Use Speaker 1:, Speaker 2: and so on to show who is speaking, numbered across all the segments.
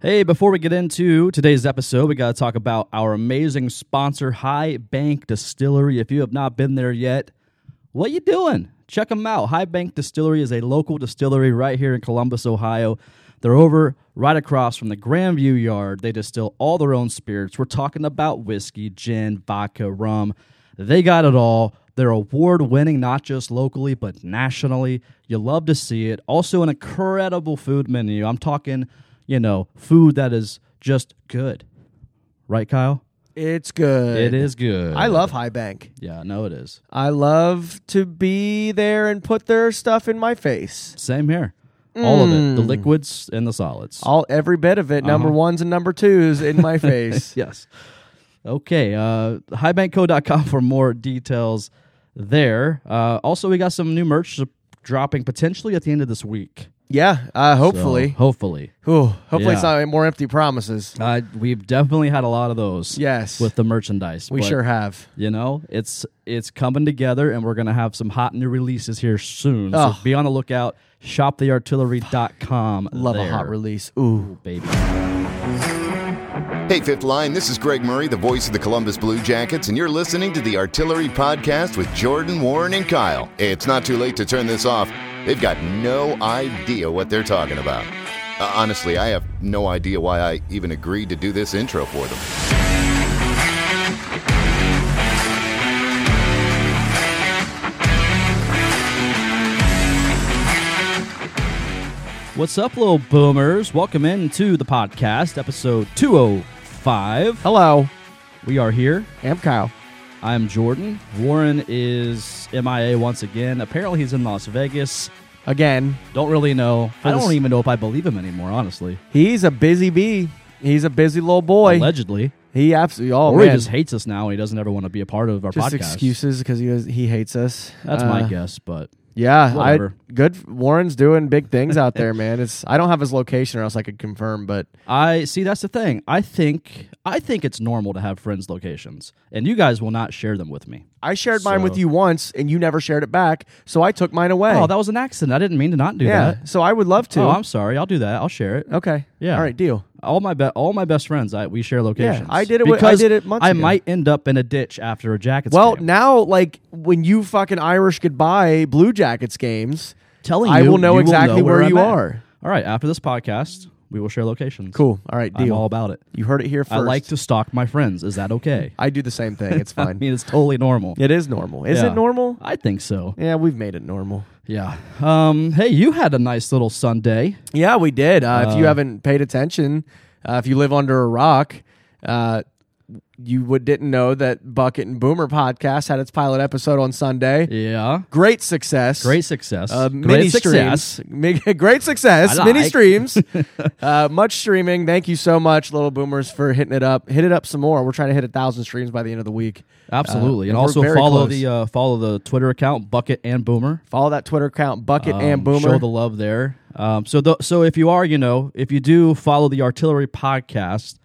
Speaker 1: Hey, before we get into today's episode, we got to talk about our amazing sponsor, High Bank Distillery. If you have not been there yet, what you doing? Check them out. High Bank Distillery is a local distillery right here in Columbus, Ohio. They're over right across from the Grandview Yard. They distill all their own spirits. We're talking about whiskey, gin, vodka, rum. They got it all. They're award winning, not just locally, but nationally. You love to see it. Also, an incredible food menu. I'm talking, you know, food that is just good. Right, Kyle?
Speaker 2: It's good.
Speaker 1: It is good.
Speaker 2: I love High Bank.
Speaker 1: Yeah, no, it is.
Speaker 2: I love to be there and put their stuff in my face.
Speaker 1: Same here. All of it the liquids and the solids.
Speaker 2: Mm. All every bit of it,
Speaker 1: Uh-huh.
Speaker 2: number ones and number twos in my face.
Speaker 1: yes. Okay. Uh, highbankco.com for more details there. Uh, also, we got some new merch dropping potentially at the end of this week.
Speaker 2: Yeah, uh, hopefully.
Speaker 1: So, hopefully.
Speaker 2: Ooh, hopefully it's
Speaker 1: Yeah.
Speaker 2: not more empty promises.
Speaker 1: Uh, we've definitely had a lot of those.
Speaker 2: Yes.
Speaker 1: With the merchandise.
Speaker 2: we
Speaker 1: but,
Speaker 2: sure have.
Speaker 1: You know, it's it's coming together, and we're gonna have some hot new releases here soon.
Speaker 2: Ugh.
Speaker 1: So be on the lookout. Shoptheartillery.com.
Speaker 2: Love
Speaker 1: there,
Speaker 2: a hot release. Ooh.
Speaker 1: baby.
Speaker 3: Hey, Fifth Line, this is Greg Murray, the voice of the Columbus Blue Jackets, and you're listening to the Artillery Podcast with Jordan, Warren, and Kyle. It's not too late to turn this off. They've got no idea what they're talking about. Uh, honestly, I have no idea why I even agreed to do this intro for them.
Speaker 1: What's up, little boomers? Welcome into the podcast, episode 205.
Speaker 2: Hello.
Speaker 1: We are here.
Speaker 2: I'm Kyle.
Speaker 1: I'm Jordan. Warren is MIA once again. Apparently, he's in Las Vegas.
Speaker 2: Again.
Speaker 1: Don't really know. I
Speaker 2: this-
Speaker 1: don't even know if I believe him anymore, honestly.
Speaker 2: He's a busy bee. He's a busy little boy.
Speaker 1: Allegedly.
Speaker 2: He absolutely oh
Speaker 1: or
Speaker 2: man.
Speaker 1: he just hates us now and he doesn't ever want to be a part of our
Speaker 2: Just
Speaker 1: podcast.
Speaker 2: excuses because he is, he hates us.
Speaker 1: That's my
Speaker 2: Uh,
Speaker 1: guess, but
Speaker 2: Yeah, I
Speaker 1: Whatever.
Speaker 2: good. Warren's doing big things out there, man. It's I don't have his location, or else I could confirm. But
Speaker 1: I see that's the thing. I think I think it's normal to have friends' locations, and you guys will not share them with me.
Speaker 2: I shared mine with
Speaker 1: So-
Speaker 2: you once, and you never shared it back, so I took mine away.
Speaker 1: Oh, that was an accident. I didn't mean to not do
Speaker 2: yeah.
Speaker 1: that.
Speaker 2: So I would love to.
Speaker 1: Oh, I'm sorry. I'll do that. I'll share it.
Speaker 2: okay.
Speaker 1: Yeah.
Speaker 2: All right. Deal.
Speaker 1: All my be- all my best friends, I we share locations.
Speaker 2: I did it with- I
Speaker 1: Because
Speaker 2: did it months
Speaker 1: I
Speaker 2: ago.
Speaker 1: might end up in a ditch after a Jackets.
Speaker 2: Well,
Speaker 1: game.
Speaker 2: now like when you fucking Irish goodbye Blue Jackets games,
Speaker 1: telling
Speaker 2: I
Speaker 1: you,
Speaker 2: will know
Speaker 1: you
Speaker 2: exactly
Speaker 1: know where,
Speaker 2: where
Speaker 1: I'm
Speaker 2: you
Speaker 1: at.
Speaker 2: are.
Speaker 1: All right, after this podcast, we will share locations.
Speaker 2: cool. All right.
Speaker 1: I'm
Speaker 2: Deal.
Speaker 1: all about it.
Speaker 2: you heard it here first.
Speaker 1: I like to stalk my friends. Is that okay?
Speaker 2: I do the same thing. It's
Speaker 1: I
Speaker 2: fine.
Speaker 1: mean, it's totally normal.
Speaker 2: it is normal. Is
Speaker 1: Yeah.
Speaker 2: it normal?
Speaker 1: I think so.
Speaker 2: Yeah, we've made it normal.
Speaker 1: Yeah. Um. Hey, you had a nice little Sunday.
Speaker 2: Yeah, we did. Uh, if you haven't paid attention, uh, if you live under a rock, uh, you would didn't know that Bucket and Boomer podcast had its pilot episode on Sunday.
Speaker 1: Yeah.
Speaker 2: Great success.
Speaker 1: Great success.
Speaker 2: Uh,
Speaker 1: Great
Speaker 2: mini
Speaker 1: success.
Speaker 2: streams. Mi- Great success.
Speaker 1: I
Speaker 2: Mini
Speaker 1: like.
Speaker 2: streams. uh, much streaming. Thank you so much, Little Boomers, for hitting it up. Hit it up some more. We're trying to hit a thousand streams by the end of the week.
Speaker 1: Absolutely,
Speaker 2: Uh,
Speaker 1: and
Speaker 2: we're
Speaker 1: also
Speaker 2: very
Speaker 1: follow
Speaker 2: close.
Speaker 1: the uh, follow the Twitter account Bucket and Boomer.
Speaker 2: follow that Twitter account, Bucket
Speaker 1: Um,
Speaker 2: and Boomer.
Speaker 1: Show the love there. Um, so, th- so if you are, you know, if you do follow the Artillery podcast,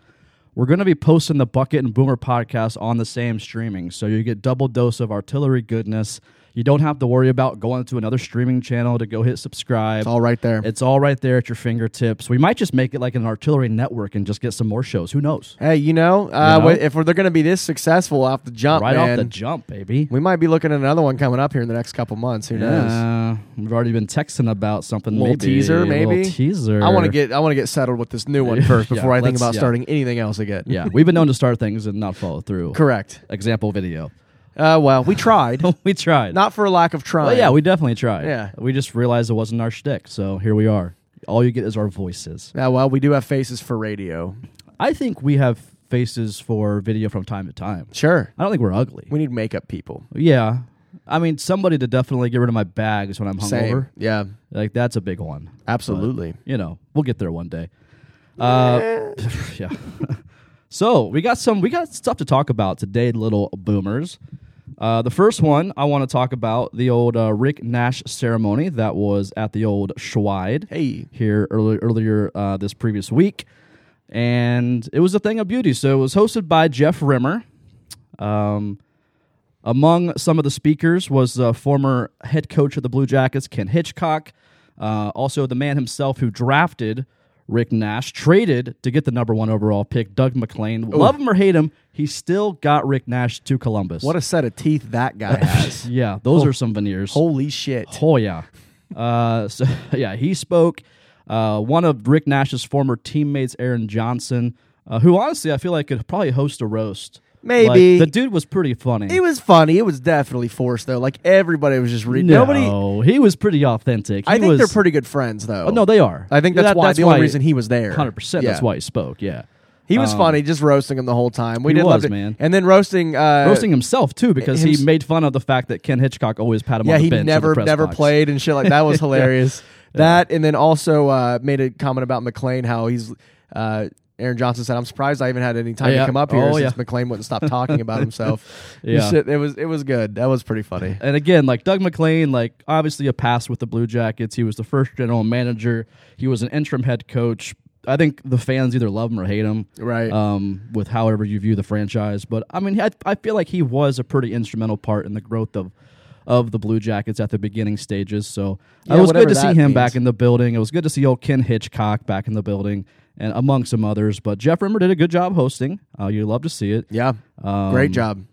Speaker 1: we're going to be posting the Bucket and Boomer podcast on the same streaming. So you get double dose of artillery goodness. You don't have to worry about going to another streaming channel to go hit subscribe.
Speaker 2: it's all right there.
Speaker 1: It's all right there at your fingertips. We might just make it like an artillery network and just get some more shows. Who knows?
Speaker 2: Hey, you know, uh,
Speaker 1: You know?
Speaker 2: wh- if we're, they're going to be this successful off the jump,
Speaker 1: Right
Speaker 2: Oh, man,
Speaker 1: off the jump, baby.
Speaker 2: we might be looking at another one coming up here in the next couple months. Who knows?
Speaker 1: Uh, we've already been texting about something.
Speaker 2: little
Speaker 1: maybe,
Speaker 2: teaser, maybe.
Speaker 1: Little teaser.
Speaker 2: I want to get I want to get settled with this new one first
Speaker 1: Yeah,
Speaker 2: before I think
Speaker 1: let's-
Speaker 2: about
Speaker 1: yeah.
Speaker 2: starting anything else again.
Speaker 1: Yeah, we've been known to start things and not follow through.
Speaker 2: correct.
Speaker 1: Example video.
Speaker 2: Uh, well, we tried,
Speaker 1: we tried.
Speaker 2: not for a lack of trying.
Speaker 1: Well, yeah, we definitely tried.
Speaker 2: Yeah.
Speaker 1: We just realized it wasn't our shtick, so here we are. All you get is our voices.
Speaker 2: Uh, well, we do have faces for radio.
Speaker 1: I think we have faces for video from time to time.
Speaker 2: Sure,
Speaker 1: I don't think we're ugly.
Speaker 2: we need makeup people.
Speaker 1: yeah. I mean, somebody to definitely get rid of my bags when I'm hungover.
Speaker 2: Same. Yeah,
Speaker 1: Like, that's a big one.
Speaker 2: absolutely.
Speaker 1: You know, we'll get there one day. Uh, yeah. so we got some we got stuff to talk about today, little boomers. Uh, the first one I want to talk about the old uh, Rick Nash ceremony that was at the old Schweid
Speaker 2: Hey.
Speaker 1: here earlier earlier uh, this previous week, and it was a thing of beauty. So it was hosted by Jeff Rimmer. Um, among some of the speakers was the former head coach of the Blue Jackets, Ken Hitchcock, uh, also the man himself who drafted Rick Nash traded to get the number one overall pick, Doug McLean. Love him or hate him, he still got Rick Nash to Columbus.
Speaker 2: What a set of teeth that guy has.
Speaker 1: yeah, those are some veneers.
Speaker 2: Holy shit.
Speaker 1: Oh yeah. Uh, so yeah, he spoke. Uh, one of Rick Nash's former teammates, Aaron Johnson, uh, who honestly I feel like could probably host a roast.
Speaker 2: Maybe.
Speaker 1: Like, the dude was pretty funny.
Speaker 2: It was funny. It was definitely forced though. Like everybody was just reading.
Speaker 1: no,
Speaker 2: Nobody.
Speaker 1: he was pretty authentic.
Speaker 2: I
Speaker 1: He
Speaker 2: think
Speaker 1: was-
Speaker 2: they're pretty good friends though.
Speaker 1: Oh, no, they are.
Speaker 2: I think
Speaker 1: Yeah,
Speaker 2: that's
Speaker 1: that-
Speaker 2: why the only
Speaker 1: why-
Speaker 2: reason he was there.
Speaker 1: 100%. That's
Speaker 2: Yeah.
Speaker 1: why he spoke. Yeah.
Speaker 2: he was funny, just roasting him the whole time. We
Speaker 1: he
Speaker 2: did
Speaker 1: was,
Speaker 2: love it,
Speaker 1: man.
Speaker 2: And then roasting. Uh,
Speaker 1: Roasting himself too, because he
Speaker 2: hims-
Speaker 1: made fun of the fact that Ken Hitchcock always pat him
Speaker 2: Yeah,
Speaker 1: on the
Speaker 2: he
Speaker 1: bench. in the
Speaker 2: never
Speaker 1: press
Speaker 2: never
Speaker 1: box.
Speaker 2: played and shit like that was hilarious. That and then also uh, made a comment about McLean how he's. Uh, Aaron Johnson said, "I'm surprised I even had any time
Speaker 1: Yeah.
Speaker 2: to come up here
Speaker 1: Oh,
Speaker 2: since
Speaker 1: yeah.
Speaker 2: McLean wouldn't stop talking about himself."
Speaker 1: Yeah.
Speaker 2: Just shit, it was it was good. That was pretty funny.
Speaker 1: And again, like Doug McLean, like obviously a pass with the Blue Jackets. He was the first general manager. He was an interim head coach. I think the fans either love him or hate him,
Speaker 2: Right.
Speaker 1: Um, with however you view the franchise, but I mean, I, I feel like he was a pretty instrumental part in the growth of of the Blue Jackets at the beginning stages. So
Speaker 2: Yeah,
Speaker 1: it was good
Speaker 2: whatever
Speaker 1: to see
Speaker 2: that
Speaker 1: him back
Speaker 2: means.
Speaker 1: in the building. It was good to see old Ken Hitchcock back in the building, and among some others. But Jeff Rimmer did a good job hosting. Uh, you love to see it.
Speaker 2: Yeah, great job.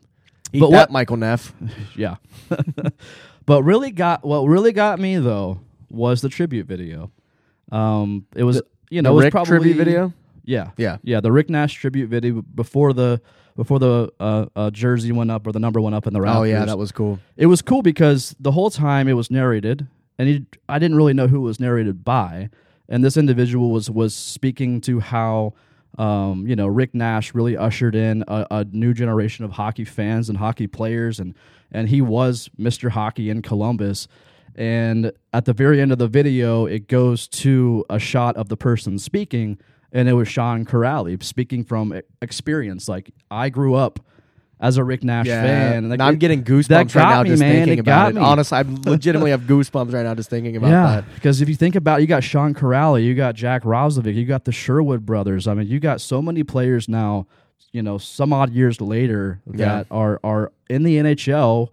Speaker 2: Eat
Speaker 1: Um, but
Speaker 2: that,
Speaker 1: what-
Speaker 2: Michael Neff.
Speaker 1: Yeah. but really got what really got me though was the tribute video. Um it was you know,
Speaker 2: the
Speaker 1: it was
Speaker 2: Rick
Speaker 1: probably
Speaker 2: tribute video?
Speaker 1: Yeah.
Speaker 2: Yeah.
Speaker 1: Yeah, the Rick Nash tribute video before the before the uh, uh, jersey went up or the number went up in the Raptors.
Speaker 2: Oh yeah, that was cool.
Speaker 1: It was cool because the whole time it was narrated, and he, I didn't really know who it was narrated by. And this individual was was speaking to how, um, you know, Rick Nash really ushered in a, a new generation of hockey fans and hockey players, and and he was Mr. Hockey in Columbus. And at the very end of the video, it goes to a shot of the person speaking, and it was Sean Corrali speaking from e- experience. Like I grew up as a Rick Nash
Speaker 2: Yeah,
Speaker 1: fan. Like,
Speaker 2: and I'm
Speaker 1: it-
Speaker 2: getting goosebumps
Speaker 1: that
Speaker 2: right
Speaker 1: got
Speaker 2: now
Speaker 1: me,
Speaker 2: just
Speaker 1: man.
Speaker 2: thinking
Speaker 1: It
Speaker 2: about
Speaker 1: got
Speaker 2: it.
Speaker 1: me.
Speaker 2: Honestly, I legitimately have goosebumps right now just thinking about
Speaker 1: yeah,
Speaker 2: that.
Speaker 1: because if you think about, it, you got Sean Corrali, you got Jack Roslovic, you got the Sherwood brothers. I mean, you got so many players now. You know, some odd years later that are are in the NHL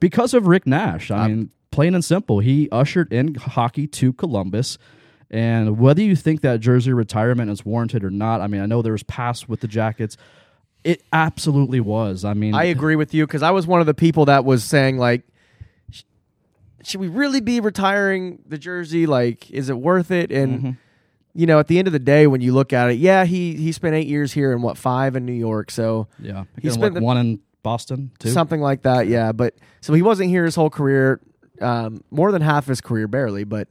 Speaker 1: because of Rick Nash. I mean, plain and simple, he ushered in hockey to Columbus. And whether you think that jersey retirement is warranted or not, I mean, I know there was past with the Jackets. It absolutely was. I mean,
Speaker 2: I agree with you because I was one of the people that was saying like, sh- should we really be retiring the jersey? Like, is it worth it? And
Speaker 1: Mm-hmm.
Speaker 2: you know, at the end of the day, when you look at it, yeah, he he spent eight years here and what five in New York, so
Speaker 1: yeah,
Speaker 2: he
Speaker 1: he
Speaker 2: spent
Speaker 1: spent
Speaker 2: the-
Speaker 1: one in Boston too.
Speaker 2: something like that. Yeah, but so he wasn't here his whole career, um, more than half his career, barely. But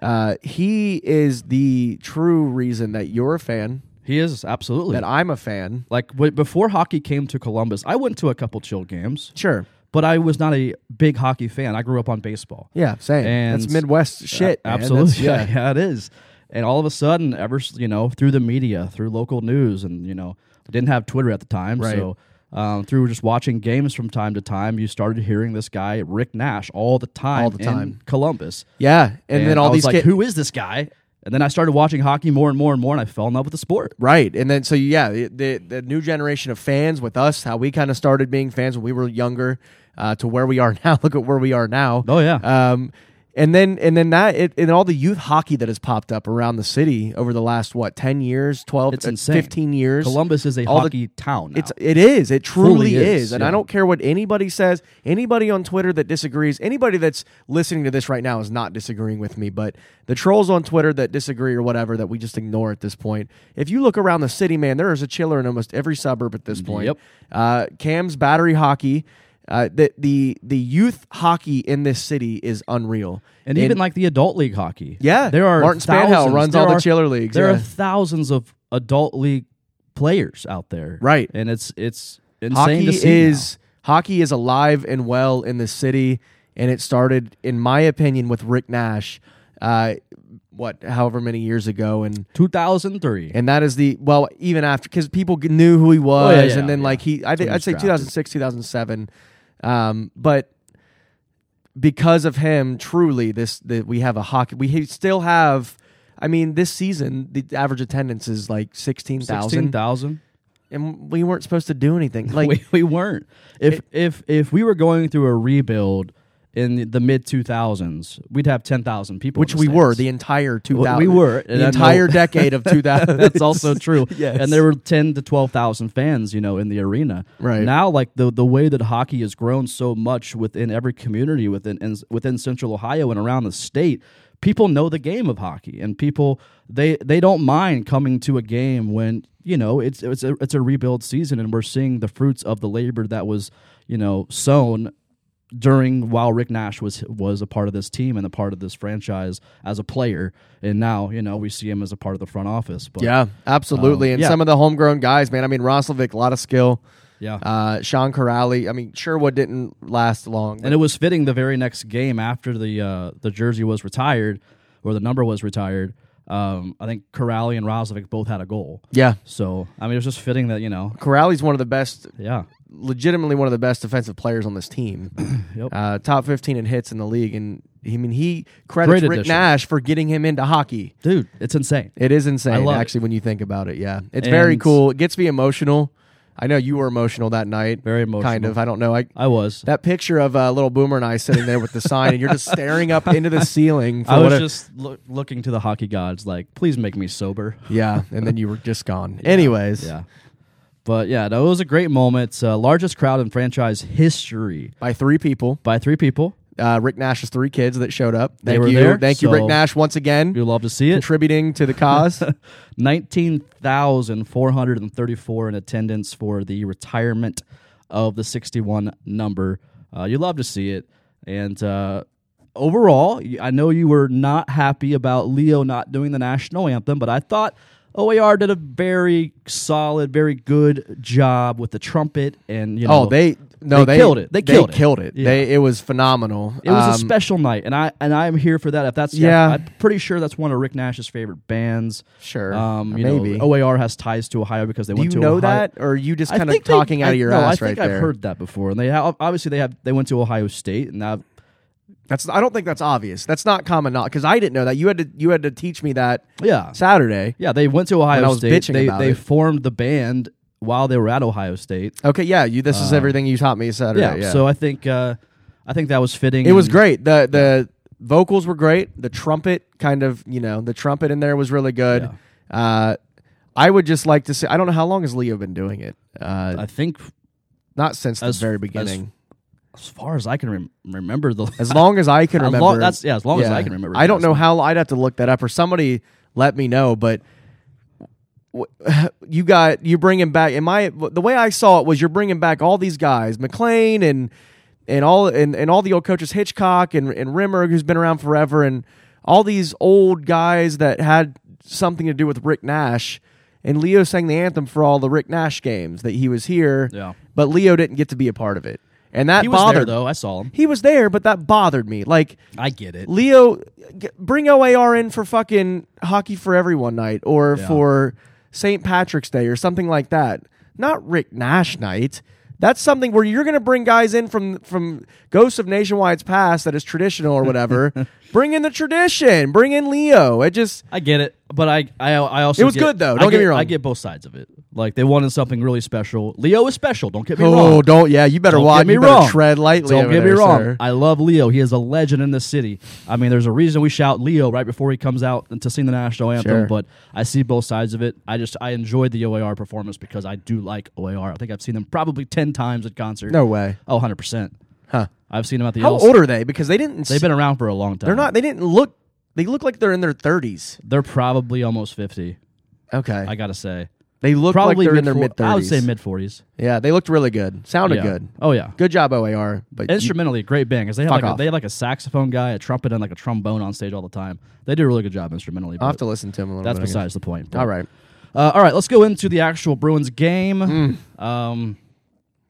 Speaker 2: uh, he is the true reason that you're a fan,
Speaker 1: he is absolutely.
Speaker 2: that I'm a fan.
Speaker 1: Like w- before hockey came to Columbus, I went to a couple chill games,
Speaker 2: Sure.
Speaker 1: but I was not a big hockey fan. I grew up on baseball.
Speaker 2: Yeah, same.
Speaker 1: And-
Speaker 2: That's Midwest shit.
Speaker 1: A-
Speaker 2: man.
Speaker 1: absolutely.
Speaker 2: That's-
Speaker 1: yeah. yeah, it is. And all of a sudden, ever s- you know, through the media, through local news, and you know, I didn't have Twitter at the time,
Speaker 2: Right.
Speaker 1: so um, through just watching games from time to time, you started hearing this guy Rick Nash all the time,
Speaker 2: All the
Speaker 1: in
Speaker 2: time.
Speaker 1: Columbus.
Speaker 2: Yeah, and, then
Speaker 1: I
Speaker 2: all
Speaker 1: was
Speaker 2: these
Speaker 1: like,
Speaker 2: kids.
Speaker 1: who is this guy? And then I started watching hockey more and more and more, and I fell in love with the sport.
Speaker 2: Right, and then so yeah, the, the the new generation of fans with us, how we kind of started being fans when we were younger, uh, to where we are now. Look at where we are now.
Speaker 1: Oh, yeah.
Speaker 2: Um, and then and then that it, and all the youth hockey that has popped up around the city over the last what ten years, twelve,
Speaker 1: It's
Speaker 2: uh,
Speaker 1: insane.
Speaker 2: fifteen years.
Speaker 1: Columbus is a
Speaker 2: all the-
Speaker 1: hockey town. Now.
Speaker 2: It's it is. It truly
Speaker 1: Fully
Speaker 2: is.
Speaker 1: is,
Speaker 2: And I
Speaker 1: yeah.
Speaker 2: don't care what anybody says. Anybody on Twitter that disagrees, anybody that's listening to this right now is not disagreeing with me, but the trolls on Twitter that disagree or whatever that we just ignore at this point. If you look around the city, man, there is a chiller in almost every suburb at this point.
Speaker 1: Yep.
Speaker 2: Uh, Cam's battery hockey uh, the, the the youth hockey in this city is unreal,
Speaker 1: and even like the adult league hockey.
Speaker 2: Yeah,
Speaker 1: there are
Speaker 2: Martin Spanhel
Speaker 1: thousands-
Speaker 2: runs
Speaker 1: there
Speaker 2: all the
Speaker 1: are-
Speaker 2: chiller leagues,
Speaker 1: There
Speaker 2: yeah.
Speaker 1: are thousands of adult league players out there,
Speaker 2: Right.
Speaker 1: And it's it's insane
Speaker 2: hockey
Speaker 1: to see
Speaker 2: is hockey is alive and well in the city, and it started, in my opinion, with Rick Nash, uh, what, however many years ago, and
Speaker 1: 2003.
Speaker 2: and that is the well, even after because people g- knew who he was,
Speaker 1: Oh, yeah, yeah,
Speaker 2: and then
Speaker 1: yeah.
Speaker 2: like he, I think
Speaker 1: he
Speaker 2: I'd
Speaker 1: was
Speaker 2: say
Speaker 1: drafted.
Speaker 2: 2006, 2007, um, but because of him, truly, this that we have a hockey, we ha- still have. I mean, this season the average attendance is like sixteen thousand,
Speaker 1: 16,000.
Speaker 2: and we weren't supposed to do anything. Like
Speaker 1: we, we weren't. If if if we were going through a rebuild in the mid 2000s, we'd have 10,000 people.
Speaker 2: which
Speaker 1: in
Speaker 2: we were
Speaker 1: stands.
Speaker 2: the entire 2000
Speaker 1: we were, and
Speaker 2: the
Speaker 1: I
Speaker 2: entire
Speaker 1: know-
Speaker 2: decade of 2000
Speaker 1: That's also true.
Speaker 2: Yes.
Speaker 1: And there were 10 to 12,000 fans, you know, in the arena.
Speaker 2: Right.
Speaker 1: Now like the the way that hockey has grown so much within every community within in, within central Ohio and around the state, people know the game of hockey and people they they don't mind coming to a game when, you know, it's it's a, it's a rebuild season and we're seeing the fruits of the labor that was, you know, sown during while Rick Nash was was a part of this team and a part of this franchise as a player, and now you know we see him as a part of the front office. But
Speaker 2: yeah absolutely
Speaker 1: Um,
Speaker 2: and
Speaker 1: yeah.
Speaker 2: some of the homegrown guys man i mean roslovic a lot of skill
Speaker 1: yeah.
Speaker 2: uh, sean corrali i mean sherwood didn't last long but-
Speaker 1: and it was fitting the very next game after the uh, the jersey was retired or the number was retired. Um, I think Corrali and Roslovic both had a goal.
Speaker 2: yeah
Speaker 1: So I mean, it was just fitting that you know,
Speaker 2: corrali's one of the best
Speaker 1: yeah,
Speaker 2: legitimately one of the best defensive players on this team.
Speaker 1: Yep.
Speaker 2: uh, top 15 in hits in the league. And I mean, he credits
Speaker 1: Great
Speaker 2: Rick
Speaker 1: addition.
Speaker 2: Nash for getting him into hockey.
Speaker 1: dude, it's insane.
Speaker 2: It is insane,
Speaker 1: love it.
Speaker 2: actually, when you think about it. Yeah. It's very
Speaker 1: And-
Speaker 2: cool. It gets me emotional. I know you were emotional that night.
Speaker 1: Very
Speaker 2: Kind
Speaker 1: emotional.
Speaker 2: of. I don't know. I.
Speaker 1: I was.
Speaker 2: that picture of uh, little Boomer and I sitting there with the sign, and you're just staring up into the ceiling. For
Speaker 1: I was
Speaker 2: what a-
Speaker 1: just loo- looking to the hockey gods, like, please make me sober.
Speaker 2: yeah, and then you were just gone. Anyways,
Speaker 1: Yeah. But yeah, no, it was a great moment. Uh, largest crowd in franchise history
Speaker 2: by three people,
Speaker 1: by three people.
Speaker 2: uh, Rick Nash's three kids that showed up. Thank
Speaker 1: They were
Speaker 2: you,
Speaker 1: there,
Speaker 2: thank you, Rick
Speaker 1: so-
Speaker 2: Nash, once again.
Speaker 1: You love to see it.
Speaker 2: contributing to the cause.
Speaker 1: 19,434 in attendance for the retirement of the 61 number. Uh, you love to see it. And uh, overall, y- I know you were not happy about Leo not doing the national anthem, but I thought OAR did a very solid, very good job with the trumpet and, you know.
Speaker 2: oh, they no,
Speaker 1: they
Speaker 2: they
Speaker 1: killed it. They killed it. Yeah.
Speaker 2: They it was phenomenal.
Speaker 1: It was
Speaker 2: Um,
Speaker 1: a special night, and I and I'm here for that. If that's
Speaker 2: Yeah.
Speaker 1: I'm pretty sure that's one of Rick Nash's favorite bands.
Speaker 2: Sure. Uh,
Speaker 1: um, you
Speaker 2: Maybe.
Speaker 1: know, OAR has ties to Ohio because they
Speaker 2: Do you
Speaker 1: went to.
Speaker 2: know
Speaker 1: Ohio.
Speaker 2: that, or are you just
Speaker 1: I
Speaker 2: kind of
Speaker 1: think they-
Speaker 2: talking out
Speaker 1: I-
Speaker 2: of your
Speaker 1: no,
Speaker 2: ass
Speaker 1: I
Speaker 2: right
Speaker 1: think
Speaker 2: there?
Speaker 1: I've heard that before, and they have, obviously they have they went to Ohio State, and I've,
Speaker 2: That's I don't think that's obvious. That's not common knowledge because I didn't know that. You had to you had to teach me that
Speaker 1: yeah,
Speaker 2: Saturday.
Speaker 1: yeah, they went to Ohio
Speaker 2: When I was
Speaker 1: State.
Speaker 2: bitching
Speaker 1: They
Speaker 2: about
Speaker 1: they
Speaker 2: it.
Speaker 1: formed the band while they were at Ohio State.
Speaker 2: Okay, yeah, you. This is everything you taught me Saturday.
Speaker 1: Yeah,
Speaker 2: Uh, Yeah,
Speaker 1: so I think uh, I think that was fitting.
Speaker 2: it was
Speaker 1: and-
Speaker 2: great. The the vocals were great. The trumpet kind of you know the trumpet in there was really good. Uh, I would just like to say I don't know how long has Leo been doing it. Uh,
Speaker 1: I think
Speaker 2: not since the
Speaker 1: as-
Speaker 2: very
Speaker 1: as-
Speaker 2: beginning.
Speaker 1: as far as I can rem- remember the
Speaker 2: As long as I can
Speaker 1: As long-
Speaker 2: remember.
Speaker 1: that's- yeah, as long as I can remember,
Speaker 2: I don't know
Speaker 1: that's-
Speaker 2: how I'd have to look that up, or somebody let me know. But wh- you got you bringing back. Am I the way I saw it was you're bringing back all these guys, McLean and and all and, and all the old coaches, Hitchcock and and Rimmer, who's been around forever, and all these old guys that had something to do with Rick Nash. And Leo sang the anthem for all the Rick Nash games that he was here.
Speaker 1: Yeah.
Speaker 2: But Leo didn't get to be a part of it. And that
Speaker 1: he was
Speaker 2: bothered
Speaker 1: there though. I saw him.
Speaker 2: he was there, but that bothered me. Like
Speaker 1: I get it.
Speaker 2: Leo, g- bring OAR in for fucking hockey for everyone night or
Speaker 1: Yeah.
Speaker 2: for St. Patrick's Day or something like that. Not Rick Nash night. That's something where you're going to bring guys in from from Ghosts of Nationwide's past that is traditional or whatever. bring in the tradition. Bring in Leo. It just
Speaker 1: I get it, but I I, I also
Speaker 2: It was
Speaker 1: get-
Speaker 2: good, though.
Speaker 1: I
Speaker 2: Don't get me wrong.
Speaker 1: I get both sides of it. Like they wanted something really special. Leo is special. Don't get me
Speaker 2: oh,
Speaker 1: wrong.
Speaker 2: don't yeah. You better
Speaker 1: Don't
Speaker 2: watch.
Speaker 1: get me
Speaker 2: you better
Speaker 1: wrong.
Speaker 2: Tread lightly.
Speaker 1: Don't
Speaker 2: over
Speaker 1: get me
Speaker 2: there,
Speaker 1: wrong.
Speaker 2: sir.
Speaker 1: I love Leo. He is a legend in this city. I mean, there's a reason we shout Leo right before he comes out to sing the national anthem.
Speaker 2: Sure.
Speaker 1: But I see both sides of it. I just I enjoyed the OAR performance because I do like OAR. I think I've seen them probably ten times at concert.
Speaker 2: No way.
Speaker 1: Oh, 100 percent.
Speaker 2: Huh.
Speaker 1: I've seen them at the.
Speaker 2: How
Speaker 1: LC.
Speaker 2: old are they? Because they didn't.
Speaker 1: They've been around for a long time.
Speaker 2: They're not. They didn't look. They look like they're in their thirties.
Speaker 1: They're probably almost 50.
Speaker 2: Okay.
Speaker 1: I gotta say.
Speaker 2: they look like
Speaker 1: Probably
Speaker 2: they're in their mid
Speaker 1: mid-four-
Speaker 2: thirties.
Speaker 1: I would say mid 40s.
Speaker 2: Yeah, they looked really good. Sounded
Speaker 1: Yeah.
Speaker 2: good.
Speaker 1: Oh yeah.
Speaker 2: Good job, OAR. But you-
Speaker 1: Instrumentally, a great band because they have
Speaker 2: Fuck
Speaker 1: like a,
Speaker 2: off.
Speaker 1: they have like a saxophone guy, a trumpet, and like a trombone on stage all the time. They do a really good job instrumentally.
Speaker 2: I'll
Speaker 1: But
Speaker 2: have to listen to them a little
Speaker 1: that's
Speaker 2: bit. I guess.
Speaker 1: besides the point. but-
Speaker 2: All right.
Speaker 1: uh, all right. Let's go into the actual Bruins game.
Speaker 2: Mm.
Speaker 1: Um,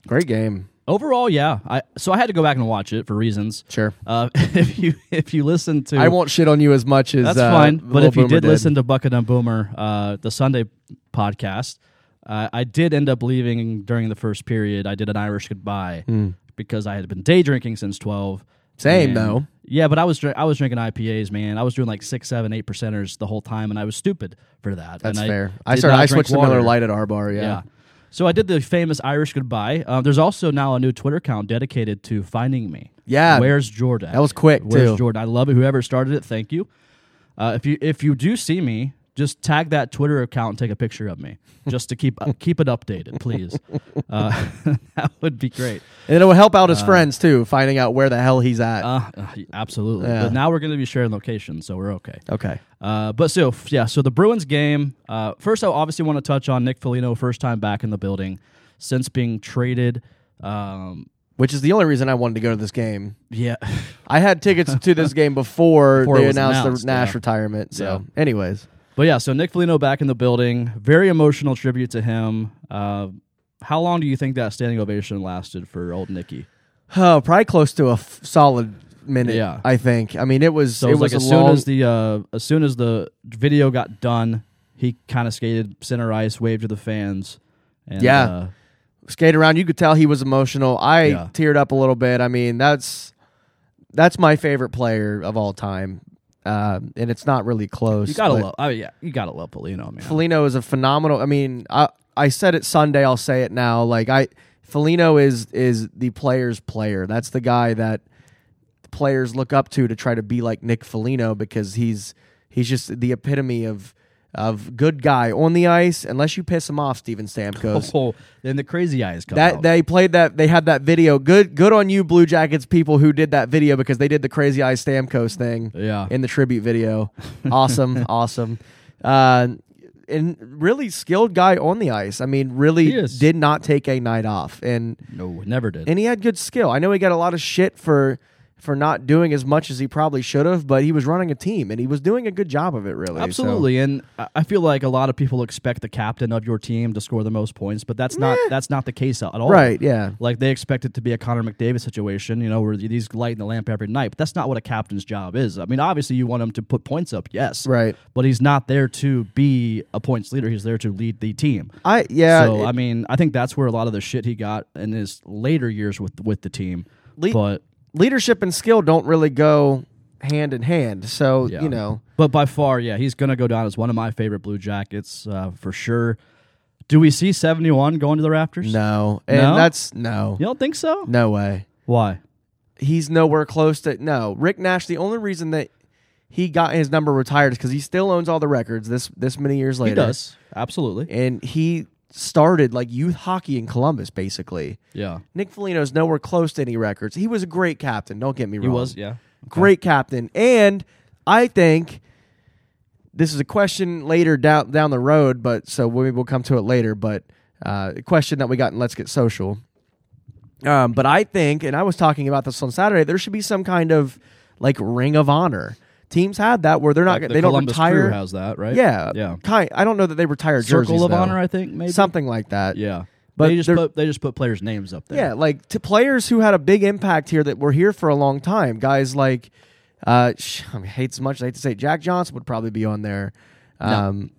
Speaker 2: Great game.
Speaker 1: overall, yeah. I so I had to go back and watch it for reasons.
Speaker 2: Sure.
Speaker 1: Uh, if you if you listen to
Speaker 2: I won't shit on you as much as
Speaker 1: That's
Speaker 2: uh,
Speaker 1: fine. But
Speaker 2: Lil
Speaker 1: if you
Speaker 2: Boomer
Speaker 1: did, listen to Bucket and Boomer, uh, the Sunday podcast, uh, I did end up leaving during the first period. I did an Irish goodbye because I had been day drinking since twelve.
Speaker 2: Hmm. Same,
Speaker 1: And-
Speaker 2: though.
Speaker 1: Yeah, but I was dr- I was drinking IPAs, man. I was doing like six, seven, eight percenters the whole time, and I was stupid for that.
Speaker 2: that's
Speaker 1: and
Speaker 2: fair. I
Speaker 1: did
Speaker 2: started.
Speaker 1: not
Speaker 2: I
Speaker 1: drink
Speaker 2: switched to
Speaker 1: water.
Speaker 2: Miller Light at our bar. Yeah.
Speaker 1: Yeah. So I did the famous Irish goodbye. Uh, there's also now a new Twitter account dedicated to finding me.
Speaker 2: Yeah.
Speaker 1: Where's Jordan?
Speaker 2: That was quick,
Speaker 1: Where's
Speaker 2: too.
Speaker 1: Jordan? I love it. Whoever started it, thank you. Uh, if you if you do see me, just tag that Twitter account and take a picture of me, just to keep uh, keep it updated, please. Uh, that would be great.
Speaker 2: And it'll help out his friends too, finding out where the hell he's at.
Speaker 1: Uh, uh, absolutely.
Speaker 2: Yeah.
Speaker 1: But now we're going to be sharing locations, so we're okay.
Speaker 2: okay.
Speaker 1: Uh, but so f- yeah, so the Bruins game. Uh, first, I obviously want to touch on Nick Foligno, first time back in the building since being traded. Um,
Speaker 2: Which is the only reason I wanted to go to this game.
Speaker 1: yeah,
Speaker 2: I had tickets to this game before,
Speaker 1: Before it
Speaker 2: they
Speaker 1: was
Speaker 2: announced,
Speaker 1: announced,
Speaker 2: the Nash
Speaker 1: yeah.
Speaker 2: retirement. So, anyways,
Speaker 1: but yeah, so Nick Foligno back in the building. Very emotional tribute to him. Uh, how long do you think that standing ovation lasted for old Nicky?
Speaker 2: oh, probably close to a f- solid minute.
Speaker 1: Yeah.
Speaker 2: I think. I mean, it was
Speaker 1: So
Speaker 2: it
Speaker 1: it was,
Speaker 2: was,
Speaker 1: like as
Speaker 2: a long.
Speaker 1: soon as the uh, as soon as the video got done, he kind of skated center ice, waved to the fans. And,
Speaker 2: Yeah.
Speaker 1: uh,
Speaker 2: skate around. You could tell he was emotional. I
Speaker 1: Yeah.
Speaker 2: teared up a little bit. I mean, that's that's my favorite player of all time, um, and it's not really close.
Speaker 1: you gotta
Speaker 2: but
Speaker 1: love. I mean, yeah, you gotta love Foligno, man.
Speaker 2: Foligno is a phenomenal. I mean, I I said it Sunday. I'll say it now. Like I, Foligno is is the player's player. That's the guy that players look up to to try to be like Nick Foligno because he's he's just the epitome of of good guy on the ice. Unless you piss him off, Steven Stamkos.
Speaker 1: Oh, then the crazy eyes come
Speaker 2: That
Speaker 1: out.
Speaker 2: they played that they had that video. Good good on you, Blue Jackets people who did that video because they did the crazy eyes Stamkos thing
Speaker 1: Yeah.
Speaker 2: in the tribute video. Awesome, awesome. Uh, and really skilled guy on the ice. I mean,
Speaker 1: He
Speaker 2: really
Speaker 1: is.
Speaker 2: did not take a night off. And
Speaker 1: no, never did.
Speaker 2: and he had good skill. I know he got a lot of shit for for not doing as much as he probably should have, but he was running a team and he was doing a good job of it really. So-
Speaker 1: Absolutely, and I- I feel like a lot of people expect the captain of your team to score the most points, but that's not that's not the case at all.
Speaker 2: Right, yeah.
Speaker 1: Like they expect it to be a Connor McDavid situation, you know, where he's lighting the lamp every night. But that's not what a captain's job is. I mean, obviously you want him to put points up, yes,
Speaker 2: Right.
Speaker 1: But he's not there to be a points leader. He's there to lead the team.
Speaker 2: I yeah.
Speaker 1: so
Speaker 2: it-
Speaker 1: I mean, I think that's where a lot of the shit he got in his later years with with the team.
Speaker 2: Le-
Speaker 1: but
Speaker 2: leadership and skill don't really go hand in hand. So
Speaker 1: Yeah.
Speaker 2: you know,
Speaker 1: But by far, yeah, he's going to go down as one of my favorite Blue Jackets uh, for sure. Do we see 71 going to the Raptors?
Speaker 2: no, and
Speaker 1: No?
Speaker 2: that's no,
Speaker 1: You don't think so?
Speaker 2: no way.
Speaker 1: Why?
Speaker 2: He's nowhere close to no. Rick Nash. The only reason that he got his number retired is because he still owns all the records. This this many years later,
Speaker 1: He does. Absolutely.
Speaker 2: and he started like youth hockey in Columbus, basically.
Speaker 1: Yeah.
Speaker 2: Nick Foligno's nowhere close to any records. He was a great captain. Don't get me wrong.
Speaker 1: He was, yeah.
Speaker 2: great captain. And I think this is a question later down down the road, but so we will come to it later. But uh, a question that we got in Let's Get Social. Um, but I think, and I was talking about this on Saturday, there should be some kind of like ring of honor. Teams had that where they're not
Speaker 1: Like the
Speaker 2: they don't
Speaker 1: Columbus
Speaker 2: retire.
Speaker 1: Crew has that, right?
Speaker 2: yeah,
Speaker 1: Yeah.
Speaker 2: Kind, I don't know that they retire jerseys.
Speaker 1: Circle of
Speaker 2: though.
Speaker 1: Honor, I think, maybe.
Speaker 2: something like that.
Speaker 1: Yeah.
Speaker 2: But
Speaker 1: But they just,
Speaker 2: they're-
Speaker 1: put, they just put players' names up there.
Speaker 2: Yeah, like to players who had a big impact here that were here for a long time. Guys like, uh, sh- I mean, hates much. I hate to say, it, Jack Johnson would probably be on there. Um,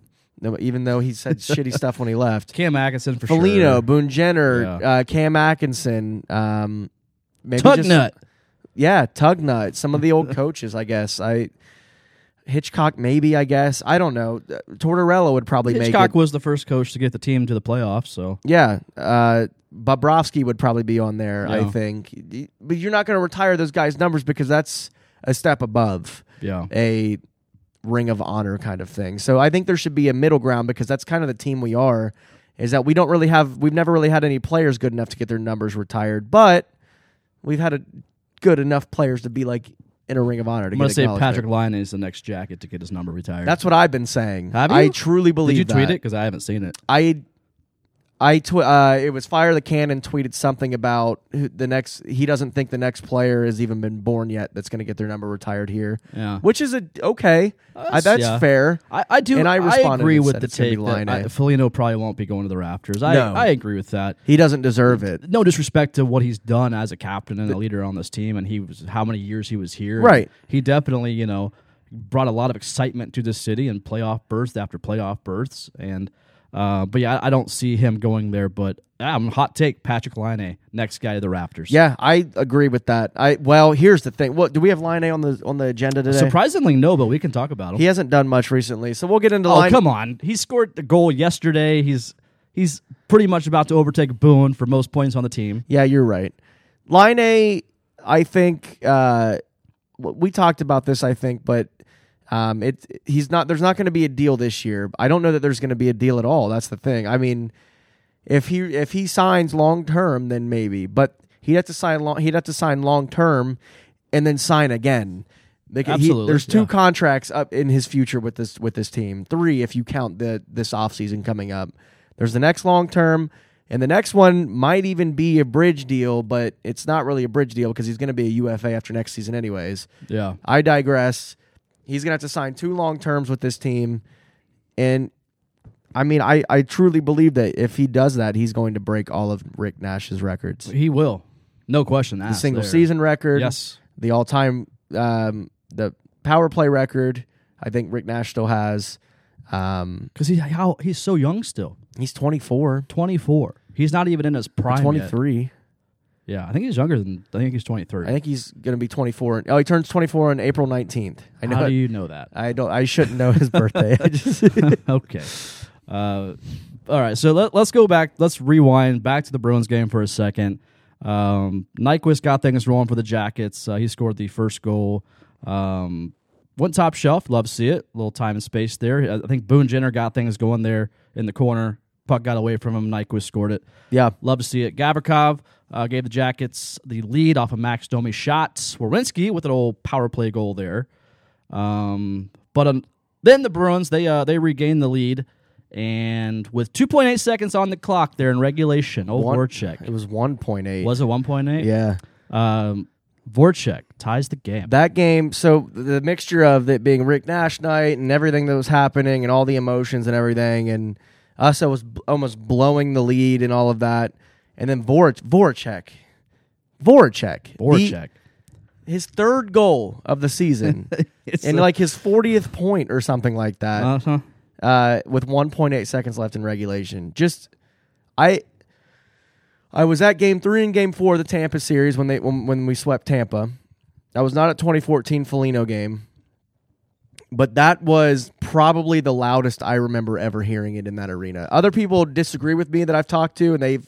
Speaker 2: no, even though he said shitty stuff when he left.
Speaker 1: Cam Atkinson for
Speaker 2: Felino,
Speaker 1: sure.
Speaker 2: Boone Jenner,
Speaker 1: Yeah.
Speaker 2: uh, Cam Atkinson, um, maybe just-
Speaker 1: Tugnut.
Speaker 2: yeah, Tugnut. Some of the old coaches, I guess. I Hitchcock, maybe. I guess I don't know. Uh, Tortorella would probably make it.
Speaker 1: Hitchcock was the first coach to get the team to the playoffs, so.
Speaker 2: Yeah. Uh, Bobrovsky would probably be on there, I
Speaker 1: Yeah.
Speaker 2: think. But you're not going to retire those guys' numbers because that's a step above
Speaker 1: Yeah.
Speaker 2: a ring of honor kind of thing. So I think there should be a middle ground because that's kind of the team we are, is that we don't really have, we've never really had any players good enough to get their numbers retired, but we've had a good enough players to be like in a ring of honor to
Speaker 1: I'm
Speaker 2: get
Speaker 1: going to say
Speaker 2: acknowledged.
Speaker 1: Patrick Line is the next jacket to get his number retired.
Speaker 2: That's what I've been saying.
Speaker 1: Have
Speaker 2: I
Speaker 1: you?
Speaker 2: truly
Speaker 1: Did
Speaker 2: believe
Speaker 1: you tweet
Speaker 2: that.
Speaker 1: it? Because I haven't seen it.
Speaker 2: I I tw- uh, it was fire the cannon tweeted something about who, the next he doesn't think the next player has even been born yet that's going to get their number retired here.
Speaker 1: Yeah.
Speaker 2: Which is a okay. I,
Speaker 1: That's-
Speaker 2: that's
Speaker 1: yeah.
Speaker 2: fair.
Speaker 1: I, I do.
Speaker 2: And I
Speaker 1: I,
Speaker 2: responded
Speaker 1: agree
Speaker 2: and
Speaker 1: with
Speaker 2: said
Speaker 1: the
Speaker 2: it's gonna be
Speaker 1: take
Speaker 2: line
Speaker 1: that
Speaker 2: A.
Speaker 1: I, Foligno probably won't be going to the Raptors. I,
Speaker 2: No.
Speaker 1: I agree with that.
Speaker 2: he doesn't deserve it.
Speaker 1: No disrespect to what he's done as a captain and a leader on this team, and he was how many years he was here.
Speaker 2: Right.
Speaker 1: He definitely, you know, brought a lot of excitement to this city and playoff berth after playoff berths. And uh, but yeah, I, I don't see him going there. But um, hot take: Patrick Line, next guy to the Raptors.
Speaker 2: Yeah, I agree with that. I well, here's the thing. What do we have Line A on the on the agenda today?
Speaker 1: Surprisingly, no, but we can talk about him.
Speaker 2: He hasn't done much recently, so we'll get into
Speaker 1: Oh
Speaker 2: Line.
Speaker 1: come on! He scored the goal yesterday. He's he's pretty much about to overtake Boone for most points on the team.
Speaker 2: Yeah, you're right. Line A, I think uh, w- we talked about this. I think, but um, it he's not. There's not going to be a deal this year. I don't know that there's going to be a deal at all. That's the thing. I mean, if he if he signs long term, then maybe. But he'd have to sign long. He'd have to sign long term, and then sign again. They could- he-
Speaker 1: Absolutely,
Speaker 2: there's two
Speaker 1: yeah.
Speaker 2: contracts up in his future with this with this team. Three, if you count the this offseason coming up. There's the next long term, and the next one might even be a bridge deal, but it's not really a bridge deal because he's going to be a UFA after next season, anyways.
Speaker 1: Yeah.
Speaker 2: I digress. He's going to have to sign two long terms with this team. And I mean, I, I truly believe that if he does that, he's going to break all of Rick Nash's records.
Speaker 1: He will. No question. The
Speaker 2: Single season record.
Speaker 1: Yes.
Speaker 2: The all time, um, the power play record. I think Rick Nash still has. Um,
Speaker 1: Because he, how, he's so young still.
Speaker 2: he's 24,
Speaker 1: 24. He's not even in his prime. yet.
Speaker 2: 23.
Speaker 1: Yeah. I think he's younger than, I think he's 23.
Speaker 2: I think he's going to be 24. Oh, he turns 24 on April 19th. I know.
Speaker 1: how do you know that?
Speaker 2: I don't. I shouldn't know his birthday. I just
Speaker 1: okay. Uh, all right. So let, let's go back. Let's rewind back to the Bruins game for a second. Um, Nyquist got things rolling for the Jackets. Uh, he scored the first goal. Um, went top shelf. Love to see it. little time and space there. I- I think Boone Jenner got things going there in the corner. Puck got away from him. Nyquist scored it.
Speaker 2: yeah.
Speaker 1: Love to see it. Gavrikov uh, gave the Jackets the lead off of Max Domi shots. Wawrinski with an old power play goal there. Um, but um, then the Bruins they uh, they regained the lead, and with 2.8 seconds on the clock, they're in regulation. Old
Speaker 2: One-
Speaker 1: Voracek
Speaker 2: It was 1.8.
Speaker 1: was it 1.8?
Speaker 2: yeah.
Speaker 1: Um, Voracek ties the game.
Speaker 2: That game, so the mixture of it being Rick Nash night and everything that was happening and all the emotions and everything, and us that was b- almost blowing the lead and all of that, and then Vorach, Voracek, Voracek,
Speaker 1: Voracek.
Speaker 2: The- his third goal of the season,
Speaker 1: It's
Speaker 2: and
Speaker 1: a-
Speaker 2: like his fortieth point or something like that.
Speaker 1: Uh-huh.
Speaker 2: uh, with 1.8 seconds left in regulation. Just I I was at game three and game four of the Tampa series when they when, when we swept Tampa. I was not at 2014 Felino game, but that was probably the loudest I remember ever hearing it in that arena. Other people disagree with me that I've talked to, and they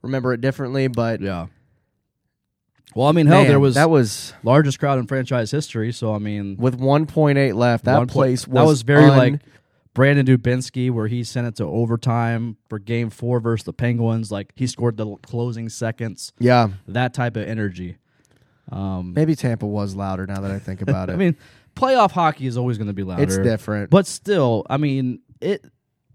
Speaker 2: remember it differently. But
Speaker 1: Yeah. Well, I mean, hell,
Speaker 2: man,
Speaker 1: there was
Speaker 2: that was
Speaker 1: largest crowd in franchise history. So I mean,
Speaker 2: with 1.8 left. That
Speaker 1: one point-
Speaker 2: place was
Speaker 1: that was very
Speaker 2: un-
Speaker 1: like Brandon Dubinsky, where he sent it to overtime for Game Four versus the Penguins. Like he scored the l- closing seconds.
Speaker 2: yeah.
Speaker 1: That type of energy. Um,
Speaker 2: Maybe Tampa was louder now that I think about it.
Speaker 1: I mean, playoff hockey is always going to be louder.
Speaker 2: it's different.
Speaker 1: but still, I mean, it.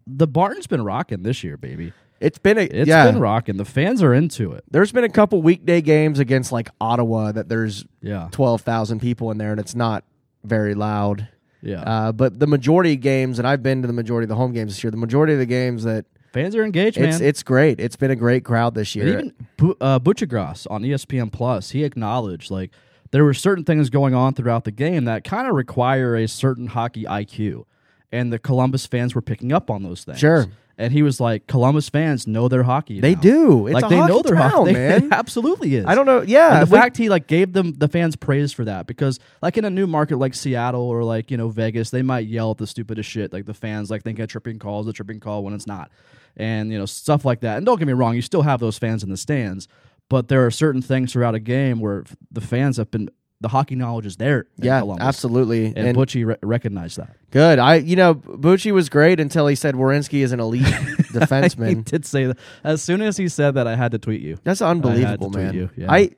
Speaker 1: The Barton's been rocking this year, baby.
Speaker 2: It's been a
Speaker 1: It's
Speaker 2: yeah.
Speaker 1: been rocking. The fans are into it.
Speaker 2: There's been a couple weekday games against like Ottawa that there's
Speaker 1: Yeah,
Speaker 2: twelve thousand people in there and it's not very loud.
Speaker 1: yeah.
Speaker 2: Uh, but the majority of games, and I've been to the majority of the home games this year. The majority of the games that
Speaker 1: fans are engaged,
Speaker 2: it's
Speaker 1: man.
Speaker 2: it's great. It's been a great crowd this year.
Speaker 1: And even Bu- uh, Butchergrass on ESPN Plus, he acknowledged like there were certain things going on throughout the game that kind of require a certain hockey IQ, and the Columbus fans were picking up on those things.
Speaker 2: Sure.
Speaker 1: And he was like, Columbus fans know their hockey.
Speaker 2: they
Speaker 1: now."
Speaker 2: do. It's
Speaker 1: like
Speaker 2: a
Speaker 1: they
Speaker 2: hockey
Speaker 1: know their
Speaker 2: town,
Speaker 1: hockey. They-
Speaker 2: man.
Speaker 1: it absolutely is.
Speaker 2: I don't know. Yeah,
Speaker 1: And the
Speaker 2: we-
Speaker 1: fact he like gave them the fans praise for that because like in a new market like Seattle or like you know Vegas, they might yell at the stupidest shit. Like the fans like think a tripping call is a tripping call when it's not, and you know stuff like that. And don't get me wrong, you still have those fans in the stands, but there are certain things throughout a game where f- the fans have been the hockey knowledge is there. in
Speaker 2: yeah,
Speaker 1: Columbus.
Speaker 2: absolutely.
Speaker 1: And, Butchie re- recognized that.
Speaker 2: good. I you know Bucci was great until he said Warinsky is an elite defenseman.
Speaker 1: He did say that. As soon as he said that, I had to tweet you.
Speaker 2: That's unbelievable,
Speaker 1: tweet
Speaker 2: man.
Speaker 1: you, yeah.
Speaker 2: I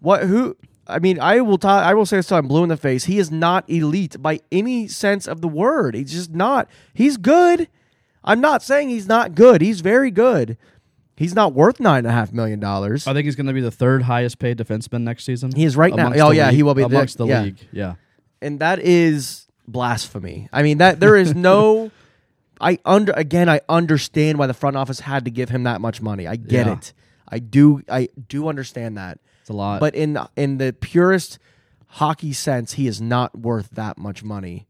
Speaker 2: what who I mean, I will ta- I will say this till I'm blue in the face. He is not elite by any sense of the word. He's just not. He's good. I'm not saying he's not good. He's very good. He's not worth nine and a half million dollars.
Speaker 1: I think he's going to be the third highest paid defenseman next season.
Speaker 2: He is right now.
Speaker 1: Amongst
Speaker 2: Oh,
Speaker 1: the
Speaker 2: yeah,
Speaker 1: league-
Speaker 2: he will be the-
Speaker 1: amongst the,
Speaker 2: yeah.
Speaker 1: league. Yeah.
Speaker 2: and that is blasphemy. I mean that there is no. I under again. I understand why the front office had to give him that much money. I get
Speaker 1: Yeah.
Speaker 2: it. I do. I do understand that.
Speaker 1: It's a lot.
Speaker 2: but in in the purest hockey sense, he is not worth that much money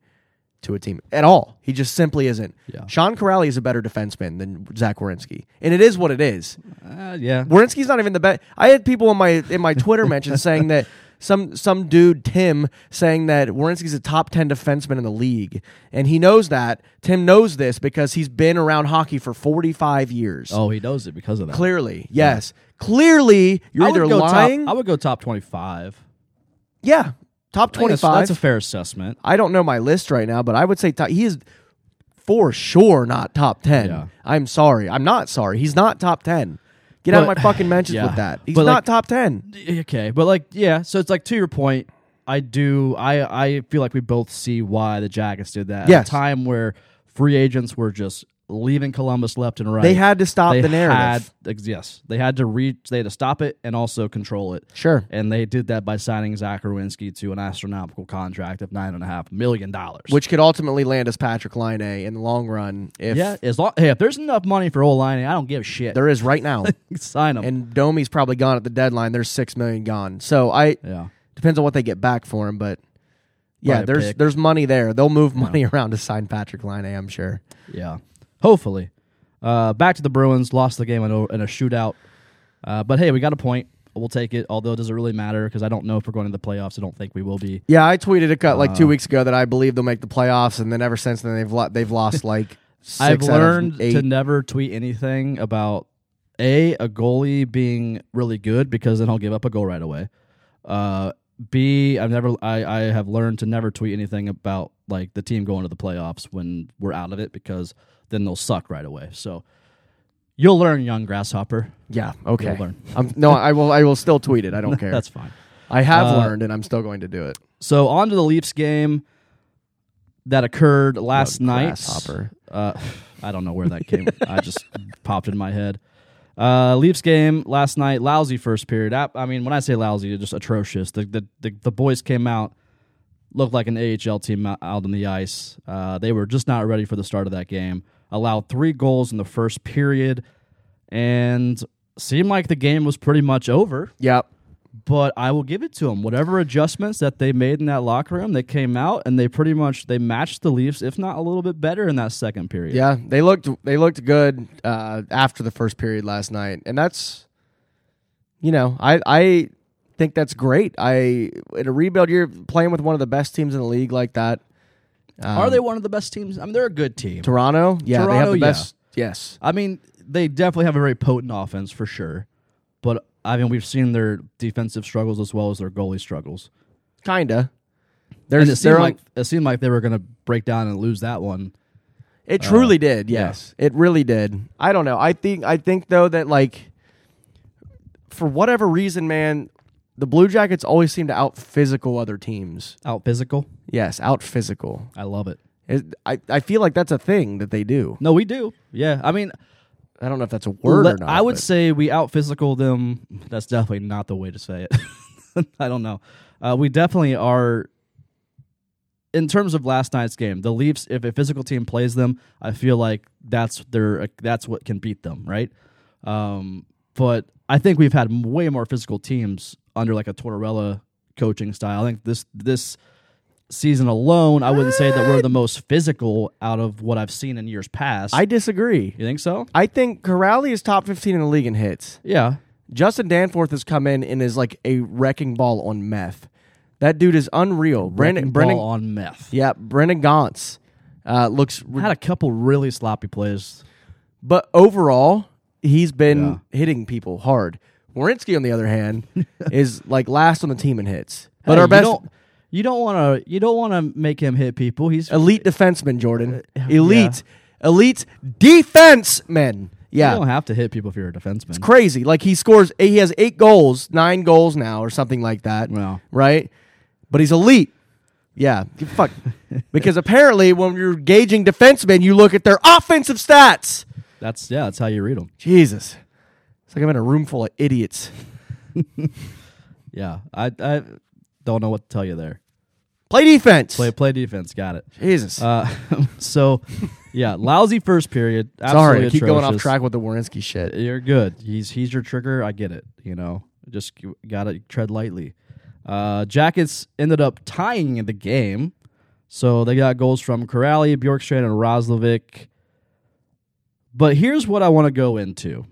Speaker 2: to a team at all. He just simply isn't.
Speaker 1: Yeah.
Speaker 2: Sean Corrali is a better defenseman than Zach Wierenski, and it is what it is.
Speaker 1: Uh, yeah.
Speaker 2: Wierenski's not even the best. I had people on my in my Twitter mention saying that some some dude Tim saying that Wierenski's a top ten defenseman in the league, and he knows that Tim knows this because he's been around hockey for forty five years.
Speaker 1: Oh, he knows it because of that.
Speaker 2: Clearly, yes, clearly you're
Speaker 1: I would
Speaker 2: either
Speaker 1: go top-
Speaker 2: lying.
Speaker 1: I would go top twenty-five.
Speaker 2: yeah, top
Speaker 1: I think
Speaker 2: twenty
Speaker 1: that's- That's
Speaker 2: five.
Speaker 1: a fair assessment.
Speaker 2: I don't know my list right now, but I would say top, he is for sure not top 10.
Speaker 1: Yeah.
Speaker 2: I'm sorry. I'm not sorry. He's not top 10. Get out of
Speaker 1: But-
Speaker 2: my fucking mentions
Speaker 1: yeah.
Speaker 2: with that. He's
Speaker 1: But,
Speaker 2: not
Speaker 1: like-
Speaker 2: top 10.
Speaker 1: Okay, but like, yeah. So it's like to your point. I do. I I feel like we both see why the Jackets did that. At
Speaker 2: Yes.
Speaker 1: a time where free agents were just leaving Columbus left and right.
Speaker 2: They had to stop
Speaker 1: They
Speaker 2: the narrative.
Speaker 1: had- ex- yes, they had to reach. They had to stop it and also control it.
Speaker 2: Sure.
Speaker 1: And they did that by signing Zach Rowinski to an astronomical contract of nine and a half million dollars.
Speaker 2: Which could ultimately land us Patrick Line in the long run if
Speaker 1: yeah, as long hey, if there's enough money for old line, I don't give a shit.
Speaker 2: there is right now.
Speaker 1: Sign him.
Speaker 2: and Domi's probably gone at the deadline. There's 6 million gone. So I
Speaker 1: yeah.
Speaker 2: depends on what they get back for him, but yeah,
Speaker 1: Probably a
Speaker 2: there's
Speaker 1: pick.
Speaker 2: there's money there. They'll move money around to sign Patrick Line, I'm sure.
Speaker 1: Yeah, hopefully. Uh, back to the Bruins, lost the game in a, in a shootout. Uh, but hey, we got a point. We'll take it. Although it doesn't really matter because I don't know if we're going to the playoffs. I don't think we will be.
Speaker 2: Yeah, I tweeted a cut like two weeks ago that I believe they'll make the playoffs, and then ever since then they've lo- they've lost like. Six
Speaker 1: I've
Speaker 2: out of
Speaker 1: learned
Speaker 2: eight.
Speaker 1: to never tweet anything about a a goalie being really good because then I'll give up a goal right away. Uh, B I've never I, I have learned to never tweet anything about like the team going to the playoffs when we're out of it because then they'll suck right away. So you'll learn, young grasshopper.
Speaker 2: yeah. Okay.
Speaker 1: You'll learn.
Speaker 2: I'm, no, I will. I will still tweet it. I don't care.
Speaker 1: That's fine.
Speaker 2: I have
Speaker 1: uh,
Speaker 2: learned, and I'm still going to do it.
Speaker 1: So on to the Leafs game that occurred last
Speaker 2: Oh,
Speaker 1: night.
Speaker 2: grasshopper.
Speaker 1: Uh, I don't know where that came. I just popped in my head. Uh, Leafs game last night. Lousy first period. I, I mean, when I say lousy, it's just atrocious. The the the, the boys came out looked like an AHL team out- out on the ice. Uh, they were just not ready for the start of that game. Allowed three goals in the first period, and seemed like the game was pretty much over
Speaker 2: Yep.
Speaker 1: but I will give it to them. Whatever adjustments that they made in that locker room, they came out and they pretty much they matched the Leafs, if not a little bit better in that second period.
Speaker 2: Yeah, they looked they looked good uh, after the first period last night, and that's you know I I think that's great. I in a rebuild, you're playing with one of the best teams in the league like that.
Speaker 1: Are
Speaker 2: Um,
Speaker 1: they one of the best teams? I mean, they're a good team.
Speaker 2: Toronto, yeah, they have
Speaker 1: Toronto,
Speaker 2: the
Speaker 1: yeah.
Speaker 2: best. Yes,
Speaker 1: I mean, they definitely have a very potent offense for sure. But I mean, we've seen their defensive struggles as well as their goalie struggles.
Speaker 2: kinda.
Speaker 1: And
Speaker 2: There's
Speaker 1: it
Speaker 2: there
Speaker 1: seemed
Speaker 2: are-
Speaker 1: like it seemed like they were going to break down and lose that one.
Speaker 2: It truly
Speaker 1: Uh,
Speaker 2: did. Yes, it really did. I don't know. I think I think though that like for whatever reason, man, the Blue Jackets always seem to out physical other teams.
Speaker 1: Out physical,
Speaker 2: Yes, out physical.
Speaker 1: I love it.
Speaker 2: It, I I feel like that's a thing that they do.
Speaker 1: No, we do. Yeah, I mean,
Speaker 2: I don't know if that's a word
Speaker 1: Let-
Speaker 2: or not.
Speaker 1: I would
Speaker 2: but
Speaker 1: say we out physical them. That's definitely not the way to say it. I don't know. Uh, we definitely are. In terms of last night's game, the Leafs, if a physical team plays them, I feel like that's their uh, that's what can beat them, right? Um, but I think we've had m- way more physical teams under like a Tortorella coaching style. I think this this season alone, I wouldn't say that we're the most physical out of what I've seen in years past.
Speaker 2: I disagree.
Speaker 1: you think so?
Speaker 2: I think Corrali is top fifteen in the league in hits.
Speaker 1: Yeah.
Speaker 2: Justin Danforth has come in and is like a wrecking ball on meth. That dude is unreal. Brendan
Speaker 1: Wrecking
Speaker 2: Brendan
Speaker 1: ball on meth.
Speaker 2: Yeah, Brendan Gauntz uh, looks re-
Speaker 1: Had a couple really sloppy plays.
Speaker 2: But overall, he's been
Speaker 1: Yeah.
Speaker 2: hitting people hard. Warinsky, on the other hand, is like last on the team in hits. But
Speaker 1: Hey,
Speaker 2: our best
Speaker 1: You don't, you don't want to. You don't want to make him hit people. He's
Speaker 2: elite defenseman, Jordan.
Speaker 1: Uh,
Speaker 2: Elite, elite defenseman.
Speaker 1: You
Speaker 2: Yeah,
Speaker 1: don't have to hit people if you're a defenseman.
Speaker 2: crazy. Like he scores, he has eight goals, nine goals now, or something like that.
Speaker 1: Wow.
Speaker 2: Right? But he's elite. Yeah, you fuck. because apparently, when you're gauging defensemen, you look at their offensive stats.
Speaker 1: That's yeah. That's how you read him.
Speaker 2: Jesus. It's like I'm in a room full of idiots.
Speaker 1: Yeah. I I don't know what to tell you there.
Speaker 2: Play defense.
Speaker 1: Play play defense. Got it.
Speaker 2: Jesus.
Speaker 1: Uh, so yeah, lousy first period.
Speaker 2: Sorry, I
Speaker 1: Absolutely
Speaker 2: keep going off
Speaker 1: atrocious.
Speaker 2: track with the Warinsky shit.
Speaker 1: You're good. He's he's your trigger. I get it. You know, just you gotta tread lightly. Uh, Jackets ended up tying the game, so they got goals from Corrali, Bjorkstrand, and Roslovic. But here's what I want to go into.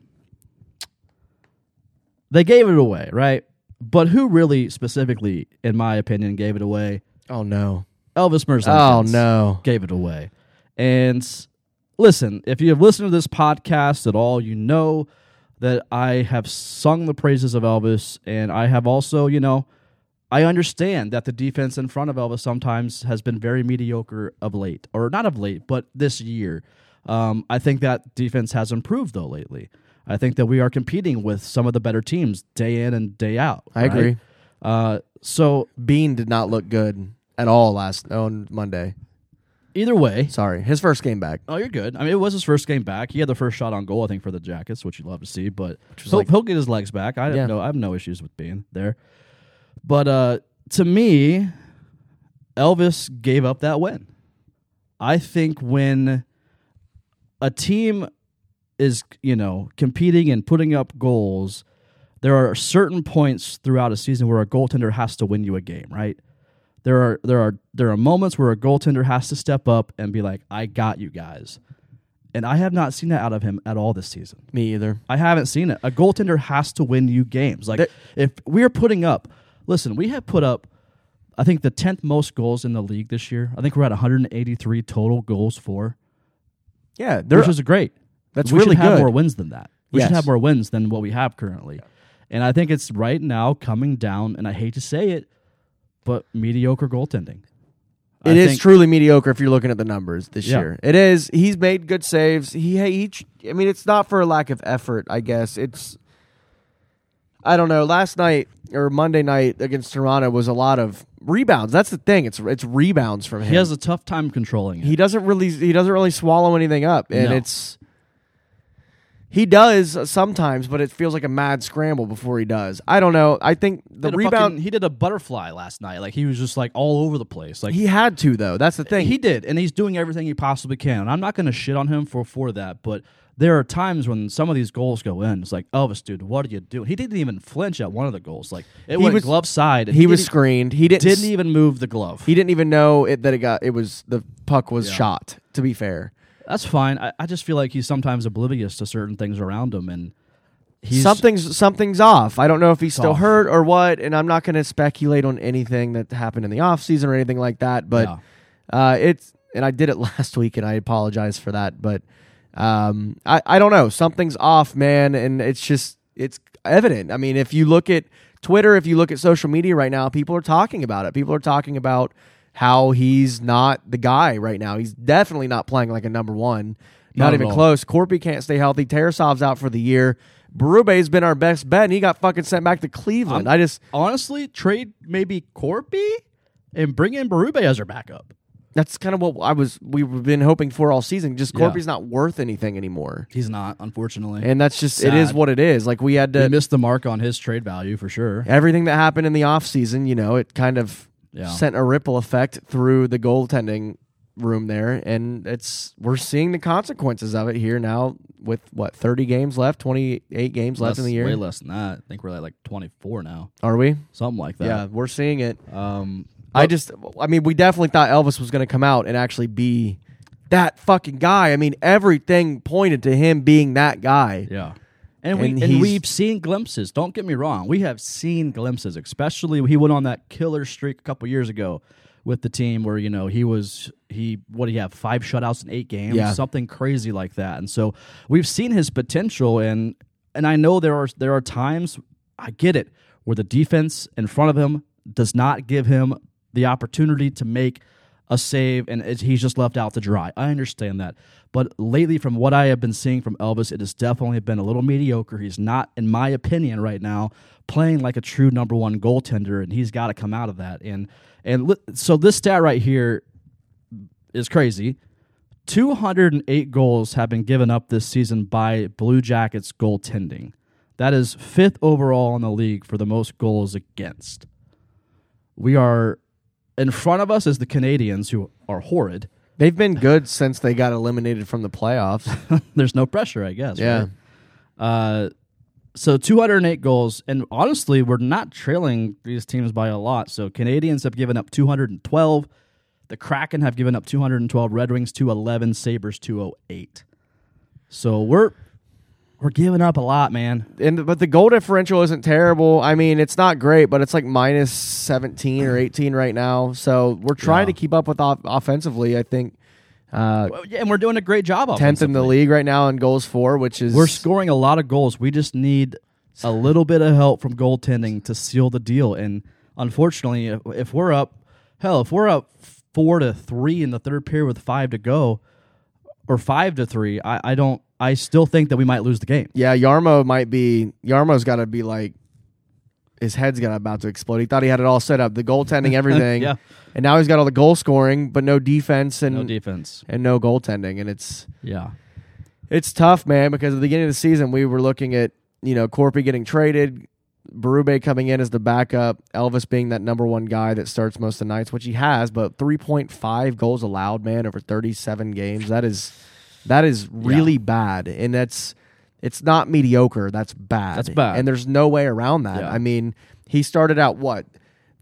Speaker 1: They gave it away, right? But who really specifically, in my opinion, gave it away?
Speaker 2: Oh no.
Speaker 1: Elvis
Speaker 2: Oh
Speaker 1: Merzlikins
Speaker 2: no.
Speaker 1: gave it away. And listen, if you have listened to this podcast at all, you know that I have sung the praises of Elvis, and I have also, you know, I understand that the defense in front of Elvis sometimes has been very mediocre of late, or not of late, but this year. Um, I think that defense has improved though lately. I think that we are competing with some of the better teams day in and day out.
Speaker 2: I
Speaker 1: right?
Speaker 2: agree.
Speaker 1: Uh, so
Speaker 2: Bean did not look good at all last on Monday.
Speaker 1: either way,
Speaker 2: Sorry, his first game back.
Speaker 1: Oh, you're good. I mean, it was his first game back. He had the first shot on goal, I think, for the Jackets, which you'd love to see. But
Speaker 2: was
Speaker 1: he'll,
Speaker 2: like-
Speaker 1: he'll get his legs back. I
Speaker 2: Yeah.
Speaker 1: have no, I have no issues with being there. But uh, to me, Elvis gave up that win. I think when a team is, you know, competing and putting up goals, there are certain points throughout a season where a goaltender has to win you a game, right? There are there are there are moments where a goaltender has to step up and be like, "I got you guys." And I have not seen that out of him at all this season.
Speaker 2: Me either.
Speaker 1: I haven't seen it. A goaltender has to win you games. Like
Speaker 2: There-
Speaker 1: if we're putting up, listen, we have put up, I think the tenth most goals in the league this year. I think we're at 183 total goals for,
Speaker 2: Yeah, they're
Speaker 1: which is great.
Speaker 2: That's
Speaker 1: we
Speaker 2: really
Speaker 1: should have
Speaker 2: good.
Speaker 1: more wins than that. We
Speaker 2: Yes.
Speaker 1: should have more wins than what we have currently. And I think it's right now coming down, and I hate to say it, but mediocre goaltending. I
Speaker 2: It is
Speaker 1: think-
Speaker 2: truly mediocre if you're looking at the numbers this
Speaker 1: Yeah.
Speaker 2: year. It is. He's made good saves. He, he ch- I mean, it's not for a lack of effort. I guess it's. I don't know. Last night or Monday night against Toronto was a lot of rebounds. That's the thing. It's it's rebounds from him.
Speaker 1: He has a tough time controlling it.
Speaker 2: he doesn't really he doesn't really swallow anything up, and
Speaker 1: No.
Speaker 2: it's. He does sometimes, but it feels like a mad scramble before he does. I don't know. I think the
Speaker 1: Did a
Speaker 2: rebound
Speaker 1: fucking- he did a butterfly last night. Like he was just like all over the place. Like
Speaker 2: he had to though. That's the thing.
Speaker 1: He did, and he's doing everything he possibly can. And I'm not going to shit on him for for that, but there are times when some of these goals go in. It's like Elvis, dude, what are you doing? He didn't even flinch at one of the goals. Like it went
Speaker 2: was-
Speaker 1: glove side. and
Speaker 2: he was
Speaker 1: didn't,
Speaker 2: screened. He didn't
Speaker 1: didn't even move the glove.
Speaker 2: He didn't even know it, that it got it was the puck was shot. To be fair,
Speaker 1: That's fine. I, I just feel like he's sometimes oblivious to certain things around him, and he's
Speaker 2: something's something's off. I don't know if he's still
Speaker 1: off.
Speaker 2: hurt or what, and I'm not going to speculate on anything that happened in the off season or anything like that. But uh, it's and I did it last week, and I apologize for that. But um, I I don't know. Something's off, man, and it's just it's evident. I mean, if you look at Twitter, if you look at social media right now, people are talking about it. People are talking about how he's not the guy right now. He's definitely not playing like a number one. Not,
Speaker 1: Not at
Speaker 2: even
Speaker 1: all.
Speaker 2: close. Corpy can't stay healthy. Tarasov's out for the year. Berube's been our best bet, and he got fucking sent back to Cleveland. I just
Speaker 1: honestly trade maybe Corpy and bring in Barube as your backup.
Speaker 2: that's kind of what I was we've been hoping for all season. Just
Speaker 1: Yeah.
Speaker 2: Corpy's not worth anything anymore,
Speaker 1: He's not, unfortunately.
Speaker 2: and that's just it is
Speaker 1: Sad.
Speaker 2: what it is. Like we had
Speaker 1: we
Speaker 2: to
Speaker 1: missed the mark on his trade value for sure.
Speaker 2: everything that happened in the offseason, you know, it kind of
Speaker 1: Yeah.
Speaker 2: sent a ripple effect through the goaltending room there and it's we're seeing the consequences of it here now with what 30 games left 28 games left in
Speaker 1: Less-
Speaker 2: the
Speaker 1: way
Speaker 2: year
Speaker 1: less than that. I think we're at like 24 now,
Speaker 2: are we
Speaker 1: something like
Speaker 2: yeah
Speaker 1: that.
Speaker 2: we're seeing it
Speaker 1: Um,
Speaker 2: I just, I mean, we definitely thought Elvis was going to come out and actually be that fucking guy. I mean, everything pointed to him being that guy.
Speaker 1: yeah. And,
Speaker 2: And
Speaker 1: we and
Speaker 2: he's-
Speaker 1: we've seen glimpses. Don't get me wrong, we have seen glimpses. Especially he went on that killer streak a couple years ago with the team, where you know he was he what do you have five shutouts in eight games,
Speaker 2: Yeah.
Speaker 1: something crazy like that. And so we've seen his potential, and and I know there are there are times I get it where the defense in front of him does not give him the opportunity to make a save and it, he's just left out to dry. I understand that. But lately, from what I have been seeing from Elvis, it has definitely been a little mediocre. He's not, in my opinion, right now, playing like a true number one goaltender, and he's got to come out of that. And and li- so this stat right here is crazy. 208 goals have been given up this season by Blue Jackets goaltending. That is fifth overall in the league for the most goals against. We are in front of us is the Canadians who are horrid.
Speaker 2: They've been good since they got eliminated from the playoffs.
Speaker 1: There's no pressure, I guess.
Speaker 2: Yeah.
Speaker 1: right? Uh, so 208 goals, and honestly, we're not trailing these teams by a lot. So Canadians have given up 212. The Kraken have given up 212. Red Wings 211. Sabers 208. So oh we're We're giving up a lot, man.
Speaker 2: and but the goal differential isn't terrible. I mean, it's not great, but it's like minus 17 or 18 right now. So we're trying to keep up with off- offensively. I think uh,
Speaker 1: Well, yeah, and we're doing a great job.
Speaker 2: 10th in the league right now in goals for, which is
Speaker 1: We're scoring a lot of goals. We just need a little bit of help from goaltending to seal the deal. And unfortunately, if, if we're up, hell, if we're up four to three in the third period with five to go, or five to three, I, I don't. I still think that we might lose the game.
Speaker 2: yeah, Yarmo might be Yarmo's got to be like his head's got about to explode. He thought he had it all set up, the goaltending, everything,
Speaker 1: Yeah.
Speaker 2: and now he's got all the goal scoring, but no defense and
Speaker 1: No defense.
Speaker 2: and no goaltending, and it's
Speaker 1: Yeah.
Speaker 2: It's tough, man, because at the beginning of the season we were looking at, you know, Corpy getting traded, Barube coming in as the backup, Elvis being that number one guy that starts most of the nights, which he has, but three point five goals allowed, man, over thirty seven games. That is that is really bad. And that's it's not mediocre. That's bad.
Speaker 1: That's bad.
Speaker 2: And there's no way around that.
Speaker 1: Yeah.
Speaker 2: I mean, he started out what?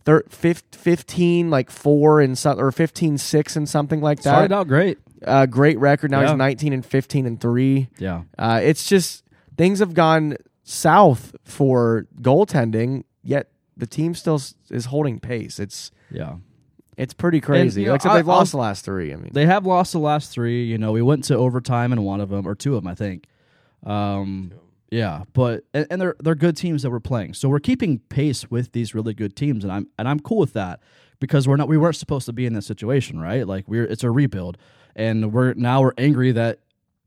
Speaker 2: Thir- fif- 15 like 4 and so- or 15 6 and something like that
Speaker 1: Started out great.
Speaker 2: uh, great record. Now
Speaker 1: Yeah.
Speaker 2: he's 19 and 15 and three.
Speaker 1: Yeah.
Speaker 2: Uh, it's just things have gone south for goaltending, yet the team still s- is holding pace. It's
Speaker 1: Yeah.
Speaker 2: it's pretty crazy.
Speaker 1: you know,
Speaker 2: Except
Speaker 1: I-
Speaker 2: they've lost the last three. I mean,
Speaker 1: They have lost the last three. You know, we went to overtime in one of them or two of them, I think. Um, yeah, but and, and they're they're good teams that we're playing, so we're keeping pace with these really good teams, and I'm and I'm cool with that because we're not we weren't supposed to be in this situation, right? Like we're it's a rebuild, and we're now we're angry that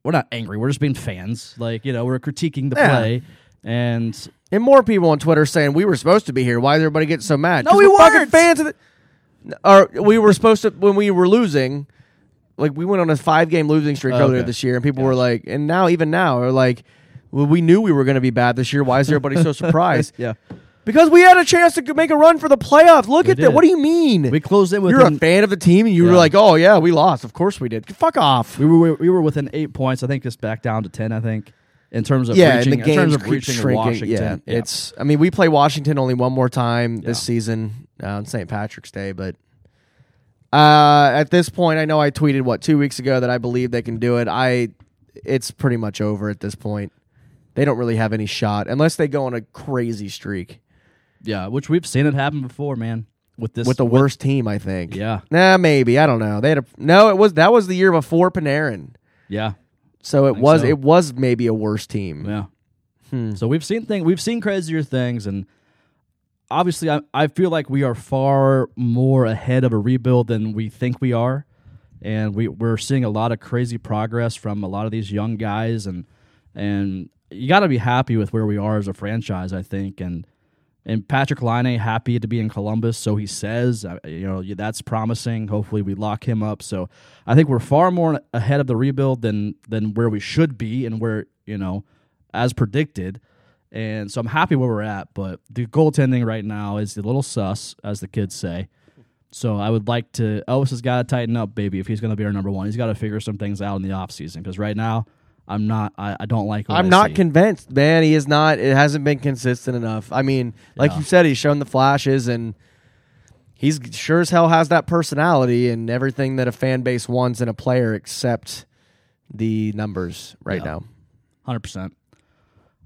Speaker 1: we're not angry, we're just being fans, like you know we're critiquing the
Speaker 2: Yeah.
Speaker 1: play, and
Speaker 2: and more people on Twitter saying we were supposed to be here. Why is everybody getting so mad?
Speaker 1: No,
Speaker 2: 'Cause
Speaker 1: we
Speaker 2: we're fucking
Speaker 1: weren't.
Speaker 2: fans of it. Or we were supposed to when we were losing. Like we went on a five game losing streak
Speaker 1: Oh,
Speaker 2: earlier
Speaker 1: okay.
Speaker 2: this year, and people were like, and now even now are like, well, we knew we were going to be bad this year. Why is everybody so surprised?
Speaker 1: yeah,
Speaker 2: Because we had a chance to make a run for the playoffs. Look at that.
Speaker 1: did.
Speaker 2: What do you mean?
Speaker 1: we closed in with
Speaker 2: You're a fan of the team, and you were
Speaker 1: Yeah.
Speaker 2: like, "Oh yeah, we lost. Of course we did. Fuck off."
Speaker 1: We were we were within eight points. I think it's back down to ten. I think in terms of
Speaker 2: yeah,
Speaker 1: reaching,
Speaker 2: and the
Speaker 1: in
Speaker 2: games
Speaker 1: terms of
Speaker 2: keep
Speaker 1: reaching
Speaker 2: shrinking.
Speaker 1: Washington.
Speaker 2: Yeah,
Speaker 1: Yeah.
Speaker 2: it's. I mean, we play Washington only one more time this
Speaker 1: Yeah.
Speaker 2: season uh, on St. Patrick's Day, but uh, at this point, I know I tweeted what two weeks ago that I believe they can do it. I, it's pretty much over at this point. They don't really have any shot unless they go on a crazy streak
Speaker 1: yeah, which we've seen it happen before, man. With this,
Speaker 2: with the worst team. I think.
Speaker 1: yeah,
Speaker 2: Nah, maybe I don't know. They had a no. It was that was the year before Panarin,
Speaker 1: yeah,
Speaker 2: so it was
Speaker 1: so.
Speaker 2: it was maybe a worse team.
Speaker 1: yeah.
Speaker 2: Hmm.
Speaker 1: So we've seen things, we've seen crazier things, and obviously, I I feel like we are far more ahead of a rebuild than we think we are, and we we're seeing a lot of crazy progress from a lot of these young guys, and and you got to be happy with where we are as a franchise, I think, and. And Patrick Line happy to be in Columbus, so he says. Uh, You know that's promising. Hopefully, we lock him up. So I think we're far more ahead of the rebuild than than where we should be, and where you know as predicted. And so I'm happy where we're at, but the goaltending right now is a little sus, as the kids say. So I would like to. Elvis has got to tighten up, baby. If he's going to be our number one, he's got to figure some things out in the offseason. Because right now, I'm not. I, I don't like. What
Speaker 2: I'm
Speaker 1: I
Speaker 2: not
Speaker 1: see.
Speaker 2: convinced, man. He is not. It hasn't been consistent enough. I mean, like you said, he's shown the flashes, and he's sure as hell has that personality and everything that a fan base wants in a player, except the numbers right now.
Speaker 1: Hundred percent.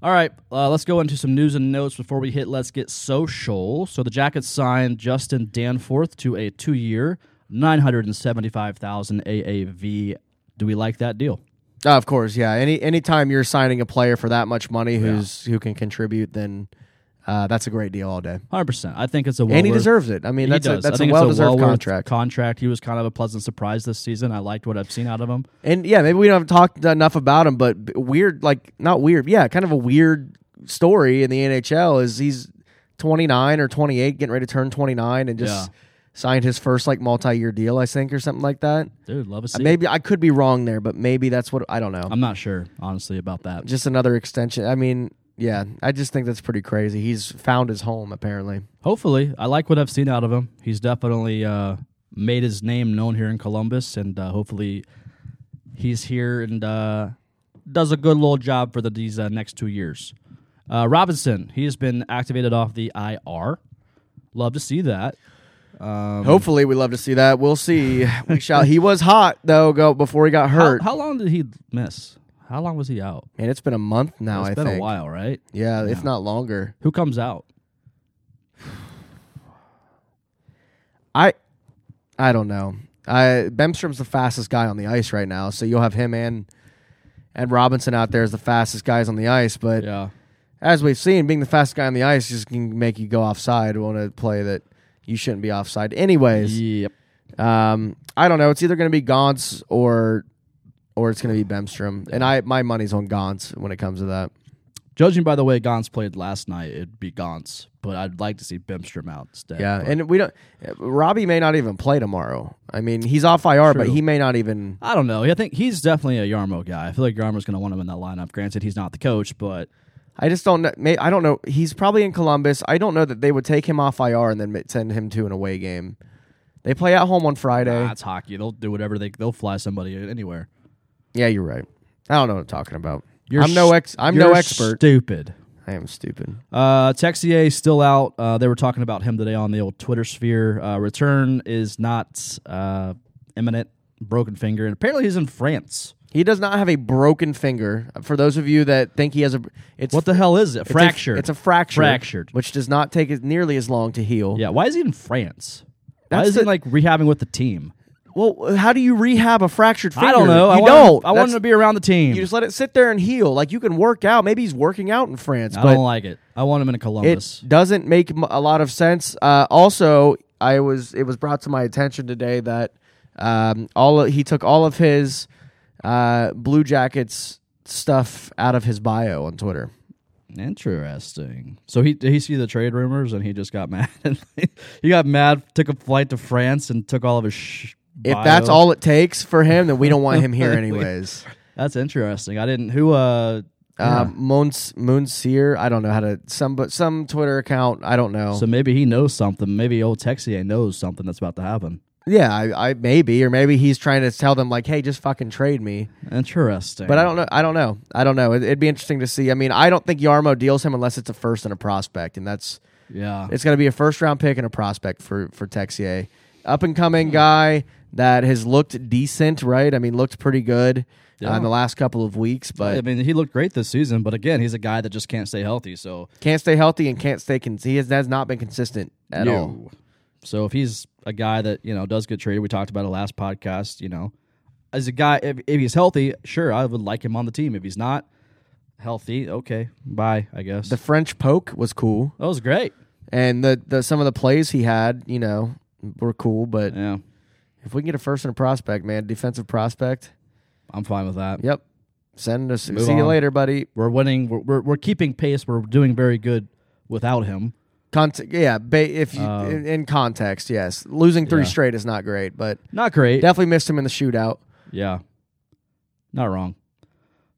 Speaker 1: All right, uh, let's go into some news and notes before we hit. Let's get social. So the Jackets signed Justin Danforth to a two-year, nine hundred and seventy-five thousand AAV. Do we like that deal?
Speaker 2: Uh, of course, yeah. Any anytime you're signing a player for that much money, who's who can contribute, then uh, that's a great deal all day.
Speaker 1: Hundred percent. I think it's a well
Speaker 2: and he
Speaker 1: worth-
Speaker 2: deserves it. I mean, that's
Speaker 1: he
Speaker 2: a,
Speaker 1: does.
Speaker 2: that's
Speaker 1: I
Speaker 2: a
Speaker 1: think
Speaker 2: well
Speaker 1: it's a well
Speaker 2: deserved
Speaker 1: worth
Speaker 2: contract.
Speaker 1: Contract. He was kind of a pleasant surprise this season. I liked what I've seen out of him.
Speaker 2: And yeah, maybe we don't have talked enough about him, but b- weird, like not weird, yeah, kind of a weird story in the NHL is he's 29 or 28, getting ready to turn 29, and just
Speaker 1: Yeah.
Speaker 2: signed his first like multi-year deal, I think, or something like that.
Speaker 1: Dude, love to see.
Speaker 2: Maybe I could be wrong there, but maybe that's what I don't know.
Speaker 1: I'm not sure honestly about that.
Speaker 2: just another extension. I mean, yeah, I just think that's pretty crazy. He's found his home apparently.
Speaker 1: Hopefully, I like what I've seen out of him. He's definitely uh, made his name known here in Columbus, and uh, hopefully, he's here and uh, does a good little job for the, these uh, next two years. Uh, Robinson, he has been activated off the IR. Love to see that. Um,
Speaker 2: Hopefully, we love to see that. We'll see. we shall. He was hot though, go before he got
Speaker 1: How,
Speaker 2: hurt.
Speaker 1: how long did he miss? How long was he out?
Speaker 2: And it's been a month now.
Speaker 1: It's
Speaker 2: Oh, I
Speaker 1: been
Speaker 2: think.
Speaker 1: a while, right?
Speaker 2: Yeah, if not longer.
Speaker 1: Who comes out?
Speaker 2: I I don't know. I Bemstrom's the fastest guy on the ice right now, so you'll have him and and Robinson out there as the fastest guys on the ice. But
Speaker 1: Yeah.
Speaker 2: as we've seen, being the fastest guy on the ice just can make you go offside on a play that you shouldn't be offside. Anyways,
Speaker 1: Yep.
Speaker 2: um, I don't know. It's either going to be Gauntz or or it's going to be Bemstrom, and I my money's on Gauntz when it comes to that.
Speaker 1: Judging by the way Gons played last night, it'd be Gons, but I'd like to see Bimstrom out instead.
Speaker 2: Yeah,
Speaker 1: But
Speaker 2: and we don't. Robbie may not even play tomorrow. I mean, he's off IR, but
Speaker 1: True.
Speaker 2: he may not even.
Speaker 1: I don't know. I think he's definitely a Yarmo guy. I feel like Yarmo's going to want him in that lineup. Granted, he's not the coach, but
Speaker 2: I just don't know. May, I don't know. He's probably in Columbus. I don't know that they would take him off IR and then ma- send him to an away game. They play at home on Friday.
Speaker 1: that's hockey. They'll do whatever they they'll fly somebody anywhere.
Speaker 2: yeah, you're right. I don't know what I'm talking about.
Speaker 1: You're
Speaker 2: I'm no
Speaker 1: s-
Speaker 2: ex. I'm
Speaker 1: you're
Speaker 2: no expert.
Speaker 1: Stupid.
Speaker 2: I am stupid.
Speaker 1: Uh, Texier still out. Uh, they were talking about him today on the old Twitter sphere. Uh, return is not uh, imminent. Broken finger, and apparently he's in France.
Speaker 2: He does not have a broken finger. For those of you that think he has a, it's
Speaker 1: What the hell is it?
Speaker 2: it's a-
Speaker 1: Fracture.
Speaker 2: It's a, fracture.
Speaker 1: Fractured.
Speaker 2: which does not take as nearly as long to heal.
Speaker 1: yeah. Why is he in France? why
Speaker 2: That's
Speaker 1: is he
Speaker 2: the-
Speaker 1: like rehabbing with the team?
Speaker 2: Well, how do you rehab a fractured finger?
Speaker 1: I don't know.
Speaker 2: You
Speaker 1: I want
Speaker 2: don't.
Speaker 1: Him, I want him
Speaker 2: That's-
Speaker 1: to be around the team.
Speaker 2: You just let it sit there and heal. Like you can work out. Maybe he's working out in France,
Speaker 1: I
Speaker 2: but
Speaker 1: don't like it. I want him in Columbus.
Speaker 2: it doesn't make m- a lot of sense. Uh, also, I was it was brought to my attention today that um, all of, he took all of his uh, Blue Jackets stuff out of his bio on Twitter.
Speaker 1: Interesting. So he did he see the trade rumors and he just got mad. he got mad, took a flight to France, and took all of his. Sh-
Speaker 2: If
Speaker 1: bio.
Speaker 2: that's all it takes for him, then we don't want him here anyways.
Speaker 1: that's interesting. I didn't. Who? uh
Speaker 2: Uh, Mons Moonseer, I don't know how to some but some Twitter account. I don't know.
Speaker 1: So maybe he knows something. Maybe old Texier knows something that's about to happen.
Speaker 2: yeah, I, I maybe or maybe he's trying to tell them like, hey, just fucking trade me.
Speaker 1: Interesting.
Speaker 2: But I don't know. I don't know. I don't know. It, it'd be interesting to see. I mean, I don't think Yarmo deals him unless it's a first and a prospect, and that's
Speaker 1: Yeah.
Speaker 2: it's going to be a first round pick and a prospect for for Texier, up and coming guy that has looked decent, right? I mean, looked pretty good uh,
Speaker 1: Yeah.
Speaker 2: in the last couple of weeks, but
Speaker 1: I mean, he looked great this season, but again, he's a guy that just can't stay healthy. So
Speaker 2: can't stay healthy and can't stay. Cons- he has, has not been consistent at
Speaker 1: No.
Speaker 2: all.
Speaker 1: So if he's a guy that you know does get traded, we talked about it last podcast. You know, as a guy, if, if he's healthy, sure, I would like him on the team. If he's not healthy, okay, bye. I guess
Speaker 2: The French poke was cool,
Speaker 1: that was great.
Speaker 2: and the, the some of the plays he had, you know, were cool. But
Speaker 1: Yeah,
Speaker 2: if we can get a first and a prospect, man, defensive prospect,
Speaker 1: I'm fine with that.
Speaker 2: yep. Send us.
Speaker 1: Move
Speaker 2: see you
Speaker 1: on.
Speaker 2: later, buddy.
Speaker 1: We're winning. We're, we're we're keeping pace. We're doing very good without him.
Speaker 2: Context, yeah. Ba- if you, in, in context, yes, losing three
Speaker 1: Oh. Yeah.
Speaker 2: straight is not great, but
Speaker 1: Not great.
Speaker 2: definitely missed him in the shootout.
Speaker 1: Yeah. Not wrong.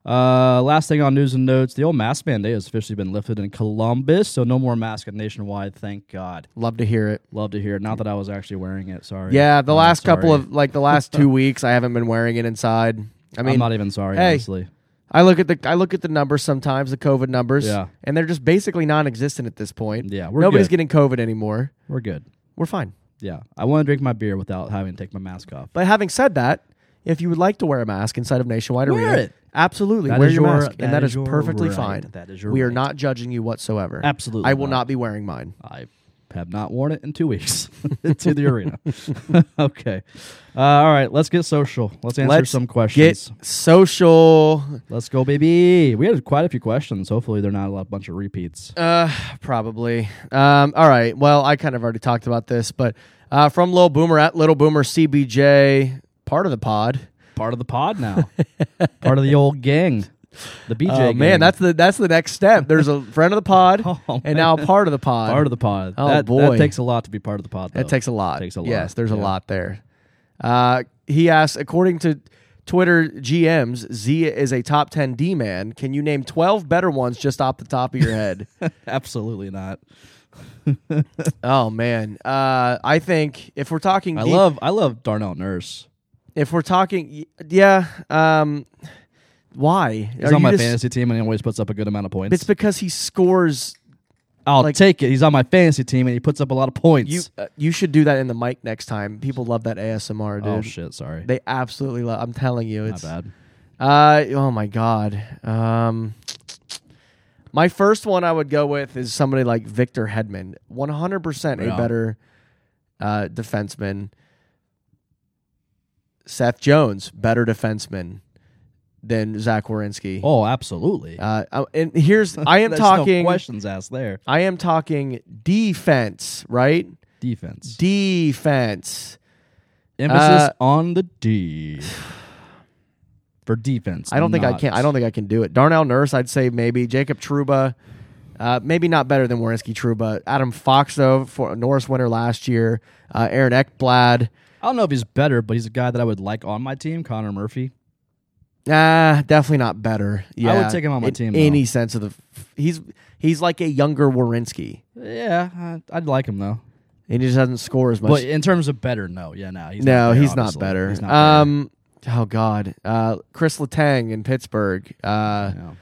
Speaker 1: Uh, last thing on news and notes, the old mask mandate has officially been lifted in Columbus, so no more mask nationwide, thank God.
Speaker 2: Love to hear it.
Speaker 1: Love to hear it. Not that I was actually wearing it, sorry.
Speaker 2: Yeah, the
Speaker 1: I'm
Speaker 2: last couple
Speaker 1: sorry.
Speaker 2: of like the last two weeks, I haven't been wearing it inside. I
Speaker 1: I'm
Speaker 2: mean,
Speaker 1: not e- even sorry,
Speaker 2: hey.
Speaker 1: honestly.
Speaker 2: I look at the I look at the numbers sometimes, the COVID numbers,
Speaker 1: Yeah.
Speaker 2: and they're just basically non-existent at this point.
Speaker 1: Yeah, we're
Speaker 2: nobody's
Speaker 1: good.
Speaker 2: getting COVID anymore.
Speaker 1: We're good.
Speaker 2: We're fine.
Speaker 1: Yeah. I want to drink my beer without having to take my mask off.
Speaker 2: But having said that, if you would like to wear a mask inside of Nationwide
Speaker 1: Wear
Speaker 2: Arena,
Speaker 1: it.
Speaker 2: absolutely
Speaker 1: That
Speaker 2: wear
Speaker 1: is
Speaker 2: your,
Speaker 1: your-
Speaker 2: mask,
Speaker 1: that
Speaker 2: and that
Speaker 1: is
Speaker 2: is,
Speaker 1: your
Speaker 2: perfectly
Speaker 1: right.
Speaker 2: fine.
Speaker 1: That is your
Speaker 2: we are
Speaker 1: right.
Speaker 2: not judging you whatsoever.
Speaker 1: Absolutely
Speaker 2: I will
Speaker 1: not.
Speaker 2: not be wearing mine.
Speaker 1: I have not worn it in two weeks to the arena. okay. Uh, all right, let's get social. Let's answer
Speaker 2: Let's
Speaker 1: some questions.
Speaker 2: Get social.
Speaker 1: Let's go, baby. We had quite a few questions. Hopefully, they're not a lot- bunch of repeats.
Speaker 2: Uh, probably. Um, all right. Well, I kind of already talked about this, but uh, from Lil Boomer at Little Boomer CBJ, part of the pod.
Speaker 1: part of the pod now, part of the old gang, the BJ.
Speaker 2: Oh
Speaker 1: gang.
Speaker 2: man, that's the that's the next step. There's a friend of the pod,
Speaker 1: Oh,
Speaker 2: and now a part of the pod.
Speaker 1: part of the pod.
Speaker 2: Oh,
Speaker 1: that, that
Speaker 2: boy.
Speaker 1: takes a lot to be part of the pod. Though.
Speaker 2: It takes a lot.
Speaker 1: Takes a lot.
Speaker 2: Yes, there's a
Speaker 1: Yeah.
Speaker 2: lot there. Uh, he asks, according to Twitter GMs, Z is a top 10 D man. Can you name 12 better ones just off the top of your head?
Speaker 1: Absolutely not.
Speaker 2: oh, man. Uh, I think if we're talking,
Speaker 1: I
Speaker 2: D-
Speaker 1: love I love Darnell Nurse.
Speaker 2: if we're talking, y- yeah. Um, why?
Speaker 1: He's
Speaker 2: Are
Speaker 1: on
Speaker 2: you
Speaker 1: my
Speaker 2: just-
Speaker 1: fantasy team and he always puts up a good amount of points.
Speaker 2: It's because he scores.
Speaker 1: I'll
Speaker 2: like-
Speaker 1: take it. He's on my fantasy team and he puts up a lot of points.
Speaker 2: You uh, you should do that in the mic next time. People love that ASMR, dude.
Speaker 1: oh shit! Sorry,
Speaker 2: They absolutely love. I'm telling you,
Speaker 1: not
Speaker 2: it's
Speaker 1: bad.
Speaker 2: Uh, oh my God. Um, my first one I would go with is somebody like Victor Hedman, 100% a
Speaker 1: Yeah.
Speaker 2: better uh, defenseman. Seth Jones, better defenseman than Zach Wierenski.
Speaker 1: Oh, absolutely.
Speaker 2: Uh, I- and here's I am
Speaker 1: There's no
Speaker 2: talking.
Speaker 1: questions asked there.
Speaker 2: I am talking defense, right?
Speaker 1: Defense.
Speaker 2: Defense.
Speaker 1: Emphasis
Speaker 2: Uh,
Speaker 1: on the D. For defense.
Speaker 2: I don't think I
Speaker 1: not-
Speaker 2: can. I don't think I can do it. Darnell Nurse, I'd say maybe Jacob Truba, uh, maybe not better than Wierenski Truba. Adam Fox though, for Norris winner last year. Uh, Aaron Ekblad.
Speaker 1: I don't know if he's better, but he's a guy that I would like on my team, Connor Murphy.
Speaker 2: Nah, definitely not better. Yeah,
Speaker 1: would take him on my
Speaker 2: in
Speaker 1: team, though.
Speaker 2: Any sense of the? f- He's he's like a younger Wierenski,
Speaker 1: Yeah, I- I'd like him though.
Speaker 2: and he just doesn't score as much.
Speaker 1: But in terms of better, no. Yeah, no. He's
Speaker 2: no,
Speaker 1: not better,
Speaker 2: he's
Speaker 1: obviously.
Speaker 2: not better.
Speaker 1: He's not
Speaker 2: um, oh God, uh, Chris Letang in Pittsburgh. Uh,
Speaker 1: better.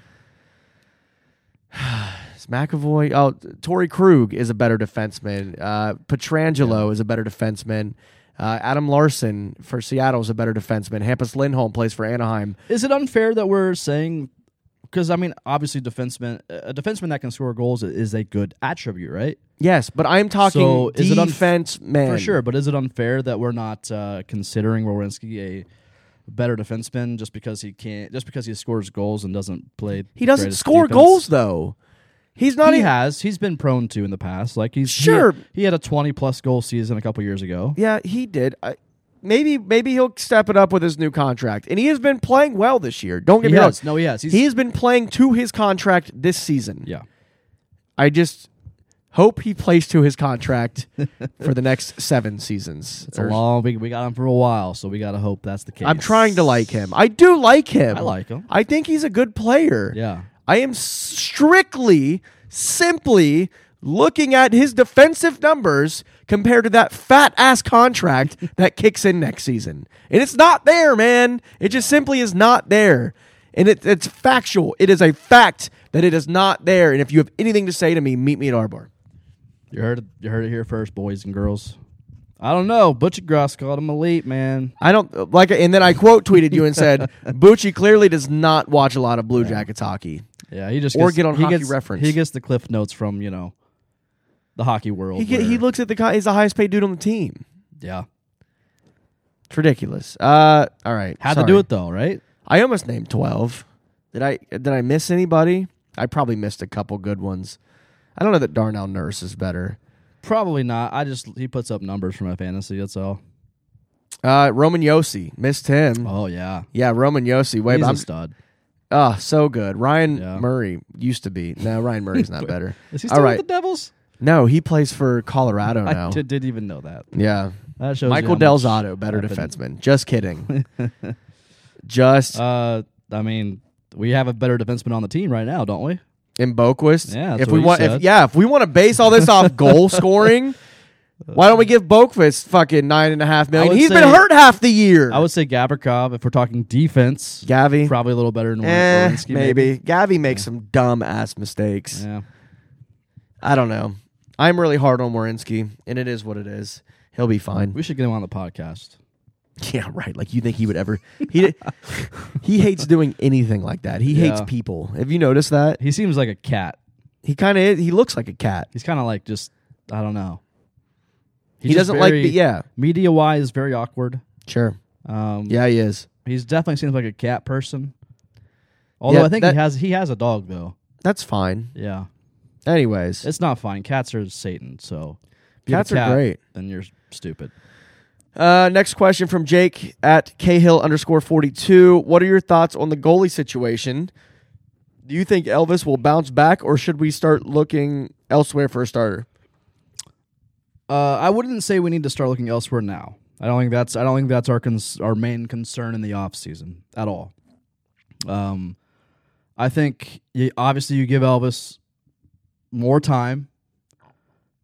Speaker 1: No.
Speaker 2: Is McAvoy. Oh, Torrey Krug is a better defenseman. Uh, Petrangelo is a better defenseman. Uh, Adam Larson for Seattle is a better defenseman. Hampus Lindholm plays for Anaheim.
Speaker 1: Is it unfair that we're saying? Because I mean, obviously, defenseman a defenseman that can score goals is a good attribute, right?
Speaker 2: Yes, but I'm talking
Speaker 1: So, is it unf-
Speaker 2: defense man
Speaker 1: For sure. But is it unfair that we're not uh, considering Wawrinski a better defenseman just because he can't, just because he scores goals and doesn't play?
Speaker 2: He doesn't
Speaker 1: greatest
Speaker 2: score
Speaker 1: defense?
Speaker 2: goals though. He's not.
Speaker 1: He
Speaker 2: even,
Speaker 1: has. He's been prone to in the past. Like he's he-
Speaker 2: Sure.
Speaker 1: He, had a twenty-plus goal season a couple years ago.
Speaker 2: yeah, he did. I, maybe maybe he'll step it up with his new contract, and he has been playing well this year. Don't get
Speaker 1: He
Speaker 2: me
Speaker 1: has.
Speaker 2: wrong.
Speaker 1: No, he has. He's-
Speaker 2: he has been playing to his contract this season.
Speaker 1: Yeah.
Speaker 2: I just hope he plays to his contract for the next seven seasons.
Speaker 1: It's a
Speaker 2: Or-
Speaker 1: long. We, we got him for a while, so we gotta hope that's the case.
Speaker 2: I'm trying to like him. I do like him.
Speaker 1: I like him.
Speaker 2: I think he's a good player.
Speaker 1: Yeah.
Speaker 2: I am strictly, simply looking at his defensive numbers compared to that fat ass contract that kicks in next season. And it's not there, man. It just simply is not there. And it, it's factual. It is a fact that it is not there. And if you have anything to say to me, meet me at Arbor.
Speaker 1: You heard it, you heard it here first, boys and girls. I don't know. Butcher Gross called him elite, man.
Speaker 2: I don't like, and then I quote tweeted you and said, "Bucci clearly does not watch a lot of Blue Jackets hockey.
Speaker 1: Yeah, he just
Speaker 2: Or
Speaker 1: gets,
Speaker 2: get on
Speaker 1: he
Speaker 2: Hockey
Speaker 1: gets,
Speaker 2: Reference.
Speaker 1: He gets the cliff notes from you know the hockey world.
Speaker 2: He get, he
Speaker 1: where-
Speaker 2: looks at the guy. He's the highest paid dude on the team.
Speaker 1: yeah
Speaker 2: It's ridiculous. Uh, all right,
Speaker 1: had
Speaker 2: sorry.
Speaker 1: to do it though, right?
Speaker 2: I almost named twelve. Did I did I miss anybody? I probably missed a couple good ones. I don't know that Darnell Nurse is better.
Speaker 1: Probably not. I just he puts up numbers for my fantasy. That's all.
Speaker 2: Uh, Roman Yossi missed him.
Speaker 1: Oh yeah,
Speaker 2: Yeah, Roman Yossi. Wait,
Speaker 1: he's
Speaker 2: I'm
Speaker 1: a stud.
Speaker 2: oh so good. Ryan
Speaker 1: Yeah.
Speaker 2: Murray used to be. No, Ryan Murray's not better.
Speaker 1: Is he
Speaker 2: All
Speaker 1: still
Speaker 2: right,
Speaker 1: with the Devils?
Speaker 2: no, he plays for Colorado
Speaker 1: I
Speaker 2: now.
Speaker 1: did, didn't even know that.
Speaker 2: Yeah.
Speaker 1: That shows you
Speaker 2: Michael
Speaker 1: how much
Speaker 2: Delzato, better
Speaker 1: I've been-
Speaker 2: defenseman. Just kidding. Just
Speaker 1: Uh, I mean, we have a better defenseman on the team right now, don't we?
Speaker 2: in Boquist.
Speaker 1: Yeah, that's
Speaker 2: if
Speaker 1: what
Speaker 2: we
Speaker 1: you
Speaker 2: want, if,
Speaker 1: said.
Speaker 2: yeah, if we want to base all this off goal scoring, why don't we give Boquist fucking nine and a half million?
Speaker 1: would
Speaker 2: He's been
Speaker 1: say-
Speaker 2: hurt half the year.
Speaker 1: I would say Gabrikov if we're talking defense.
Speaker 2: Gavi,
Speaker 1: Probably a little better than
Speaker 2: eh,
Speaker 1: Wierenski,
Speaker 2: maybe. Gavi makes some dumb ass mistakes.
Speaker 1: Yeah.
Speaker 2: I don't know. I'm really hard on Warinsky, and it is what it is. He'll be fine.
Speaker 1: We should get him on the podcast.
Speaker 2: Yeah, right. Like you think he would ever? He he hates doing anything like that. He hates
Speaker 1: Yeah.
Speaker 2: people. Have you noticed that?
Speaker 1: He seems like a cat.
Speaker 2: He kind of he looks like a cat.
Speaker 1: He's kind of like just I don't know.
Speaker 2: He,
Speaker 1: He's just
Speaker 2: doesn't like
Speaker 1: very-
Speaker 2: the yeah.
Speaker 1: Media wise, very awkward.
Speaker 2: Sure.
Speaker 1: Um,
Speaker 2: Yeah, he is.
Speaker 1: He's definitely seems like a cat person. Although
Speaker 2: Yeah,
Speaker 1: I think
Speaker 2: that-
Speaker 1: he has he has a dog though.
Speaker 2: That's fine.
Speaker 1: Yeah,
Speaker 2: Anyways,
Speaker 1: it's not fine. Cats are Satan. So if you have a
Speaker 2: Cats are great.
Speaker 1: Then you're stupid.
Speaker 2: uh, next question from Jake at Cahill underscore forty two. What are your thoughts on the goalie situation? Do you think Elvis will bounce back, or should we start looking elsewhere for a starter?
Speaker 1: Uh, I wouldn't say we need to start looking elsewhere now. I don't think that's I don't think that's our cons- our main concern in the off season at all. Um, I think you, obviously you give Elvis more time.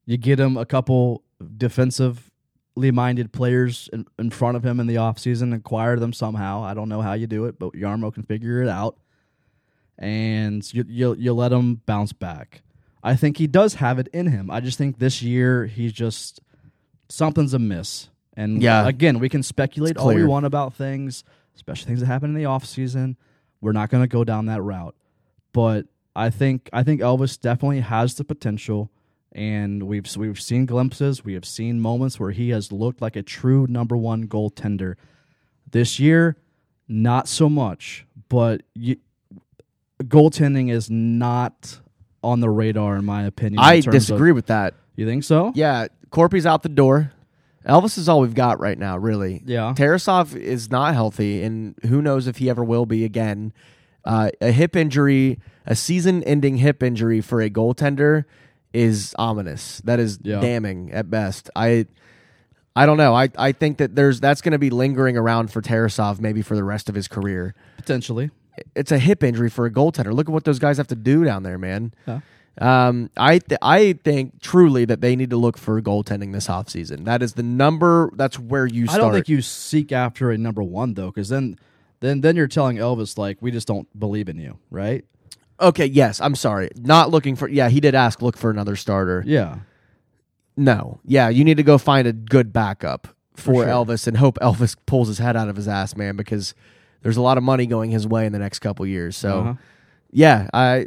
Speaker 1: You get him a couple defensively minded players in, in front of him in the offseason, acquire them somehow. I don't know how you do it, but Yarmo can figure it out. And you, you, you let him bounce back. I think he does have it in him. I just think this year he's just something's amiss. And
Speaker 2: Yeah.
Speaker 1: again, we can speculate all we
Speaker 2: clear.
Speaker 1: want about things. especially things that happen in the off season. We're not going to go down that route, but I think I think Elvis definitely has the potential, and we've we've seen glimpses, we have seen moments where he has looked like a true number one goaltender. This year, not so much, but you, goaltending is not on the radar in my opinion. in
Speaker 2: I
Speaker 1: terms of-
Speaker 2: disagree with that.
Speaker 1: you think so?
Speaker 2: Yeah, Corpy's out the door. Elvis is all we've got right now, really.
Speaker 1: Yeah.
Speaker 2: Tarasov is not healthy, and who knows if he ever will be again. Uh, a hip injury, a season-ending hip injury for a goaltender, is ominous. That is
Speaker 1: Yeah.
Speaker 2: damning at best. I, I don't know. I, I think that there's that's going to be lingering around for Tarasov maybe for the rest of his career.
Speaker 1: Potentially.
Speaker 2: It's a hip injury for a goaltender. Look at what those guys have to do down there, man.
Speaker 1: Yeah.
Speaker 2: Um, I th- I think truly that they need to look for goaltending this offseason. That is the number. That's where you
Speaker 1: I
Speaker 2: start.
Speaker 1: don't think you seek after a number one though, because then, then, then you're telling Elvis like we just don't believe in you, right?
Speaker 2: okay, yes, I'm sorry. Not looking for. Yeah, he did ask. Look for another starter.
Speaker 1: Yeah,
Speaker 2: No. Yeah, you need to go find a good backup for,
Speaker 1: sure.
Speaker 2: Elvis and hope Elvis pulls his head out of his ass, man, because there's a lot of money going his way in the next couple years. So,
Speaker 1: Uh-huh.
Speaker 2: yeah, I.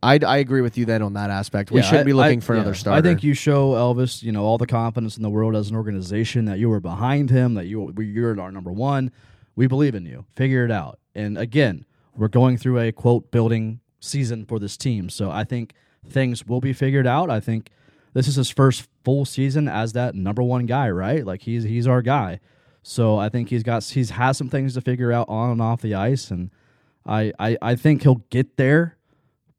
Speaker 2: I, I agree with you then on that aspect. We
Speaker 1: Yeah,
Speaker 2: shouldn't
Speaker 1: I-
Speaker 2: be looking
Speaker 1: I-
Speaker 2: for another
Speaker 1: yeah.
Speaker 2: starter.
Speaker 1: I think you show Elvis, you know, all the confidence in the world as an organization that you were behind him, that you we- you're our number one. We believe in you. Figure it out. And again, we're going through a quote building season for this team, so I think things will be figured out. I think this is his first full season as that number one guy, right? Like he's he's our guy. So I think he's got he's has some things to figure out on and off the ice, and I I, I think he'll get there.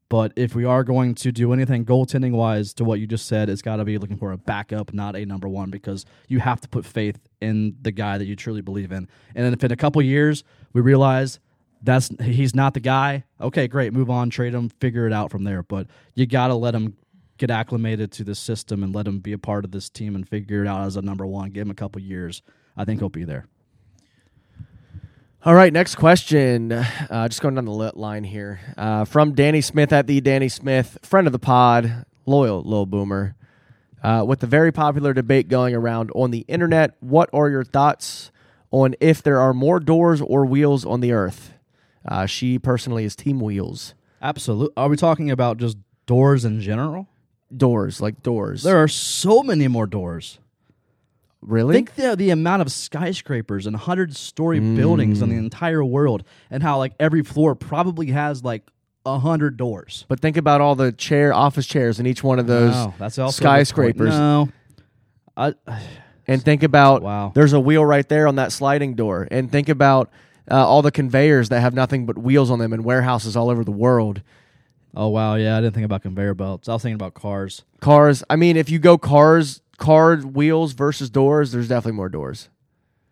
Speaker 1: But if we are going to do anything goaltending wise to what you just said, it's got to be looking for a backup, not a number one, because you have to put faith in the guy that you truly believe in. And then if in a couple years we realize that's he's not the guy, okay, great, move on, trade him, figure it out from there. But you got to let him get acclimated to the system and let him be a part of this team and figure it out as a number one. Give him a couple years, I think he'll be there.
Speaker 2: All right, next question. Uh, just going down the li- line here uh, from Danny Smith at the Danny Smith, friend of the pod, loyal little boomer. Uh, with the very popular debate going around on the internet, what are your thoughts on if there are more doors or wheels on the earth? Uh, she personally is team wheels,
Speaker 1: Absolutely. Are we talking about just doors in general?
Speaker 2: doors like doors.
Speaker 1: There are so many more doors.
Speaker 2: really?
Speaker 1: Think the, the amount of skyscrapers and 100 story buildings in
Speaker 2: Mm.
Speaker 1: the entire world, and how like every floor probably has like 100 doors.
Speaker 2: but think about all the chair office chairs in each one of those
Speaker 1: No, that's also a good point.
Speaker 2: skyscrapers.
Speaker 1: No. I,
Speaker 2: and think about
Speaker 1: Wow.
Speaker 2: there's a wheel right there on that sliding door and think about uh, all the conveyors that have nothing but wheels on them in warehouses all over the world
Speaker 1: oh, wow. Yeah. I didn't think about conveyor belts. I was thinking about cars.
Speaker 2: cars i mean if you go cars car wheels versus doors there's definitely more doors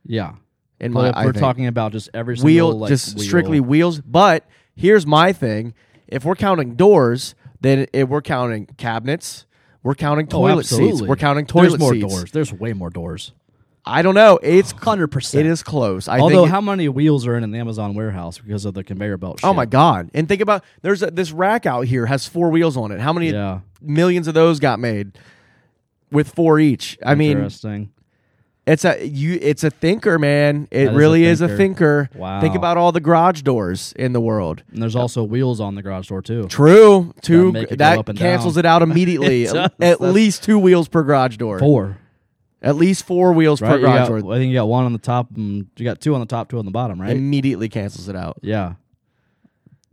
Speaker 1: Yeah.
Speaker 2: in
Speaker 1: But
Speaker 2: my
Speaker 1: if
Speaker 2: I
Speaker 1: we're
Speaker 2: think.
Speaker 1: talking about just every single
Speaker 2: wheel
Speaker 1: like,
Speaker 2: just
Speaker 1: wheel.
Speaker 2: strictly wheels but here's my thing if we're counting doors then it, we're counting cabinets we're counting
Speaker 1: Oh,
Speaker 2: toilet seats
Speaker 1: absolutely.
Speaker 2: we're counting toilet
Speaker 1: There's more
Speaker 2: seats
Speaker 1: doors. There's way more doors.
Speaker 2: i don't know it's cl-
Speaker 1: 100%.
Speaker 2: it is close i
Speaker 1: Although,
Speaker 2: think it-
Speaker 1: how many wheels are in an Amazon warehouse because of the conveyor belt?
Speaker 2: Oh
Speaker 1: shit?
Speaker 2: my god! And think about there's a, this rack out here has four wheels on it. How many
Speaker 1: Yeah.
Speaker 2: millions of those got made with four each? I mean,
Speaker 1: Interesting.
Speaker 2: it's a you it's a thinker, man. It
Speaker 1: That is a
Speaker 2: really is a
Speaker 1: thinker.
Speaker 2: thinker.
Speaker 1: Wow.
Speaker 2: Think about all the garage doors in the world.
Speaker 1: And there's also wheels on the garage door, too.
Speaker 2: True. Two
Speaker 1: make it go
Speaker 2: that
Speaker 1: up and
Speaker 2: cancels
Speaker 1: down.
Speaker 2: it out immediately.
Speaker 1: It
Speaker 2: at
Speaker 1: does. That's-
Speaker 2: least two wheels per garage door.
Speaker 1: Four.
Speaker 2: At least four wheels
Speaker 1: Right,
Speaker 2: per
Speaker 1: you got-
Speaker 2: garage door.
Speaker 1: I think you got one on the top, and you got two on the top, two on the bottom, right?
Speaker 2: Immediately cancels it out.
Speaker 1: yeah,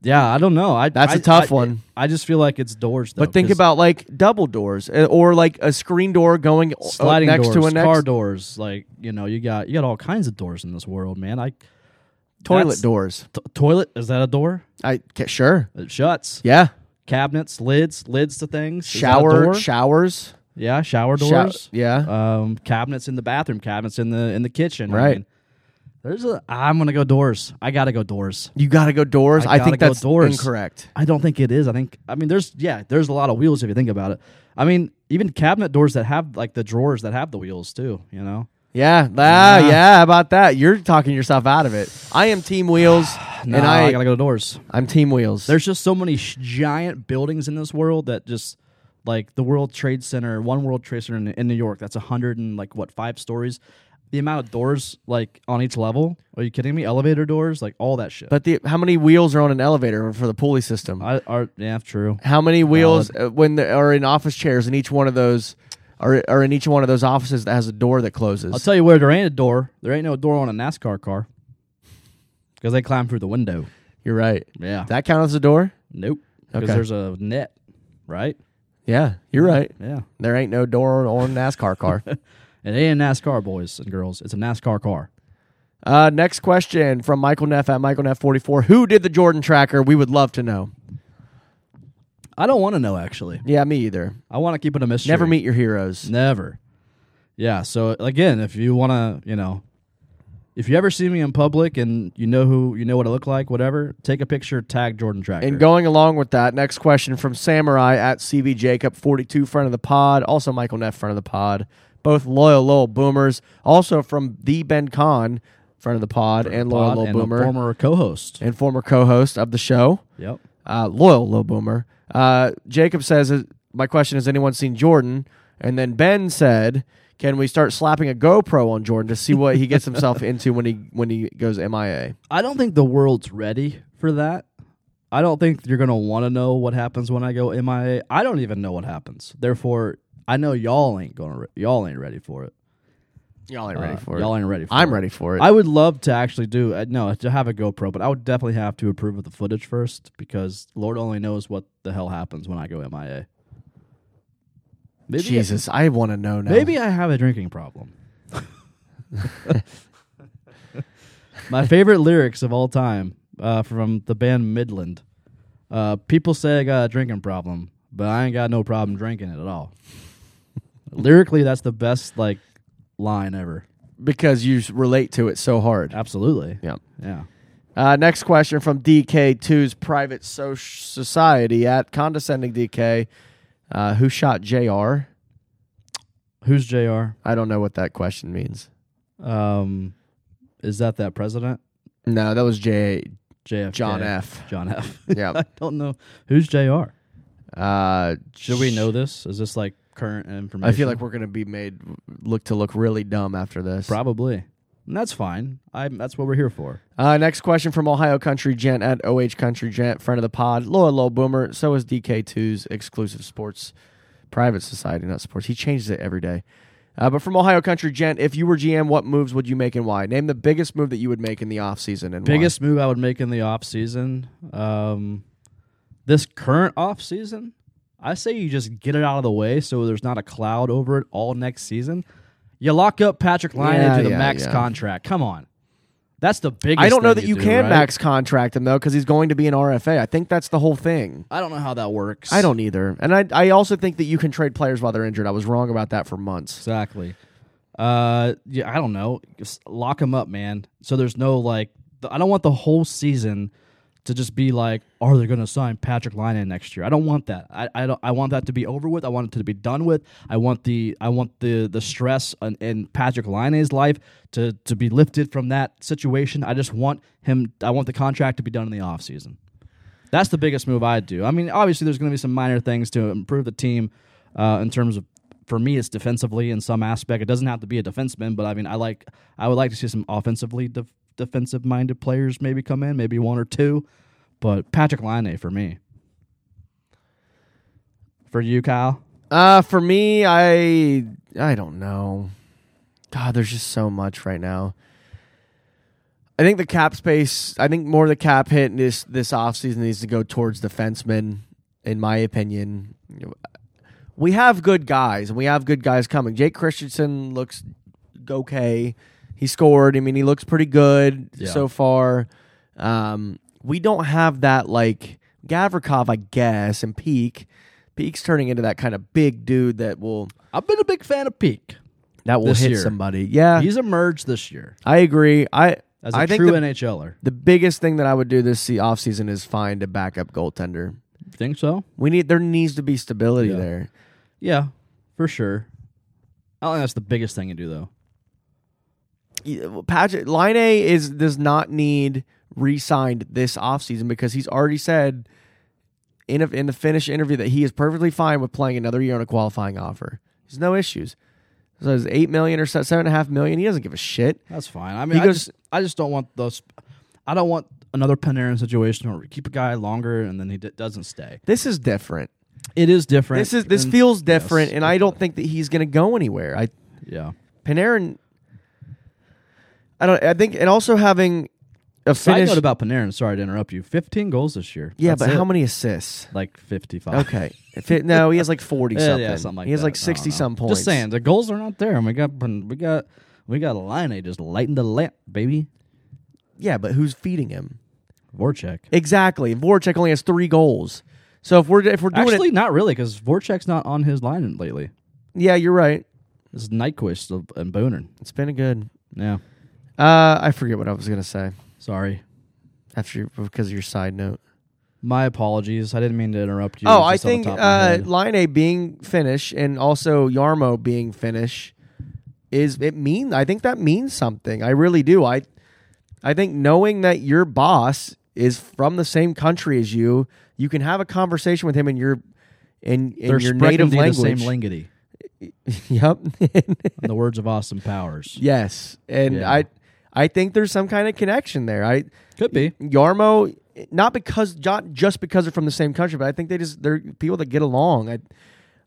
Speaker 1: yeah. I don't know. I
Speaker 2: That's
Speaker 1: a
Speaker 2: a tough one.
Speaker 1: I just feel like it's doors, though,
Speaker 2: But think
Speaker 1: 'cause
Speaker 2: about like double doors uh, or like a screen door going uh,
Speaker 1: sliding
Speaker 2: next
Speaker 1: doors,
Speaker 2: to a next
Speaker 1: car doors. Like you know, you got you got all kinds of doors in this world, man. I
Speaker 2: toilet
Speaker 1: That's-
Speaker 2: doors.
Speaker 1: t- toilet is that a door?
Speaker 2: I ca- sure.
Speaker 1: It shuts.
Speaker 2: Yeah.
Speaker 1: Cabinets, lids, lids to things. Is that a
Speaker 2: Shower
Speaker 1: door?
Speaker 2: showers.
Speaker 1: yeah, shower
Speaker 2: Shou-
Speaker 1: doors.
Speaker 2: yeah.
Speaker 1: um, cabinets in the bathroom, cabinets in the in the kitchen. I
Speaker 2: Right.
Speaker 1: mean, there's a. I'm gonna go doors. I gotta go doors.
Speaker 2: you got to go doors.
Speaker 1: I
Speaker 2: I,
Speaker 1: gotta
Speaker 2: think
Speaker 1: go
Speaker 2: that's
Speaker 1: doors.
Speaker 2: incorrect.
Speaker 1: I don't think it is. I think I mean there's yeah, there's a lot of wheels if you think about it. I mean, even cabinet doors that have like the drawers that have the wheels too, you know.
Speaker 2: Yeah. Ah, yeah. how about that. You're talking yourself out of it. I am team wheels
Speaker 1: Nah,
Speaker 2: and
Speaker 1: I,
Speaker 2: I,
Speaker 1: gotta go to doors.
Speaker 2: I'm team wheels.
Speaker 1: There's just so many sh- giant buildings in this world that just like the World Trade Center, one World Trade Center in, in New York, that's a hundred and like what five stories. the amount of doors like on each level. Are you kidding me? Elevator doors, like all that shit.
Speaker 2: But the how many wheels are on an elevator for the pulley system?
Speaker 1: I are yeah, true.
Speaker 2: How many wheels uh, when there are in office chairs in each one of those are are in each one of those offices that has a door that closes?
Speaker 1: I'll tell you where there ain't a door. There ain't no door on a NASCAR car because they climb through the window.
Speaker 2: You're right.
Speaker 1: Yeah.
Speaker 2: Does That count as a door?
Speaker 1: nope. Because
Speaker 2: Okay.
Speaker 1: there's a net, right?
Speaker 2: Yeah, you're right.
Speaker 1: Yeah.
Speaker 2: There ain't no door on NASCAR car.
Speaker 1: It ain't a NASCAR, boys and girls. It's a NASCAR car.
Speaker 2: uh, next question from Michael Neff at Michael Neff 44. Who did the Jordan tracker? We would love to know.
Speaker 1: I don't want to know actually.
Speaker 2: Yeah, me either.
Speaker 1: I want to keep it a mystery.
Speaker 2: Never meet your heroes.
Speaker 1: Never. Yeah. So again, if you want to, you know, if you ever see me in public and you know who you know what I look like, whatever, take a picture, tag Jordan Tracker.
Speaker 2: And going along with that, next question from Samurai at CV Jacob, 42, friend of the pod. Also, Michael Neff, friend of the pod. Both loyal Lowell Boomers. Also from the Ben Con, friend of the pod, and loyal
Speaker 1: Pod
Speaker 2: Lowell
Speaker 1: and a
Speaker 2: Boomer,
Speaker 1: former co-host.
Speaker 2: and former co host of the show.
Speaker 1: Yep.
Speaker 2: Uh, loyal Lowell Boomer. Uh, Jacob says, uh, My question is, anyone seen Jordan? And then Ben said, Can we start slapping a GoPro on Jordan to see what he gets himself into when he when he goes MIA?
Speaker 1: I don't think the world's ready for that. I don't think you're gonna want to know what happens when I go MIA. I don't even know what happens. Therefore, I know y'all ain't gonna re- y'all ain't ready for it.
Speaker 2: Y'all ain't ready
Speaker 1: Uh,
Speaker 2: for it.
Speaker 1: Y'all ain't ready. for
Speaker 2: I'm
Speaker 1: it.
Speaker 2: ready for it.
Speaker 1: I would love to actually do uh, no to have a GoPro, but I would definitely have to approve of the footage first because Lord only knows what the hell happens when I go MIA. Maybe
Speaker 2: Jesus, I want to know now.
Speaker 1: maybe I have a drinking problem. My favorite lyrics of all time uh, from the band Midland. Uh, people say I got a drinking problem, but I ain't got no problem drinking it at all. Lyrically, that's the best like line ever.
Speaker 2: because you s- relate to it so hard.
Speaker 1: Absolutely.
Speaker 2: Yeah.
Speaker 1: Yeah.
Speaker 2: Uh, next question from DK2's private so- society at condescending DK. Uh, who shot JR?
Speaker 1: Who's JR?
Speaker 2: I don't know what that question means.
Speaker 1: Um, is that that president?
Speaker 2: No, that was J.
Speaker 1: JFK.
Speaker 2: John F.
Speaker 1: John F.
Speaker 2: Yeah.
Speaker 1: I don't know. Who's JR?
Speaker 2: Uh,
Speaker 1: Should we know this? Is this like current information?
Speaker 2: I feel like we're gonna be made look to look really dumb after this.
Speaker 1: probably. And that's fine. I that's what we're here for.
Speaker 2: Uh, next question from Ohio Country Gent at OH Country Gent, friend of the pod, Loa Low Boomer. So is DK2's exclusive sports private society, not sports. He changes it every day. Uh, but from Ohio Country Gent, if you were GM, what moves would you make and why? Name the biggest move that you would make in the offseason and why.
Speaker 1: Biggest move I would make in the off season. Um, this current off season, I say you just get it out of the way so there's not a cloud over it all next season. You lock up Patrick Lyon
Speaker 2: Yeah,
Speaker 1: into the
Speaker 2: yeah,
Speaker 1: max
Speaker 2: yeah.
Speaker 1: contract. Come on. That's the biggest.
Speaker 2: I don't know
Speaker 1: thing
Speaker 2: that you
Speaker 1: do,
Speaker 2: can
Speaker 1: right?
Speaker 2: max contract him though, because he's going to be an RFA. I think that's the whole thing.
Speaker 1: I don't know how that works.
Speaker 2: I don't either, and I I also think that you can trade players while they're injured. I was wrong about that for months.
Speaker 1: Exactly. Uh, yeah, I don't know. Just lock him up, man. So there's no like, th- I don't want the whole season to just be like, are they going to sign Patrick Lyon next year? I don't want that. I, I don't. I want that to be over with. I want it to be done with. I want the I want the the stress on, in Patrick Lyon's life to to be lifted from that situation. I just want him. I want the contract to be done in the offseason. That's the biggest move I'd do. I mean, obviously, there's going to be some minor things to improve the team uh, in terms of, for me, it's defensively in some aspect. It doesn't have to be a defenseman, but I mean, I like, I would like to see some offensively def- defensive minded players maybe come in, maybe one or two. But Patrick Line for me. For you, Kyle,
Speaker 2: Uh, for me, I I don't know. God, there's just so much right now. I think the cap space. I think more of the cap hit this this offseason needs to go towards defensemen. In my opinion, we have good guys, and we have good guys coming. Jake Christensen looks okay. He scored. I mean, he looks pretty good
Speaker 1: Yeah.
Speaker 2: so far. Um, we don't have that like Gavrikov, I guess, and Peak. Peak's turning into that kind of big dude that will
Speaker 1: I've been a big fan of Peak.
Speaker 2: that will
Speaker 1: This
Speaker 2: hit
Speaker 1: year.
Speaker 2: somebody. Yeah,
Speaker 1: He's emerged this year
Speaker 2: I agree. I
Speaker 1: as a
Speaker 2: I think
Speaker 1: true
Speaker 2: the,
Speaker 1: NHLer.
Speaker 2: the biggest thing that I would do this se- offseason is find a backup goaltender.
Speaker 1: Think so?
Speaker 2: We need there needs to be stability
Speaker 1: Yeah.
Speaker 2: there.
Speaker 1: Yeah, for sure. I think that's the biggest thing to do, though.
Speaker 2: Yeah, Patrick Line A is does not need re-signed this offseason because he's already said in a, in the Finnish interview that he is perfectly fine with playing another year on a qualifying offer. There's no issues. So it's eight million or so, seven and a half million. He doesn't give a shit.
Speaker 1: That's fine. I mean, I,
Speaker 2: goes-
Speaker 1: just, I just don't want those. I don't want another Panarin situation where we keep a guy longer and then he d- doesn't stay.
Speaker 2: This is different.
Speaker 1: It is different.
Speaker 2: This is this
Speaker 1: and-
Speaker 2: feels
Speaker 1: yes,
Speaker 2: different, and I don't think that he's going to go anywhere. I
Speaker 1: Yeah.
Speaker 2: Panarin. I don't. I think, and also having a
Speaker 1: Side
Speaker 2: finish.
Speaker 1: note about Panarin. Sorry to interrupt you. 15 goals this year.
Speaker 2: yeah,
Speaker 1: That's
Speaker 2: but
Speaker 1: it.
Speaker 2: how many assists?
Speaker 1: Like 55.
Speaker 2: Okay, if it, no, he has like forty
Speaker 1: Yeah,
Speaker 2: something.
Speaker 1: yeah, something like
Speaker 2: he has
Speaker 1: that.
Speaker 2: like
Speaker 1: I don't
Speaker 2: sixty
Speaker 1: know.
Speaker 2: some points.
Speaker 1: Just saying, the goals are not there, and we got we got we got a line. They just lighten the lamp, baby.
Speaker 2: Yeah, but who's feeding him?
Speaker 1: Voracek.
Speaker 2: Exactly. Voracek only has three goals. So if we're if we're doing
Speaker 1: Actually,
Speaker 2: it,
Speaker 1: not really, because Voracek's not on his line lately.
Speaker 2: yeah, you're right.
Speaker 1: This is Nyquist and Booner.
Speaker 2: It's been a good.
Speaker 1: Yeah.
Speaker 2: Uh, I forget what I was gonna say
Speaker 1: Sorry.
Speaker 2: after you- because of your side note.
Speaker 1: My apologies. I didn't mean to interrupt you. It's
Speaker 2: Oh, I
Speaker 1: just off the
Speaker 2: think
Speaker 1: top of my
Speaker 2: uh,
Speaker 1: head.
Speaker 2: Line A being Finnish and also Yarmo being Finnish is it mean? I think that means something. I really do. I I think knowing that your boss is from the same country as you, you can have a conversation with him in your in, in
Speaker 1: they're
Speaker 2: your native
Speaker 1: spreading
Speaker 2: language.
Speaker 1: the same lingity.
Speaker 2: yep.
Speaker 1: In the words of Austin Powers,
Speaker 2: yes, and
Speaker 1: Yeah.
Speaker 2: I I think there's some kind of connection there. I
Speaker 1: could be.
Speaker 2: Yarmo, not because not just because they're from the same country, but I think they just they're people that get along. I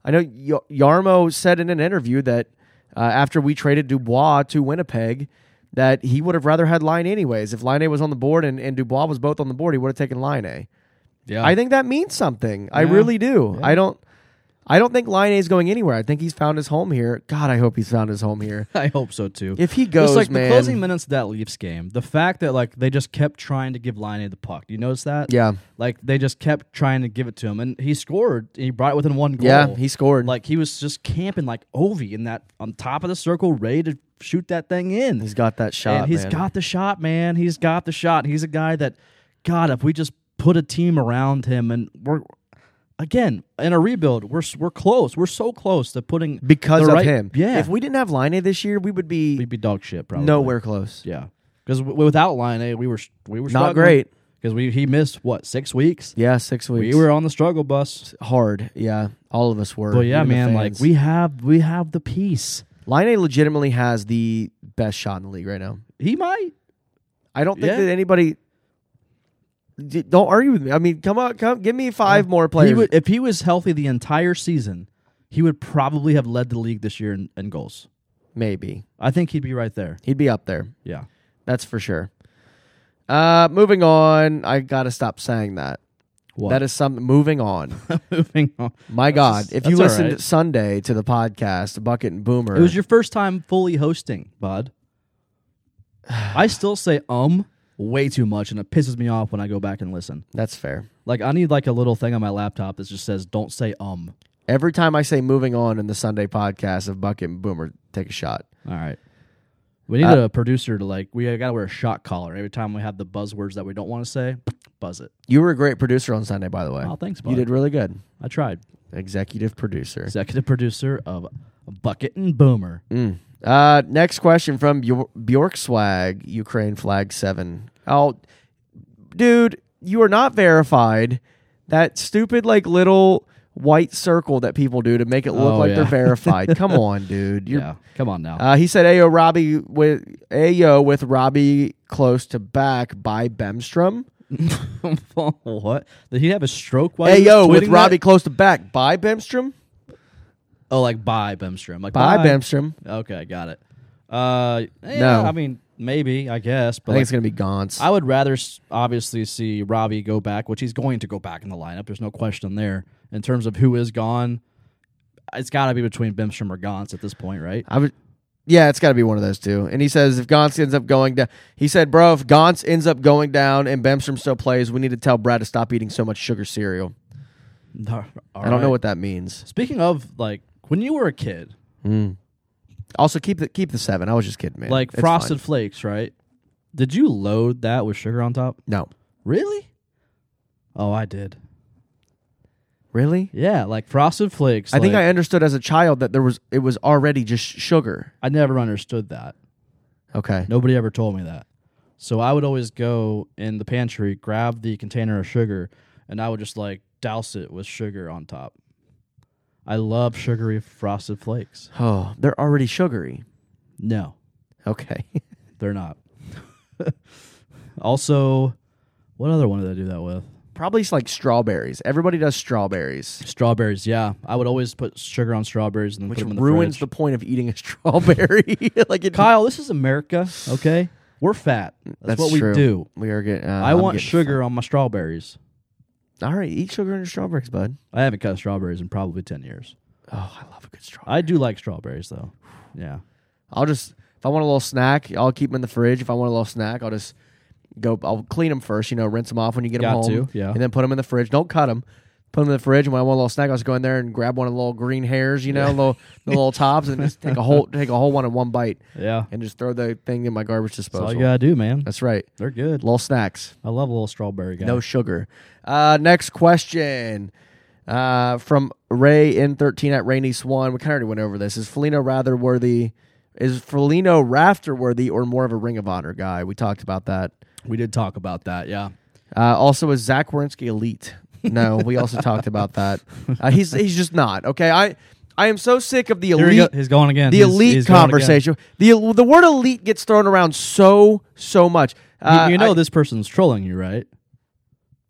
Speaker 2: I know Y- Yarmo said in an interview that uh, after we traded Dubois to Winnipeg, that he would have rather had Line anyways. If Line was on the board and, and Dubois was both on the board, he would have taken Line
Speaker 1: Yeah,
Speaker 2: I think that means something. I
Speaker 1: Yeah.
Speaker 2: really do. I don't. I don't think Line is going anywhere. I think he's found his home here. God, I hope he's found his home here.
Speaker 1: I hope so too.
Speaker 2: If he goes,
Speaker 1: It's like
Speaker 2: man.
Speaker 1: the closing minutes of that Leafs game. The fact that like they just kept trying to give Liney the puck. You notice that?
Speaker 2: Yeah.
Speaker 1: Like they just kept trying to give it to him, and he scored. He brought it within one goal.
Speaker 2: Yeah, he scored.
Speaker 1: Like he was just camping like Ovi in that on top of the circle, ready to shoot that thing in.
Speaker 2: he's got that shot.
Speaker 1: and he's
Speaker 2: man.
Speaker 1: got the shot, man. He's got the shot. He's a guy that, God, if we just put a team around him, and we're again in a rebuild, we're s- we're close. We're so close to putting
Speaker 2: because
Speaker 1: the
Speaker 2: of
Speaker 1: right-
Speaker 2: him.
Speaker 1: Yeah,
Speaker 2: If we didn't have Line this year, we would be
Speaker 1: we'd be dog shit probably.
Speaker 2: nowhere close.
Speaker 1: Yeah, because w- without Line A, we were sh- we were
Speaker 2: Not great.
Speaker 1: because we he missed what six weeks.
Speaker 2: Yeah, six weeks.
Speaker 1: We were on the struggle bus.
Speaker 2: hard. Yeah, all of us were.
Speaker 1: But yeah, man, like we have we have the piece.
Speaker 2: Line legitimately has the best shot in the league right now.
Speaker 1: He might.
Speaker 2: I don't think
Speaker 1: Yeah.
Speaker 2: that anybody. D- Don't argue with me. I mean, come on, come give me five more players.
Speaker 1: He would if he was healthy the entire season. He would probably have led the league this year in, in goals.
Speaker 2: Maybe
Speaker 1: I think he'd be right there.
Speaker 2: he'd be up there.
Speaker 1: Yeah.
Speaker 2: That's for sure. Uh, moving on. I gotta stop saying that.
Speaker 1: What?
Speaker 2: That is something. Moving on.
Speaker 1: moving on.
Speaker 2: My God, if you
Speaker 1: that's all
Speaker 2: listened
Speaker 1: right.
Speaker 2: Sunday to the podcast, Bucket and Boomer,
Speaker 1: It was your first time fully hosting, bud. I still say um way too much, and it pisses me off when I go back and listen.
Speaker 2: that's fair.
Speaker 1: Like I need like a little thing on my laptop that just says "Don't say um."
Speaker 2: Every time I say moving on in the Sunday podcast of Bucket and Boomer, take a shot.
Speaker 1: All right. We need
Speaker 2: Uh,
Speaker 1: a producer to like. We gotta wear a shot collar every time we have the buzzwords that we don't want to say. Buzz it.
Speaker 2: You were a great producer on Sunday, by the way.
Speaker 1: Oh, thanks, bud.
Speaker 2: You did really good.
Speaker 1: I tried.
Speaker 2: Executive producer.
Speaker 1: Executive producer of Bucket and Boomer.
Speaker 2: Mm. Uh, next question from Bjor- Bjork Swag, Ukraine Flag 7. Oh, dude, you are not verified. That stupid, like, little white circle that people do to make it look
Speaker 1: Oh,
Speaker 2: like
Speaker 1: yeah.
Speaker 2: they're verified. Come on, dude. You're,
Speaker 1: yeah, come on now.
Speaker 2: Uh, he said Ayo Robbie with Ayo with Robbie close to back by Bemstrom.
Speaker 1: what? Did he have a stroke while Oh, he was
Speaker 2: Ayo with
Speaker 1: tweeting
Speaker 2: Robbie
Speaker 1: that?
Speaker 2: close to back by Bemstrom.
Speaker 1: Oh, like bye Bemstrom. Like
Speaker 2: By Bemstrom.
Speaker 1: Okay, got it. Uh, yeah,
Speaker 2: No.
Speaker 1: I mean maybe I guess,
Speaker 2: I
Speaker 1: but
Speaker 2: think
Speaker 1: like,
Speaker 2: it's gonna be Gaunt's.
Speaker 1: I would rather s- obviously see Robbie go back, which he's going to go back in the lineup. There's no question there. In terms of who is gone, it's got to be between Bemstrom or Gauntz at this point, right?
Speaker 2: I would. Yeah, it's got to be one of those two. And he says if Gaunt's ends up going down, he said, "Bro, if Gaunt's ends up going down and Bemstrom still plays, we need to tell Brad to stop eating so much sugar cereal." I don't know what that means.
Speaker 1: Speaking of, like when you were a kid,
Speaker 2: Also, keep the keep the seven. I was just kidding, man.
Speaker 1: like
Speaker 2: It's
Speaker 1: Frosted
Speaker 2: fine.
Speaker 1: Flakes, right? Did you load that with sugar on top?
Speaker 2: No,
Speaker 1: Really? Oh, I did.
Speaker 2: really.
Speaker 1: Yeah, like Frosted Flakes.
Speaker 2: I think
Speaker 1: like-
Speaker 2: I understood as a child that there was it was already just sugar.
Speaker 1: I never understood that.
Speaker 2: Okay.
Speaker 1: Nobody ever told me that. So I would always go in the pantry, grab the container of sugar, and I would just like douse it with sugar on top. I love sugary frosted flakes.
Speaker 2: Oh, they're already sugary.
Speaker 1: No,
Speaker 2: Okay.
Speaker 1: they're not. also, what other one did I do that with?
Speaker 2: Probably s- like strawberries. Everybody does strawberries,
Speaker 1: Strawberries. Yeah, I would always put sugar on strawberries and then
Speaker 2: which
Speaker 1: put them in the
Speaker 2: ruins
Speaker 1: fridge.
Speaker 2: the point of eating a strawberry. like it,
Speaker 1: Kyle, this is America. Okay, we're fat. That's,
Speaker 2: That's
Speaker 1: what we
Speaker 2: true.
Speaker 1: do.
Speaker 2: We are getting. Uh,
Speaker 1: I
Speaker 2: I'm
Speaker 1: want
Speaker 2: getting
Speaker 1: sugar on my strawberries.
Speaker 2: fu- All right, eat sugar and your strawberries, bud.
Speaker 1: I haven't cut strawberries in probably ten years.
Speaker 2: Oh, I love a good strawberry.
Speaker 1: I do like strawberries though. Yeah.
Speaker 2: I'll just if I want a little snack, I'll keep them in the fridge. If I want a little snack, I'll just go. I'll clean them first. You know, rinse them off when you get
Speaker 1: Got
Speaker 2: them home.
Speaker 1: to, yeah.
Speaker 2: and then put them in the fridge. Don't cut them. Put them in the fridge. And when I want a little snack, I'll just go in there and grab one of the little green hairs. You know, little the little tops, and just take a whole take a whole one in one bite,
Speaker 1: Yeah.
Speaker 2: and just throw the thing in my garbage
Speaker 1: That's
Speaker 2: disposal.
Speaker 1: all you gotta do, man.
Speaker 2: That's right.
Speaker 1: They're good.
Speaker 2: Little snacks.
Speaker 1: I love a little strawberry guy.
Speaker 2: No sugar. Uh, next question uh, from Ray N13 at Rainy Swan. We kind of already went over this. Is Felino rather worthy? Is Felino rafter worthy or more of a Ring of Honor guy? We talked about that.
Speaker 1: we did talk about that. Yeah.
Speaker 2: Uh, also, is Zach Wierenski elite? No, we also talked about that. Uh, he's he's just not okay. I I am so sick of the
Speaker 1: Here we go.
Speaker 2: elite
Speaker 1: He's going again.
Speaker 2: the
Speaker 1: He's-
Speaker 2: elite
Speaker 1: he's going again.
Speaker 2: conversation. The the word elite gets thrown around so so much.
Speaker 1: You-
Speaker 2: Uh,
Speaker 1: you, know
Speaker 2: I-
Speaker 1: this person's trolling you, right?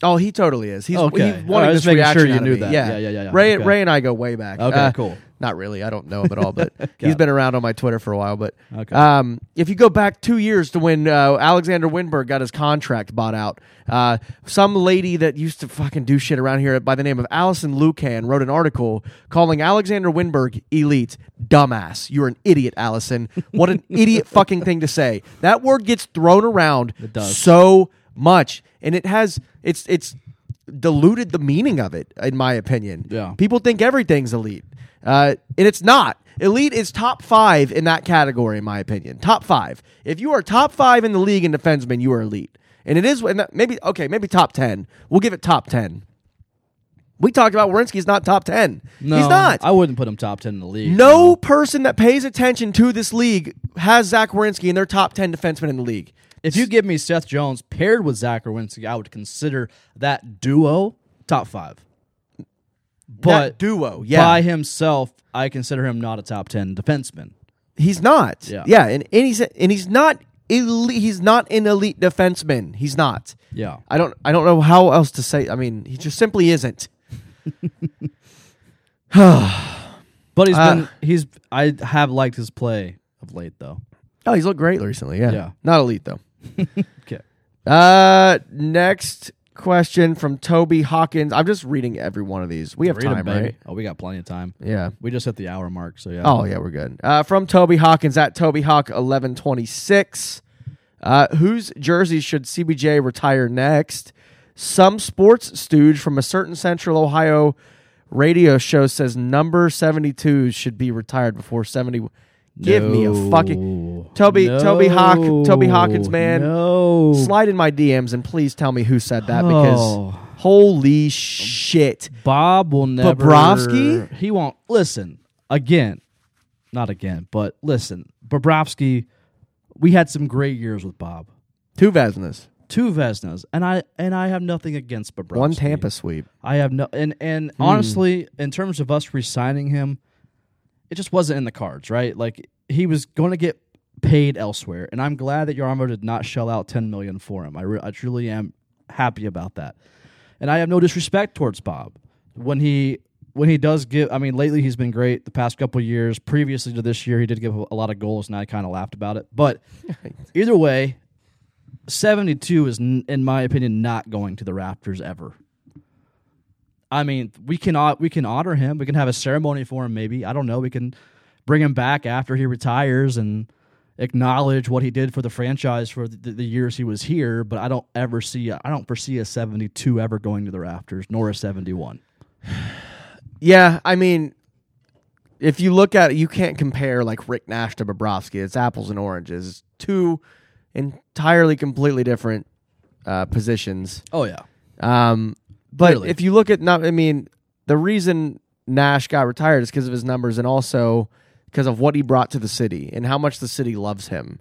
Speaker 2: Oh, he totally is. He's
Speaker 1: Okay.
Speaker 2: He
Speaker 1: All
Speaker 2: wanted
Speaker 1: right,
Speaker 2: this
Speaker 1: just making
Speaker 2: reaction
Speaker 1: sure you
Speaker 2: out of
Speaker 1: knew
Speaker 2: me.
Speaker 1: that.
Speaker 2: Yeah,
Speaker 1: Yeah, yeah, yeah, yeah.
Speaker 2: Ray,
Speaker 1: Okay.
Speaker 2: Ray and I go way back.
Speaker 1: Okay,
Speaker 2: Uh,
Speaker 1: cool.
Speaker 2: Not really. I don't know him at all, but he's been around on my Twitter for a while. But
Speaker 1: Okay.
Speaker 2: um, if you go back two years to when uh, Alexander Winberg got his contract bought out, uh, some lady that used to fucking do shit around here by the name of Allison Lucan wrote an article calling Alexander Winberg elite. Dumbass. You're an idiot, Allison. What an idiot fucking thing to say. That word gets thrown around it
Speaker 1: does.
Speaker 2: so much and it has it's it's diluted the meaning of it in my opinion
Speaker 1: Yeah.
Speaker 2: people think everything's elite uh, and it's not elite is top five in that category in my opinion top five if you are top five in the league in defensemen you are elite and it is and that- maybe okay maybe top 10 we'll give it top 10 we talked about Wierenski's not top 10
Speaker 1: No,
Speaker 2: he's not
Speaker 1: I wouldn't put him top ten in the league.
Speaker 2: no person that pays attention to this league has Zach Wierenski in their top 10 defensemen in the league
Speaker 1: If you give me Seth Jones paired with Zach Irwinski, I would consider that duo top five. But
Speaker 2: That duo yeah
Speaker 1: by himself, I consider him not a top ten defenseman.
Speaker 2: He's not.
Speaker 1: Yeah.
Speaker 2: Yeah. and, and he's and he's not elite. He's not an elite defenseman. He's not.
Speaker 1: Yeah.
Speaker 2: I don't I don't know how else to say. I mean, he just simply isn't.
Speaker 1: But he's
Speaker 2: Uh,
Speaker 1: been he's I have liked his play of late though.
Speaker 2: Oh, he's looked great recently. Yeah.
Speaker 1: Yeah.
Speaker 2: Not elite though.
Speaker 1: Okay.
Speaker 2: Uh next question from Toby Hawkins. I'm just reading every one of these. We have time, right?
Speaker 1: Oh, we got plenty of time.
Speaker 2: Yeah.
Speaker 1: We just hit the hour mark, so yeah.
Speaker 2: Oh yeah, we're good. Uh, from Toby Hawkins at Toby Hawk eleven twenty six. Uh, whose jersey should CBJ retire next? Some sports stooge from a certain Central Ohio radio show says number seventy two should be retired before seventy. Give me a fucking
Speaker 1: No.
Speaker 2: Toby Toby Hawk Toby
Speaker 1: No.
Speaker 2: Hawkins man.
Speaker 1: No.
Speaker 2: Slide in my DMs and please tell me who said that
Speaker 1: Oh.
Speaker 2: because holy shit.
Speaker 1: Bob will never.
Speaker 2: Bobrovsky?
Speaker 1: He won't listen again. Not again, but listen, Bobrovsky. We had some great years with Bob.
Speaker 2: Two Vesnas,
Speaker 1: Two Vesnas, and I and I have nothing against Bobrovsky.
Speaker 2: one Tampa sweep.
Speaker 1: I have no, and and honestly, in terms of us re-signing him, it just wasn't in the cards, right? Like he was going to get paid elsewhere, and I'm glad that Yarmo did not shell out 10 million for him. I re- I truly am happy about that, and I have no disrespect towards Bob when he when he does give. I mean, lately he's been great. The past couple years, previously to this year, he did give a lot of goals, and I kind of laughed about it. But either way, 72 is, n- in my opinion, not going to the Raptors ever. I mean, we can hon- we can honor him. We can have a ceremony for him. Maybe I don't know. We can bring him back after he retires and acknowledge what he did for the franchise for the, the years he was here. But I don't ever see I don't foresee a seventy two ever going to the rafters, nor a seventy one.
Speaker 2: Yeah, I mean, if you look at it, you can't compare like Rick Nash to Bobrovsky. It's apples and oranges. It's two entirely, completely different uh, positions.
Speaker 1: Oh yeah,
Speaker 2: Um, but
Speaker 1: Clearly.
Speaker 2: if you look at, not, I mean, the reason Nash got retired is because of his numbers and also because of what he brought to the city and how much the city loves him.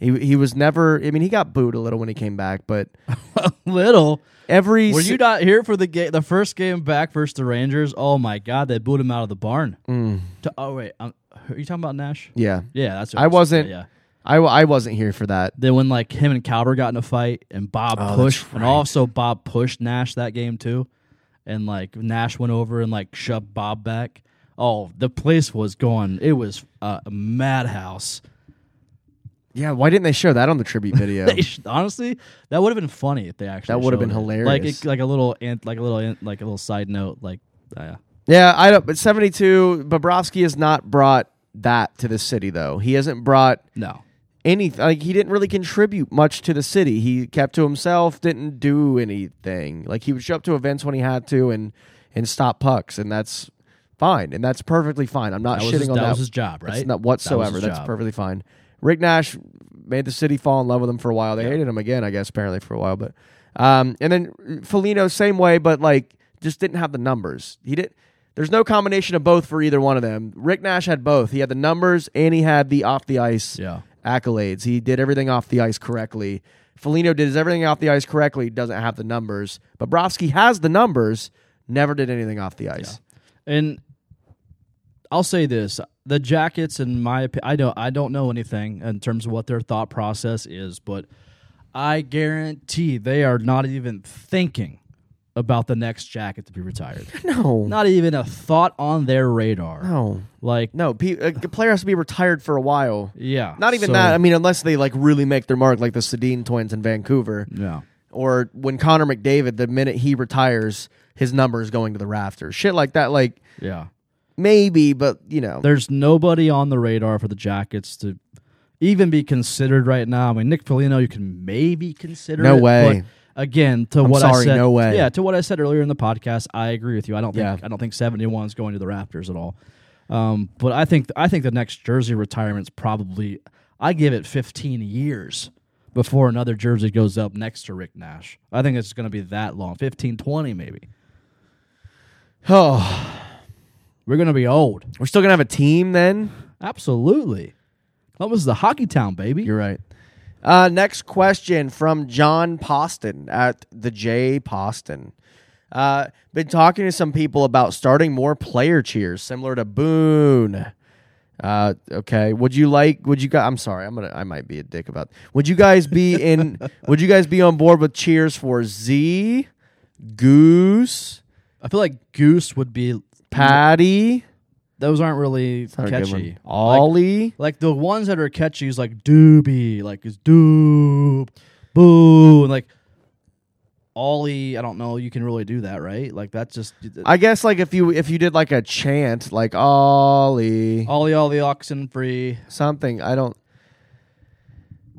Speaker 2: He he was never. I mean, he got booed a little when he came back, but
Speaker 1: Little.
Speaker 2: every
Speaker 1: Were
Speaker 2: si-
Speaker 1: you not here for the game, the first game back versus the Rangers? Oh my God, they booed him out of the barn. To- oh wait, um, are you talking about Nash?
Speaker 2: yeah,
Speaker 1: Yeah, that's. What
Speaker 2: I
Speaker 1: I'm saying,
Speaker 2: wasn't.
Speaker 1: Yeah.
Speaker 2: I wa- I wasn't here for that.
Speaker 1: Then when like him and Calder got in a fight, and Bob
Speaker 2: Oh, that's
Speaker 1: pushed, and
Speaker 2: right.
Speaker 1: also Bob pushed Nash that game too, and like Nash went over and like shoved Bob back. Oh, the place was going. It was uh, a
Speaker 2: Oh.
Speaker 1: madhouse.
Speaker 2: Yeah, why didn't they show that on the tribute video?
Speaker 1: They sh- honestly, that would have been funny if they actually.
Speaker 2: That would have
Speaker 1: showed
Speaker 2: been
Speaker 1: it.
Speaker 2: hilarious.
Speaker 1: Like it, like a little ant, like a little ant, like a little side note, like uh,
Speaker 2: yeah, I don't. But seventy two, Bobrovsky has not brought that to the city though. He hasn't brought
Speaker 1: no.
Speaker 2: anything. Like he didn't really contribute much to the city. He kept to himself, didn't do anything. Like he would show up to events when he had to and and stop pucks, and that's fine, and that's perfectly fine. I'm not
Speaker 1: That was
Speaker 2: shitting
Speaker 1: his-
Speaker 2: on
Speaker 1: that
Speaker 2: that.
Speaker 1: was his job, right?
Speaker 2: It's
Speaker 1: That
Speaker 2: not
Speaker 1: was
Speaker 2: whatsoever.
Speaker 1: his
Speaker 2: That's
Speaker 1: job.
Speaker 2: perfectly fine. Rick Nash made the city fall in love with him for a while. They hated him again, I guess, apparently for a while. But um, and then Felino, same way, but like just didn't have the numbers. He did. There's no combination of both for either one of them. Rick Nash had both. He had the numbers and he had the off the ice
Speaker 1: Yeah.
Speaker 2: accolades. He did everything off the ice correctly. Felino did his everything off the ice correctly. Doesn't have the numbers. Bobrovsky has the numbers. Never did anything off the ice.
Speaker 1: And I'll say this: the Jackets, in my opinion, I don't, I don't know anything in terms of what their thought process is, but I guarantee they are not even thinking about the next Jacket to be retired.
Speaker 2: No,
Speaker 1: not even a thought on their radar.
Speaker 2: no,
Speaker 1: Like,
Speaker 2: no. Pe- a player has to be retired for a while.
Speaker 1: yeah,
Speaker 2: Not even
Speaker 1: so-
Speaker 2: that. I mean, unless they like really make their mark, like the Sedin twins in Vancouver,
Speaker 1: Yeah.
Speaker 2: or when Connor McDavid, the minute he retires, his number is going to the rafters. Shit like that. Like
Speaker 1: Yeah.
Speaker 2: maybe, but you know,
Speaker 1: There's nobody on the radar for the Jackets to even be considered right now. I mean, Nick Foligno, you can maybe consider.
Speaker 2: No
Speaker 1: it,
Speaker 2: way.
Speaker 1: But again, to what I
Speaker 2: sorry,
Speaker 1: said,
Speaker 2: no way.
Speaker 1: Yeah, to what I said earlier in the podcast, I agree with you. I don't think
Speaker 2: Yeah.
Speaker 1: I don't think 71 is going to the Raptors at all. Um, but I think I think the next jersey retirement's probably I give it 15 years before another jersey goes up next to Rick Nash. I think it's going to be that long, 15, 20 maybe.
Speaker 2: oh,
Speaker 1: We're going to be old.
Speaker 2: we're still gonna have a team then.
Speaker 1: Absolutely. Columbus is a hockey town, baby.
Speaker 2: You're right. Uh, next question from John Poston at the J Poston. Uh, been talking to some people about starting more player cheers, similar to Boone. Uh, okay. Would you like? Would you guys? I'm sorry. I'm gonna. I might be a dick about. Would you guys be in? would you guys be on board with cheers for Z, Goose,
Speaker 1: I feel like Goose would be.
Speaker 2: Patty,
Speaker 1: Those aren't really
Speaker 2: not a good
Speaker 1: catchy.
Speaker 2: one. Ollie?
Speaker 1: Like the ones that are catchy is like Doobie, like is Doob, Boo, and like Ollie. I don't know. You can really do that, right? Like that's just uh,
Speaker 2: I guess like if you if you did like a chant like Ollie
Speaker 1: Ollie, Ollie, oxen free.
Speaker 2: something. I don't.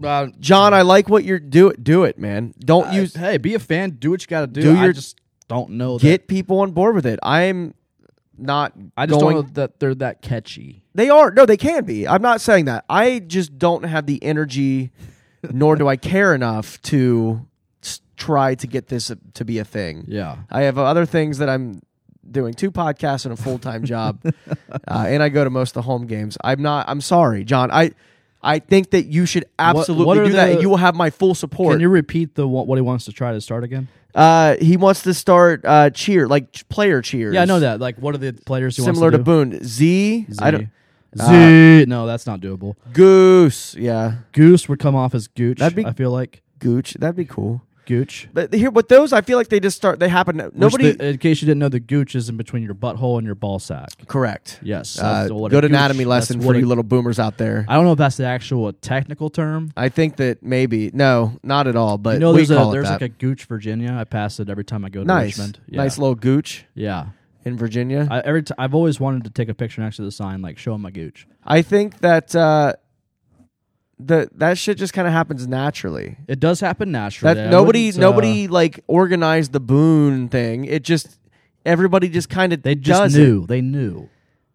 Speaker 1: Uh,
Speaker 2: John, I like what you're do it. Do it, man. Don't
Speaker 1: I-
Speaker 2: you
Speaker 1: hey, be a fan. Do what you got to do.
Speaker 2: Do
Speaker 1: I
Speaker 2: your-
Speaker 1: just don't know. That,
Speaker 2: get people on board with it? I'm not.
Speaker 1: I just
Speaker 2: going,
Speaker 1: don't know that they're that catchy.
Speaker 2: They are no, they can be. I'm not saying that. I just don't have the energy, nor do I care enough to s- try to get this uh, to be a thing.
Speaker 1: Yeah.
Speaker 2: I have other things that I'm doing two podcasts and a full time job, uh, and I go to most of the home games. I'm not. I'm sorry, John. I I think that you should absolutely
Speaker 1: what are
Speaker 2: do that,
Speaker 1: the-
Speaker 2: and you will have my full support.
Speaker 1: Can you repeat the what what he wants to try to start again?
Speaker 2: uh, he wants to start uh, cheer like ch- player cheers.
Speaker 1: Yeah, I know that. Like, what are the players he
Speaker 2: Similar to,
Speaker 1: wants to do?
Speaker 2: Boone Z. I don't. Uh,
Speaker 1: Z. no, that's not doable.
Speaker 2: Goose. Yeah,
Speaker 1: Goose would come off as Gooch.
Speaker 2: That'd be-
Speaker 1: I feel like
Speaker 2: Gooch. That'd be cool.
Speaker 1: Gooch.
Speaker 2: But here with those, I feel like they just start. They happen.
Speaker 1: Which
Speaker 2: Nobody.
Speaker 1: the- in case you didn't know, the Gooch is in between your butthole and your ball sack.
Speaker 2: correct.
Speaker 1: Yes,
Speaker 2: Uh,
Speaker 1: that's what a
Speaker 2: good
Speaker 1: gooch-
Speaker 2: anatomy
Speaker 1: that's
Speaker 2: lesson
Speaker 1: what
Speaker 2: for
Speaker 1: a-
Speaker 2: you little boomers out there.
Speaker 1: I don't know if that's the actual technical term.
Speaker 2: I think that maybe no, not at all. But
Speaker 1: You know,
Speaker 2: we
Speaker 1: there's a
Speaker 2: call it
Speaker 1: there's like
Speaker 2: that.
Speaker 1: a Gooch, Virginia. I pass it every time I go to
Speaker 2: nice,
Speaker 1: Richmond. Yeah.
Speaker 2: nice little gooch
Speaker 1: yeah.
Speaker 2: in Virginia.
Speaker 1: I, every t- I've always wanted to take a picture next to the sign, like show him my Gooch.
Speaker 2: I, think that uh, the that shit just kind of happens naturally.
Speaker 1: It does happen naturally.
Speaker 2: That
Speaker 1: I
Speaker 2: nobody
Speaker 1: wouldn't, uh,
Speaker 2: nobody like organized the Boone thing. It just everybody just kind of
Speaker 1: they just
Speaker 2: does It.
Speaker 1: knew. They knew.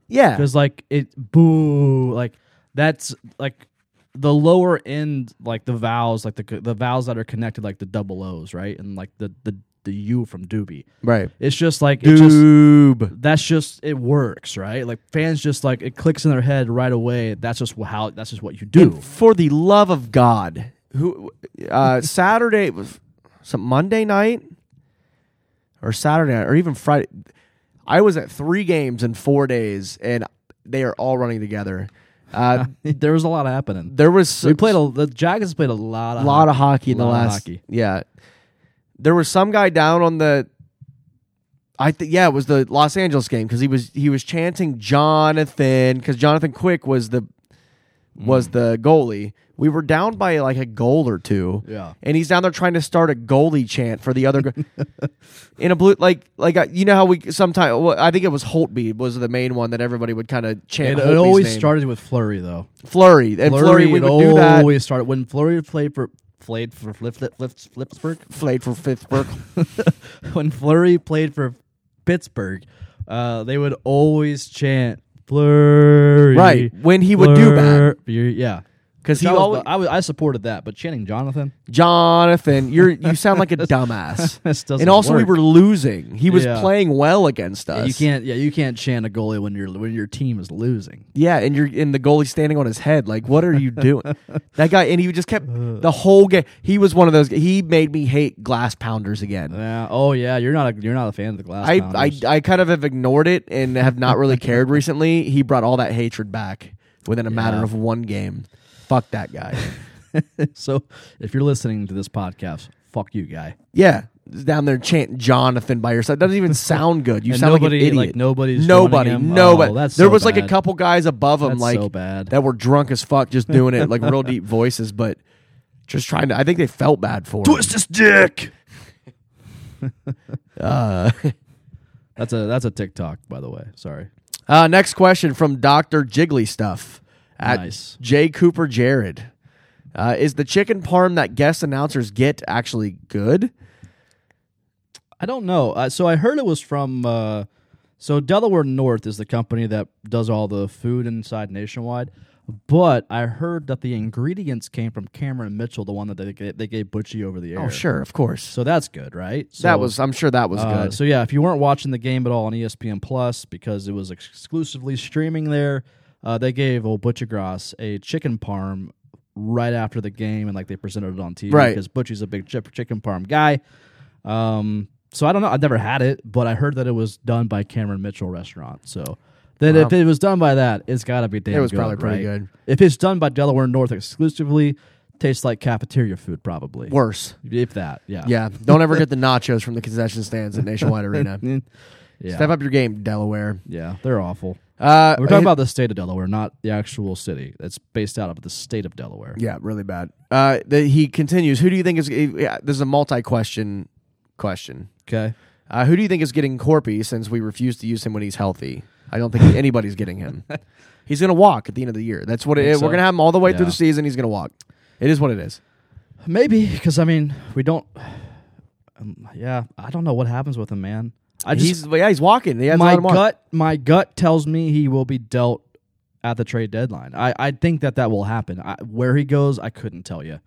Speaker 2: Yeah,
Speaker 1: because like it boo like that's like the lower end like the vowels like the the vowels that are connected like the double o's right and like the the the U from Doobie.
Speaker 2: Right.
Speaker 1: It's just like it just
Speaker 2: Doob.
Speaker 1: that's just it works, right? Like fans just like it clicks in their head right away. That's just wh- how that's just what you do.
Speaker 2: And for the love of God, who uh, Saturday it was some Monday night or Saturday night or even Friday. I was at three games in four days, and they are all running together. Uh,
Speaker 1: there was a lot happening.
Speaker 2: there was some,
Speaker 1: we played a the Jackets played a lot of
Speaker 2: lot of hockey in the
Speaker 1: Lot of
Speaker 2: last.
Speaker 1: hockey.
Speaker 2: Yeah, there was some guy down on the. I think yeah, it was the Los Angeles game because he was he was chanting Jonathan because Jonathan Quick was the
Speaker 1: Mm.
Speaker 2: was the goalie. We were down by like a goal or two.
Speaker 1: Yeah.
Speaker 2: and he's down there trying to start a goalie chant for the other. Go- in a blue like like uh, you know how we sometimes well, I think it was Holtby was the main one that everybody would kind of
Speaker 1: It,
Speaker 2: chant.
Speaker 1: it
Speaker 2: Holtby's
Speaker 1: always
Speaker 2: name.
Speaker 1: started with Flurry though.
Speaker 2: Flurry and Flurry,
Speaker 1: Flurry,
Speaker 2: we
Speaker 1: it
Speaker 2: would do that.
Speaker 1: always started when Flurry played for played for Flip, Flip, Flip, Flipsburg.
Speaker 2: Played for Pittsburgh.
Speaker 1: when Flurry played for Pittsburgh, uh, they would always chant Flurry.
Speaker 2: Right, when he would do that.
Speaker 1: Flurry." Yeah.
Speaker 2: Because he
Speaker 1: I, was,
Speaker 2: always
Speaker 1: I, was, I supported that, but chanting Jonathan.
Speaker 2: Jonathan, you're you sound like a dumbass.
Speaker 1: This doesn't
Speaker 2: and also we
Speaker 1: work.
Speaker 2: were losing. He was
Speaker 1: Yeah.
Speaker 2: playing well against us.
Speaker 1: You can't. Yeah, you can't chant a goalie when your when your team is losing.
Speaker 2: Yeah, and you're and the goalie standing on his head. Like, what are you doing? that guy and he just kept the whole game. He was one of those he made me hate glass pounders again.
Speaker 1: Yeah. Oh yeah. You're not. A, you're not a fan of the glass.
Speaker 2: I, I
Speaker 1: Pounders.
Speaker 2: I kind of have ignored it and have not really cared recently. He brought all that hatred back within a matter
Speaker 1: Yeah.
Speaker 2: of one game. Fuck that guy.
Speaker 1: so if you're listening to this podcast, fuck you, guy.
Speaker 2: yeah. Down there chanting Jonathan by yourself doesn't even sound good. You
Speaker 1: And
Speaker 2: sound
Speaker 1: nobody-
Speaker 2: like an idiot.
Speaker 1: like, nobody's
Speaker 2: nobody,
Speaker 1: joining him?
Speaker 2: nobody.
Speaker 1: Oh, that's
Speaker 2: there
Speaker 1: so
Speaker 2: was like a
Speaker 1: bad.
Speaker 2: couple guys above him,
Speaker 1: That's
Speaker 2: like
Speaker 1: so bad.
Speaker 2: that were drunk as fuck, just doing it like real deep voices, but just trying to. I think they felt bad for him.
Speaker 1: his dick. Uh, that's a that's a TikTok, by the way. Sorry.
Speaker 2: Uh, next question from Doctor Jiggly Stuff at
Speaker 1: Nice.
Speaker 2: J Cooper Jared. Uh, is the chicken parm that guest announcers get actually good?
Speaker 1: I don't know. Uh, so I heard it was from. Uh, so Delaware North is the company that does all the food inside nationwide, but I heard that the ingredients came from Cameron Mitchell, the one that they gave, they gave Butchie over the air.
Speaker 2: Oh, sure, of course.
Speaker 1: So that's good, right? So,
Speaker 2: that was. I'm sure that was
Speaker 1: uh,
Speaker 2: good.
Speaker 1: So yeah, if you weren't watching the game at all on E ESPN Plus because it was exclusively streaming there, uh, they gave old Butcher Gross a chicken parm right after the game, and like they presented it on TV
Speaker 2: Right.
Speaker 1: because Butchie's a big chip, chicken parm guy. Um, so I don't know. I've never had it, but I heard that it was done by Cameron Mitchell Restaurant. So that if it was done by that, it's got to be damn.
Speaker 2: It was
Speaker 1: good,
Speaker 2: probably pretty
Speaker 1: right?
Speaker 2: good.
Speaker 1: If it's done by Delaware North exclusively, tastes like cafeteria food probably.
Speaker 2: Worse.
Speaker 1: If that, yeah,
Speaker 2: Yeah, don't ever get the nachos from the concession stands at Nationwide Arena.
Speaker 1: yeah.
Speaker 2: Step up your game, Delaware.
Speaker 1: Yeah, they're awful.
Speaker 2: Uh,
Speaker 1: We're talking about the state of Delaware, not the actual city that's based out of the state of Delaware.
Speaker 2: yeah, really bad. Uh, the, he continues. Who do you think is? Yeah, this is a multi-question question.
Speaker 1: Okay.
Speaker 2: Uh, who do you think is getting Corpy since we refuse to use him when he's healthy? I don't think anybody's getting him. He's gonna walk at the end of the year. That's what it
Speaker 1: Think
Speaker 2: is. We're
Speaker 1: so?
Speaker 2: gonna have him all the way through
Speaker 1: Yeah.
Speaker 2: the season. He's gonna walk. It is what it is.
Speaker 1: Maybe because I mean we don't. Um, yeah, I don't know what happens with him, man. I just
Speaker 2: he's yeah, he's walking. He has
Speaker 1: my
Speaker 2: a lot of
Speaker 1: gut my gut tells me he will be dealt at the trade deadline. I, I think that that will happen. I, where he goes, I couldn't tell you.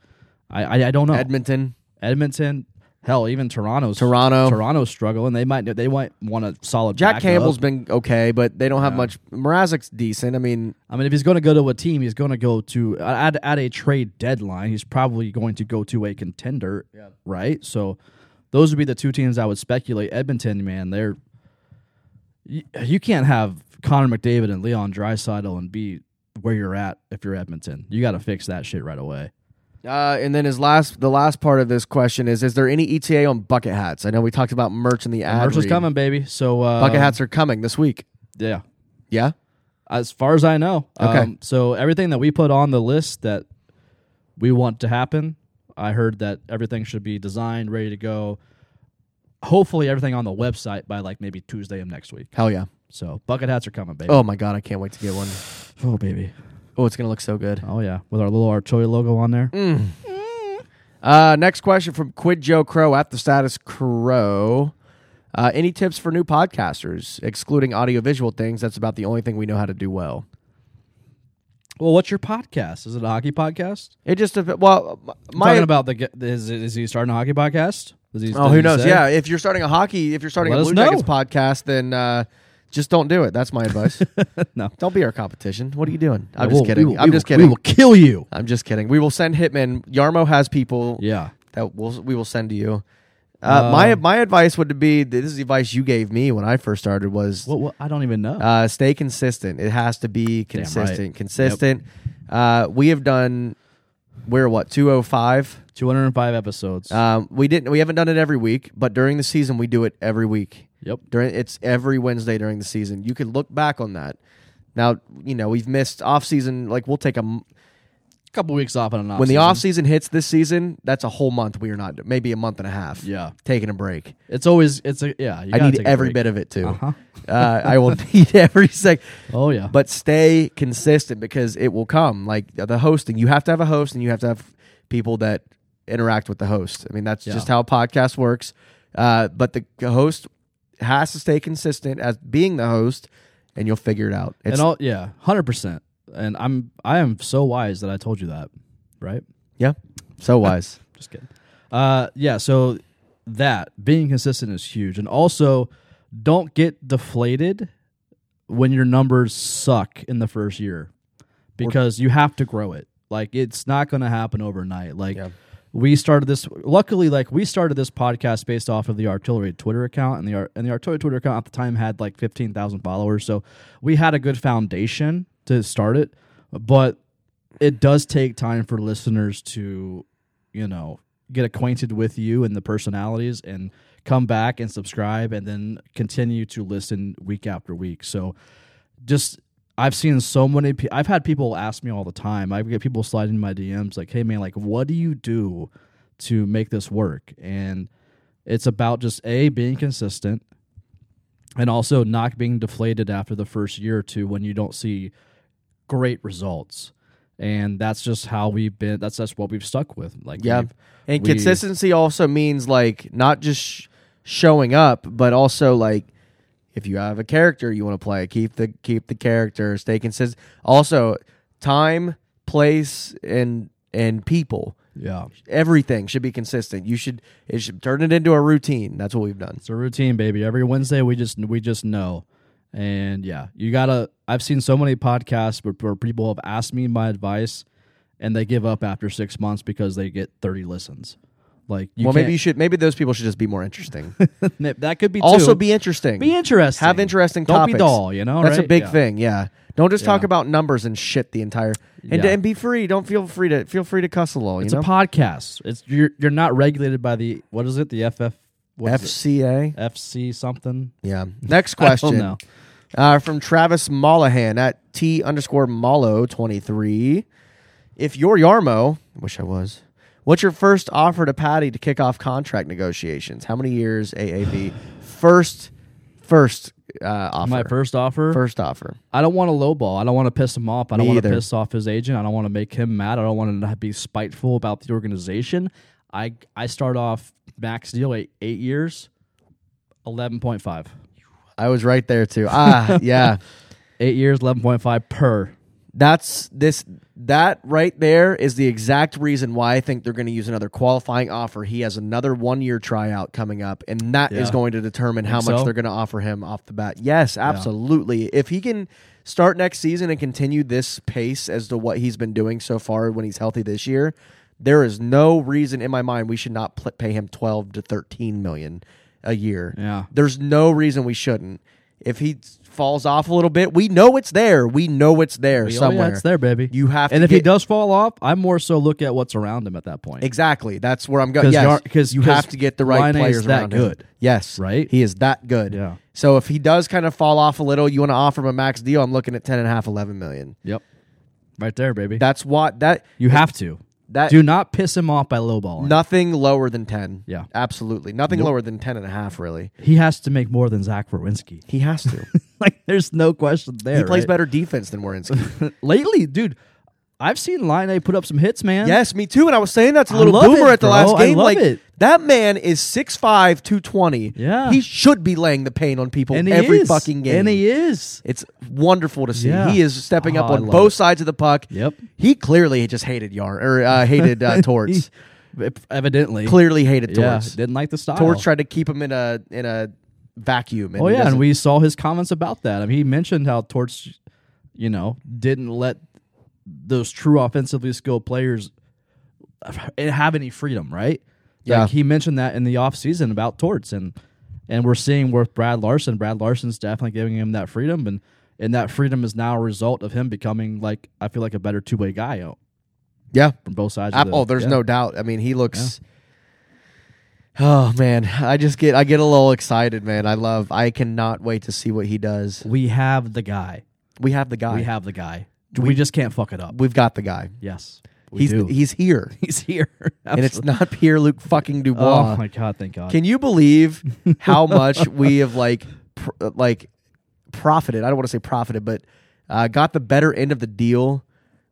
Speaker 1: I I, I don't know.
Speaker 2: Edmonton.
Speaker 1: Edmonton, hell, even Toronto's
Speaker 2: Toronto.
Speaker 1: Toronto's struggling. They might they might want a solid.
Speaker 2: Jack
Speaker 1: backup.
Speaker 2: Campbell's been okay, but they don't have much. Mrazek's decent. I mean,
Speaker 1: I mean, if he's going to go to a team, he's going to go to at, at a trade deadline. He's probably going to go to a contender, right? So, those would be the two teams I would speculate. Edmonton, man, they're you, you can't have Connor McDavid and Leon Drysidle and be where you're at if you're Edmonton. You got to fix that shit right away.
Speaker 2: Uh, and then his last, the last part of this question is: Is there any ETA on bucket hats? I know we talked about merch in the ad.
Speaker 1: Merch is
Speaker 2: read.
Speaker 1: coming, baby. So uh,
Speaker 2: Bucket hats are coming this week.
Speaker 1: yeah.
Speaker 2: Yeah,
Speaker 1: as far as I know.
Speaker 2: Okay.
Speaker 1: Um, so everything that we put on the list that we want to happen, I heard that everything should be designed, ready to go. Hopefully, everything on the website by like maybe Tuesday of next week.
Speaker 2: hell yeah!
Speaker 1: So bucket hats are coming, baby.
Speaker 2: Oh my god, I can't wait to get one.
Speaker 1: Oh, baby.
Speaker 2: Oh, it's gonna look so good.
Speaker 1: Oh yeah, with our little Artoy logo on there.
Speaker 2: Mm. Uh, next question from Quid Joe Crow at the Status Crow. Uh, any tips for new podcasters, excluding audiovisual things? That's about the only thing we know how to do well.
Speaker 1: Well, what's your podcast? Is it a hockey podcast?
Speaker 2: It just dep- well, m-
Speaker 1: I'm
Speaker 2: my
Speaker 1: talking about the g- is is he starting a hockey podcast? Does he,
Speaker 2: oh,
Speaker 1: does
Speaker 2: who
Speaker 1: he
Speaker 2: knows?
Speaker 1: say?
Speaker 2: Yeah, if you're starting a hockey, if you're starting
Speaker 1: Let
Speaker 2: a
Speaker 1: us
Speaker 2: Blue
Speaker 1: know.
Speaker 2: Jackets podcast, then uh, just don't do it. That's my advice.
Speaker 1: No.
Speaker 2: don't be our competition. What are you doing? I'm
Speaker 1: We'll-
Speaker 2: just
Speaker 1: we
Speaker 2: kidding.
Speaker 1: will- we
Speaker 2: I'm just
Speaker 1: will-
Speaker 2: kidding.
Speaker 1: We will kill you.
Speaker 2: I'm just kidding. We will send hitmen. Yarmo has people
Speaker 1: Yeah. Um,
Speaker 2: that we'll, we will send to you. Uh, my my advice would be this is the advice you gave me when I first started was
Speaker 1: What, what I don't even know.
Speaker 2: uh, stay consistent. It has to be
Speaker 1: right.
Speaker 2: consistent. Consistent. Uh, we have done we're what two oh five.
Speaker 1: 205 episodes.
Speaker 2: Um, we didn't. We haven't done it every week, but during the season, we do it every week.
Speaker 1: yep.
Speaker 2: During it's every Wednesday during the season. You can look back on that. Now you know we've missed off season. Like we'll take a m-
Speaker 1: A couple weeks off and an off.
Speaker 2: when the
Speaker 1: season.
Speaker 2: off season hits this season. That's a whole month. We are not maybe a month and a half.
Speaker 1: Yeah.
Speaker 2: taking a break.
Speaker 1: It's always it's a yeah. You
Speaker 2: I
Speaker 1: gotta
Speaker 2: need
Speaker 1: take a
Speaker 2: every
Speaker 1: break. Uh-huh.
Speaker 2: bit of it too. uh I will need every sec.
Speaker 1: Oh yeah.
Speaker 2: But stay consistent because it will come. Like uh, the hosting, you have to have a host and you have to have people that interact with the host. I mean, that's
Speaker 1: Yeah.
Speaker 2: just how a podcast works. Uh, but the host has to stay consistent as being the host, and you'll figure it out. It's,
Speaker 1: and all yeah, hundred percent. And I'm I am so wise that I told you that, right?
Speaker 2: yeah, so wise.
Speaker 1: Just kidding. Uh, yeah. So that being consistent is huge, and also don't get deflated when your numbers suck in the first year, because you have to grow it. Like it's not going to happen overnight. Like
Speaker 2: Yeah.
Speaker 1: we started this. Luckily, like we started this podcast based off of the artillery Twitter account, and the Ar- and the artillery Twitter account at the time had like fifteen thousand followers. So we had a good foundation to start it, but it does take time for listeners to you know get acquainted with you and the personalities and come back and subscribe and then continue to listen week after week so just i've seen so many pe- i've had people ask me all the time i get people sliding my dms like hey man like what do you do to make this work and it's about just a being consistent and also not being deflated after the first year or two when you don't see great results and that's just how we've been that's that's what we've stuck with like
Speaker 2: Yeah.
Speaker 1: we've-
Speaker 2: And
Speaker 1: we-
Speaker 2: consistency also means like not just sh- showing up, but also like if you have a character you want to play, keep the keep the character, stay consistent. Also, time, place, and and people,
Speaker 1: yeah
Speaker 2: everything should be consistent. You should it should turn it into a routine. That's what we've done.
Speaker 1: It's a routine, baby. Every Wednesday, we just we just know, and yeah, you gotta. I've seen so many podcasts where, where people have asked me my advice, and they give up after six months because they get thirty listens. Like, you
Speaker 2: well, maybe you
Speaker 1: can't-
Speaker 2: should. Maybe those people should just be more interesting.
Speaker 1: that could be
Speaker 2: also,
Speaker 1: too.
Speaker 2: be interesting.
Speaker 1: be interesting.
Speaker 2: Have interesting
Speaker 1: Don't
Speaker 2: topics.
Speaker 1: be dull. You know
Speaker 2: That's a
Speaker 1: right?
Speaker 2: big
Speaker 1: Yeah.
Speaker 2: thing. Yeah. Don't just talk
Speaker 1: Yeah.
Speaker 2: about numbers and shit the entire and,
Speaker 1: Yeah.
Speaker 2: and be free. Don't feel free to feel free to cuss a little. You
Speaker 1: It's
Speaker 2: know,
Speaker 1: a podcast. It's you're you're not regulated by the what is it? The FF what is
Speaker 2: FCA.
Speaker 1: it? FC something.
Speaker 2: Yeah. Next
Speaker 1: I don't
Speaker 2: question
Speaker 1: know.
Speaker 2: Uh, from Travis Mollahan at T underscore Mollo twenty three. If you're Yarmo, wish I was. What's your first offer to Patty to kick off contract negotiations? How many years AAV? first, first uh, offer.
Speaker 1: My first offer.
Speaker 2: first offer.
Speaker 1: I don't want to lowball. I don't want to piss him off. I don't
Speaker 2: Me
Speaker 1: want to
Speaker 2: either.
Speaker 1: piss off his agent. I don't want to make him mad. I don't want to be spiteful about the organization. I I start off max deal eight eight years, eleven point five.
Speaker 2: I was right there too. Ah, yeah.
Speaker 1: Eight years, eleven point five per.
Speaker 2: That's this that right there is the exact reason why I think they're going to use another qualifying offer. He has another one year tryout coming up, and that is
Speaker 1: Yeah.
Speaker 2: going to determine how
Speaker 1: Think
Speaker 2: much
Speaker 1: so?
Speaker 2: they're going to offer him off the bat. Yes, absolutely. If he can start next season and continue this pace as to what he's been doing so far when he's healthy this year, there is no reason in my mind we should not pl- pay him twelve to thirteen million a year.
Speaker 1: Yeah.
Speaker 2: There's no reason we shouldn't. If he falls off a little bit, we know it's there. We know it's there
Speaker 1: Oh, yeah,
Speaker 2: somewhere.
Speaker 1: it's there, baby.
Speaker 2: You have
Speaker 1: and
Speaker 2: to
Speaker 1: if he
Speaker 2: get-
Speaker 1: does fall off, I more so look at what's around him at that point.
Speaker 2: Exactly. That's where I'm
Speaker 1: Because
Speaker 2: going. Yes,
Speaker 1: Yar- 'cause-
Speaker 2: you
Speaker 1: 'cause
Speaker 2: have to get the right
Speaker 1: Laine is
Speaker 2: players
Speaker 1: that
Speaker 2: around him.
Speaker 1: good.
Speaker 2: Yes,
Speaker 1: Right?
Speaker 2: He is that good.
Speaker 1: Yeah.
Speaker 2: So if he does kind of fall off a little, you want to offer him a max deal. I'm looking at 10 and a half, 11 million.
Speaker 1: Yep, right there, baby.
Speaker 2: That's what that
Speaker 1: you have to.
Speaker 2: that
Speaker 1: Do not piss him off by lowballing.
Speaker 2: nothing lower than 10.
Speaker 1: Yeah.
Speaker 2: absolutely nothing lower than 10 and a half. Really,
Speaker 1: He has to make more than Zach Wierenski.
Speaker 2: he has to.
Speaker 1: like, there's no question there.
Speaker 2: he plays
Speaker 1: right?
Speaker 2: better defense than Warinsky.
Speaker 1: lately, dude. I've seen Line A put up some hits, man.
Speaker 2: Yes, me too. And I was saying that to
Speaker 1: I
Speaker 2: little
Speaker 1: love
Speaker 2: boomer
Speaker 1: it,
Speaker 2: at the
Speaker 1: bro.
Speaker 2: last
Speaker 1: I
Speaker 2: game.
Speaker 1: love
Speaker 2: like
Speaker 1: it.
Speaker 2: that man is 6'5", 220.
Speaker 1: Yeah.
Speaker 2: he should be laying the pain on people
Speaker 1: and he
Speaker 2: every
Speaker 1: is.
Speaker 2: fucking game.
Speaker 1: and he is.
Speaker 2: It's wonderful to see.
Speaker 1: Yeah.
Speaker 2: He is stepping up
Speaker 1: Oh, I
Speaker 2: on
Speaker 1: love
Speaker 2: both
Speaker 1: it.
Speaker 2: sides of the puck.
Speaker 1: Yep.
Speaker 2: He clearly just hated Yarn or uh, hated uh, Torts.
Speaker 1: Evidently,
Speaker 2: clearly hated
Speaker 1: yeah,
Speaker 2: Torts.
Speaker 1: didn't like the style.
Speaker 2: Torts tried to keep him in a in a vacuum. And
Speaker 1: Oh
Speaker 2: he
Speaker 1: yeah, and
Speaker 2: doesn't-
Speaker 1: we saw his comments about that. I mean, he mentioned how Torch, you know, didn't let those true offensively skilled players have any freedom, right?
Speaker 2: Yeah.
Speaker 1: Like he mentioned that in the offseason about Torts and and we're seeing with Brad Larson, Brad Larson's definitely giving him that freedom and and that freedom is now a result of him becoming like I feel like a better two-way guy out
Speaker 2: yeah.
Speaker 1: from both sides
Speaker 2: I-
Speaker 1: of the
Speaker 2: oh, there's
Speaker 1: yeah.
Speaker 2: no doubt. I mean, he looks. Oh man, I just get I get a little excited, man. I love. I cannot wait to see what he does.
Speaker 1: we have the guy.
Speaker 2: We have the guy.
Speaker 1: We have the guy. We just can't fuck it up.
Speaker 2: We've got the guy.
Speaker 1: Yes. We
Speaker 2: He's
Speaker 1: do.
Speaker 2: he's here,
Speaker 1: he's here.
Speaker 2: and it's not Pierre Luc fucking Dubois.
Speaker 1: Oh my god! Thank God.
Speaker 2: Uh, Can you believe how much we have like pr- like profited? I don't want to say profited, but uh, got the better end of the deal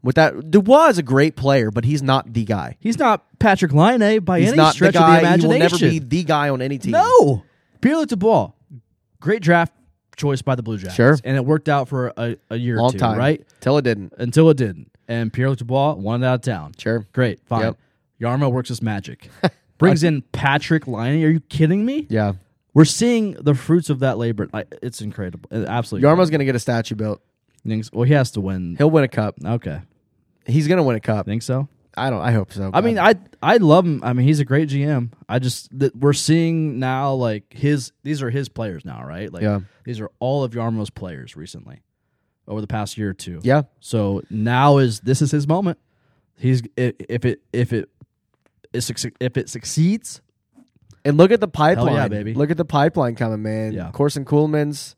Speaker 2: with that. Dubois is a great player, but he's not the guy.
Speaker 1: he's not Patrick Line eh, by
Speaker 2: He's
Speaker 1: any
Speaker 2: not the
Speaker 1: stretch
Speaker 2: guy.
Speaker 1: of the
Speaker 2: he will
Speaker 1: imagination.
Speaker 2: never be the guy on any team.
Speaker 1: no, Pierre Luc Dubois, great draft choice by the Blue Jackets.
Speaker 2: Sure.
Speaker 1: and it worked out for a, a year or
Speaker 2: long
Speaker 1: two,
Speaker 2: time,
Speaker 1: right?
Speaker 2: Till it didn't.
Speaker 1: Until it didn't, and Pierre Luc Dubois wanted out of town.
Speaker 2: Sure.
Speaker 1: great, fine.
Speaker 2: Yep.
Speaker 1: Yarmo works his magic, brings in Patrick Line. Are you kidding me?
Speaker 2: Yeah,
Speaker 1: We're seeing the fruits of that labor. I, it's incredible, It- absolutely.
Speaker 2: Yarmo's gonna get a statue built.
Speaker 1: Yarmo, well, he has to win.
Speaker 2: He'll win a cup.
Speaker 1: Okay,
Speaker 2: He's gonna win a cup.
Speaker 1: think so.
Speaker 2: I don't. I hope so.
Speaker 1: I mean, I I love him. I mean, he's a great GM. I just that we're seeing now like his these are his players now, right? Like
Speaker 2: Yeah.
Speaker 1: these are all of Yarmo's players recently over the past year or two.
Speaker 2: yeah.
Speaker 1: So now is this is his moment. He's i- if it if it is succe- if it succeeds,
Speaker 2: And look at the pipeline,
Speaker 1: baby.
Speaker 2: Look at the pipeline coming, man.
Speaker 1: Yeah.
Speaker 2: Corson Coolman's,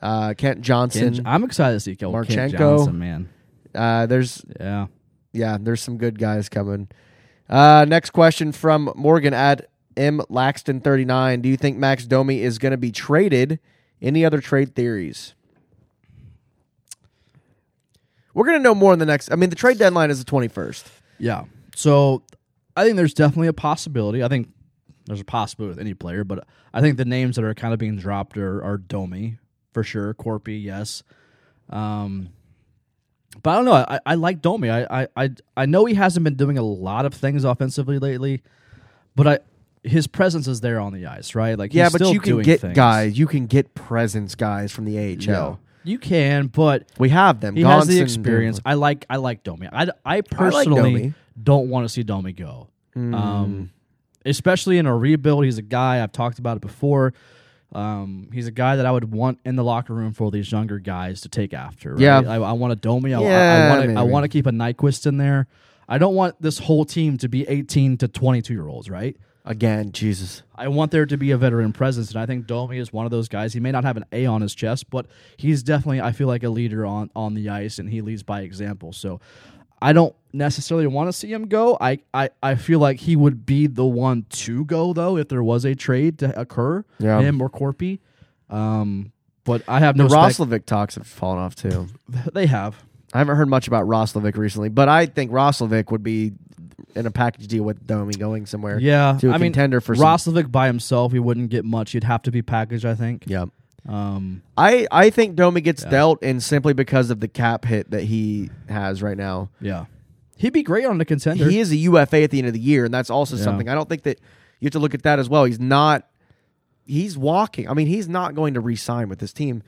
Speaker 2: uh, Kent Johnson.
Speaker 1: Ken- I'm excited to see Kel- Kent
Speaker 2: Marchenko.
Speaker 1: Johnson, man.
Speaker 2: uh, there's
Speaker 1: Yeah.
Speaker 2: yeah, there's some good guys coming. Uh, next question from Morgan at M Laxton thirty nine. Do you think Max Domi is going to be traded? Any other trade theories? We're going to know more in the next. I mean, the trade deadline is the twenty first.
Speaker 1: Yeah. So I think there's definitely a possibility. I think there's a possibility with any player, but I think the names that are kind of being dropped are, are Domi for sure, Corpy, yes. Um, but I don't know. I, I like Domi. I, I I I know he hasn't been doing a lot of things offensively lately, but I his presence is there on the ice, right? Like
Speaker 2: Yeah,
Speaker 1: he's
Speaker 2: but
Speaker 1: still
Speaker 2: you can
Speaker 1: doing
Speaker 2: get
Speaker 1: things.
Speaker 2: guys. You can get presence guys from the AHL.
Speaker 1: Yeah. You can, but
Speaker 2: We have them.
Speaker 1: he has
Speaker 2: Gonson,
Speaker 1: the experience. I like I like Domi. I, I personally
Speaker 2: Domi. Mm.
Speaker 1: don't want to see Domi go. Um, especially in a rebuild, he's a guy I've talked about it before. Um, he's a guy that I would want in the locker room for these younger guys to take after. Right?
Speaker 2: Yeah.
Speaker 1: I, I want a Domi. I,
Speaker 2: Yeah,
Speaker 1: I, I want to. I
Speaker 2: maybe.
Speaker 1: want to keep a Nyquist in there. I don't want this whole team to be 18 to 22 year olds, right?
Speaker 2: again. Jesus,
Speaker 1: I want there to be a veteran presence, and I think Domi is one of those guys. He may not have an A on his chest, but he's definitely, I feel like, a leader on on the ice, and he leads by example. So I don't necessarily want to see him go. I, I I feel like he would be the one to go though if there was a trade to occur,
Speaker 2: Yeah.
Speaker 1: him or Corpy. Um, but I have no
Speaker 2: the
Speaker 1: respect.
Speaker 2: Roslovic talks have fallen off too.
Speaker 1: They have.
Speaker 2: I haven't heard much about Roslovic recently, but I think Roslovic would be in a package deal with Domi going somewhere.
Speaker 1: Yeah,
Speaker 2: to a
Speaker 1: I mean,
Speaker 2: contender for some-
Speaker 1: Roslovic by himself, he wouldn't get much. He'd have to be packaged, I think.
Speaker 2: yeah.
Speaker 1: Um,
Speaker 2: I, I think Domi gets dealt, and simply because of the cap hit that he has right now,
Speaker 1: yeah, he'd be great on the contender.
Speaker 2: he is a UFA at the end of the year, and that's also
Speaker 1: Yeah.
Speaker 2: something I don't think that you have to look at that as well. He's not, he's walking. I mean, he's not going to re-sign with this team,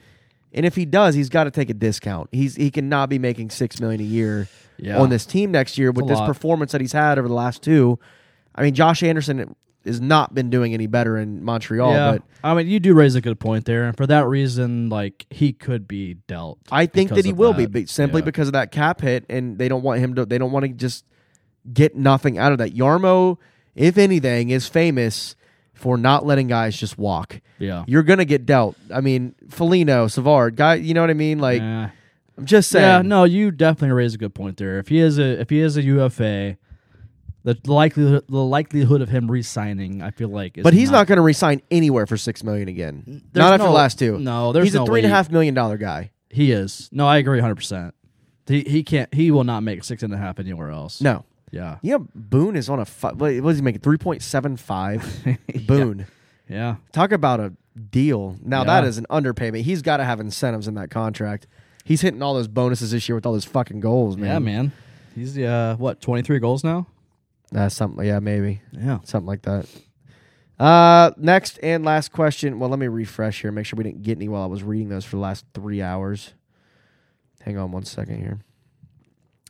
Speaker 2: and if he does, he's got to take a discount. He's he cannot be making six million a year
Speaker 1: Yeah.
Speaker 2: on this team next year with
Speaker 1: a
Speaker 2: this
Speaker 1: lot.
Speaker 2: performance that he's had over the last two. I mean, Josh Anderson has not been doing any better in Montreal, but
Speaker 1: I mean, you do raise a good point there, and for that reason, like he could be dealt.
Speaker 2: I think that
Speaker 1: because
Speaker 2: he
Speaker 1: of
Speaker 2: will
Speaker 1: that.
Speaker 2: be be simply
Speaker 1: Yeah.
Speaker 2: because of that cap hit, and they don't want him to. They don't want to just get nothing out of that. Yarmo, if anything, is famous for not letting guys just walk.
Speaker 1: yeah,
Speaker 2: You're gonna get dealt. I mean, Felino, Savard, guy. You know what I mean? Like,
Speaker 1: Eh.
Speaker 2: I'm just saying.
Speaker 1: yeah, no, you definitely raise a good point there. If he is a if he is a UFA, the likelihood the likelihood of him re-signing, I feel like, is
Speaker 2: but he's not, gonna resign anywhere for six million again.
Speaker 1: There's
Speaker 2: Not after
Speaker 1: no-
Speaker 2: the last two.
Speaker 1: no, there's
Speaker 2: he's
Speaker 1: no
Speaker 2: a three and a
Speaker 1: way.
Speaker 2: half million dollar guy.
Speaker 1: He is. No, I agree, hundred percent. He, he can't. He will not make six and a half anywhere else.
Speaker 2: No.
Speaker 1: Yeah.
Speaker 2: You know, Boone is on a. Fi- what was he making? 3.75? Boone.
Speaker 1: Yeah.
Speaker 2: Talk about a deal. Now, that
Speaker 1: Yeah.
Speaker 2: is an underpayment. He's got to have incentives in that contract. He's hitting all those bonuses this year with all those fucking goals, man.
Speaker 1: Yeah, man. He's uh what twenty three goals now.
Speaker 2: Uh, something, yeah, maybe.
Speaker 1: Yeah.
Speaker 2: Something like that. Uh, next and last question. Well, let me refresh here. Make sure we didn't get any while I was reading those for the last three hours. Hang on one second here.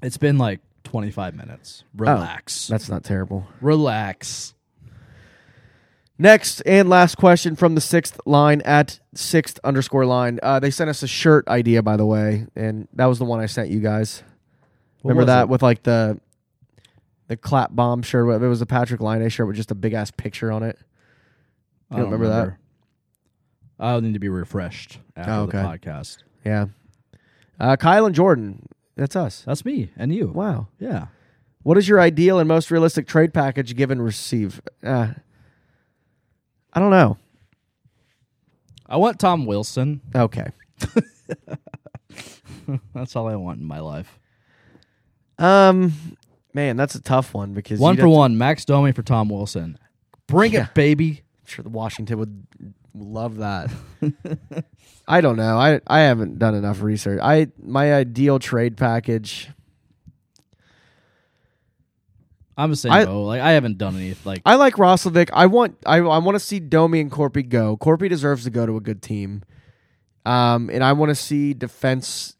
Speaker 1: It's been like twenty five
Speaker 2: Oh.
Speaker 1: minutes. Relax.
Speaker 2: That's not terrible.
Speaker 1: Relax.
Speaker 2: Next and last question from the sixth line at sixth underscore line. Uh, they sent us a shirt idea, by the way, and that was the one I sent you guys.
Speaker 1: What
Speaker 2: Remember
Speaker 1: was
Speaker 2: that
Speaker 1: it?
Speaker 2: with like the the clap bomb shirt? It was a Patrick Line shirt with just a big ass picture on it.
Speaker 1: I
Speaker 2: You don't remember that?
Speaker 1: that. I'll need to be refreshed after
Speaker 2: Oh,
Speaker 1: the
Speaker 2: okay.
Speaker 1: podcast.
Speaker 2: Yeah, uh, Kyle and Jordan. That's us.
Speaker 1: That's me and you.
Speaker 2: Wow.
Speaker 1: Yeah.
Speaker 2: What is your ideal and most realistic trade package given receive? Uh, I don't know.
Speaker 1: I want Tom Wilson.
Speaker 2: Okay.
Speaker 1: That's all I want in my life.
Speaker 2: Um, man, that's a tough one because
Speaker 1: One
Speaker 2: you'd
Speaker 1: for
Speaker 2: have to-
Speaker 1: one, Max Domi for Tom Wilson. Bring
Speaker 2: Yeah.
Speaker 1: it, baby.
Speaker 2: I'm sure the Washington would love that. I don't know. I I haven't done enough research. I my ideal trade package.
Speaker 1: I'm the same
Speaker 2: I-
Speaker 1: boat. Like I haven't done any like
Speaker 2: I like Roslovic. I want I I want to see Domi and Corpy go. Corpy deserves to go to a good team. Um, and I want to see defense,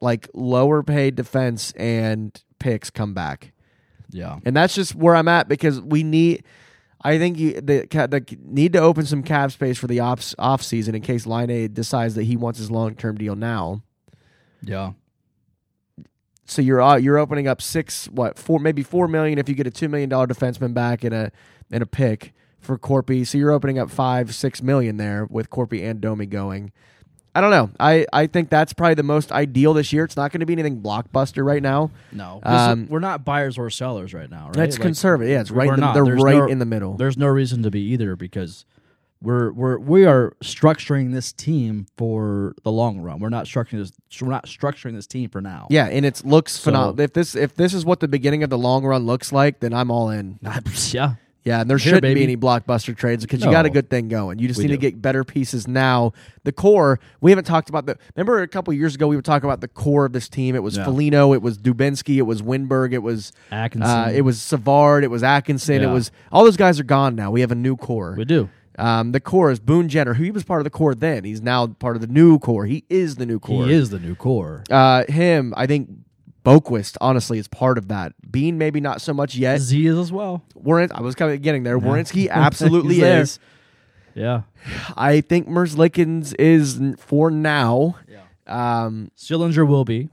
Speaker 2: like lower paid defense and picks come back.
Speaker 1: yeah.
Speaker 2: And that's just where I'm at because we need. I think you the, ca- the need to open some cap space for the ops off season in case Line A decides that he wants his long term deal now.
Speaker 1: Yeah.
Speaker 2: So you're uh, you're opening up six what four maybe four million if you get a two million dollar defenseman back and a and a pick for Corpy. So you're opening up five six million there with Corpy and Domi going. I don't know. I, I think that's probably the most ideal this year. It's not going to be anything blockbuster right now.
Speaker 1: No. 'Cause
Speaker 2: Um,
Speaker 1: we're not buyers or sellers right now, right?
Speaker 2: That's
Speaker 1: Like,
Speaker 2: conservative. Yeah, it's right.
Speaker 1: we're
Speaker 2: In the,
Speaker 1: not.
Speaker 2: they're
Speaker 1: There's
Speaker 2: right
Speaker 1: no-
Speaker 2: in the middle.
Speaker 1: There's no reason to be either because we're we're we are structuring this team for the long run. We're not structuring this. We're not structuring this team for now.
Speaker 2: Yeah, and it looks
Speaker 1: So-
Speaker 2: phenomenal. If this if this is what the beginning of the long run looks like, then I'm all in.
Speaker 1: yeah.
Speaker 2: Yeah, and there
Speaker 1: Here,
Speaker 2: shouldn't
Speaker 1: baby.
Speaker 2: be any blockbuster trades because you got a
Speaker 1: No.
Speaker 2: good thing going. You just
Speaker 1: We
Speaker 2: need to
Speaker 1: do.
Speaker 2: get better pieces now. The core we haven't talked about the. Remember a couple years ago we were talking about the core of this team. It was
Speaker 1: Yeah.
Speaker 2: Felino, it was Dubinsky, it was Winberg, it was
Speaker 1: Atkinson.
Speaker 2: uh, it was Savard, it was Atkinson,
Speaker 1: Yeah.
Speaker 2: it was all those guys are gone now. We have a new core.
Speaker 1: we do.
Speaker 2: Um, the core is Boone Jenner, who he was part of the core then. He's now part of the new core. He is the new core.
Speaker 1: He is the new core.
Speaker 2: Uh, him, I think Boquist honestly is part of that. Bean maybe not so much yet.
Speaker 1: Z is as well.
Speaker 2: Warren, I was kind of getting there. Warinsky absolutely
Speaker 1: He's there.
Speaker 2: is.
Speaker 1: Yeah.
Speaker 2: I think Merzlikens is n- for now. Um,
Speaker 1: Sillinger will be.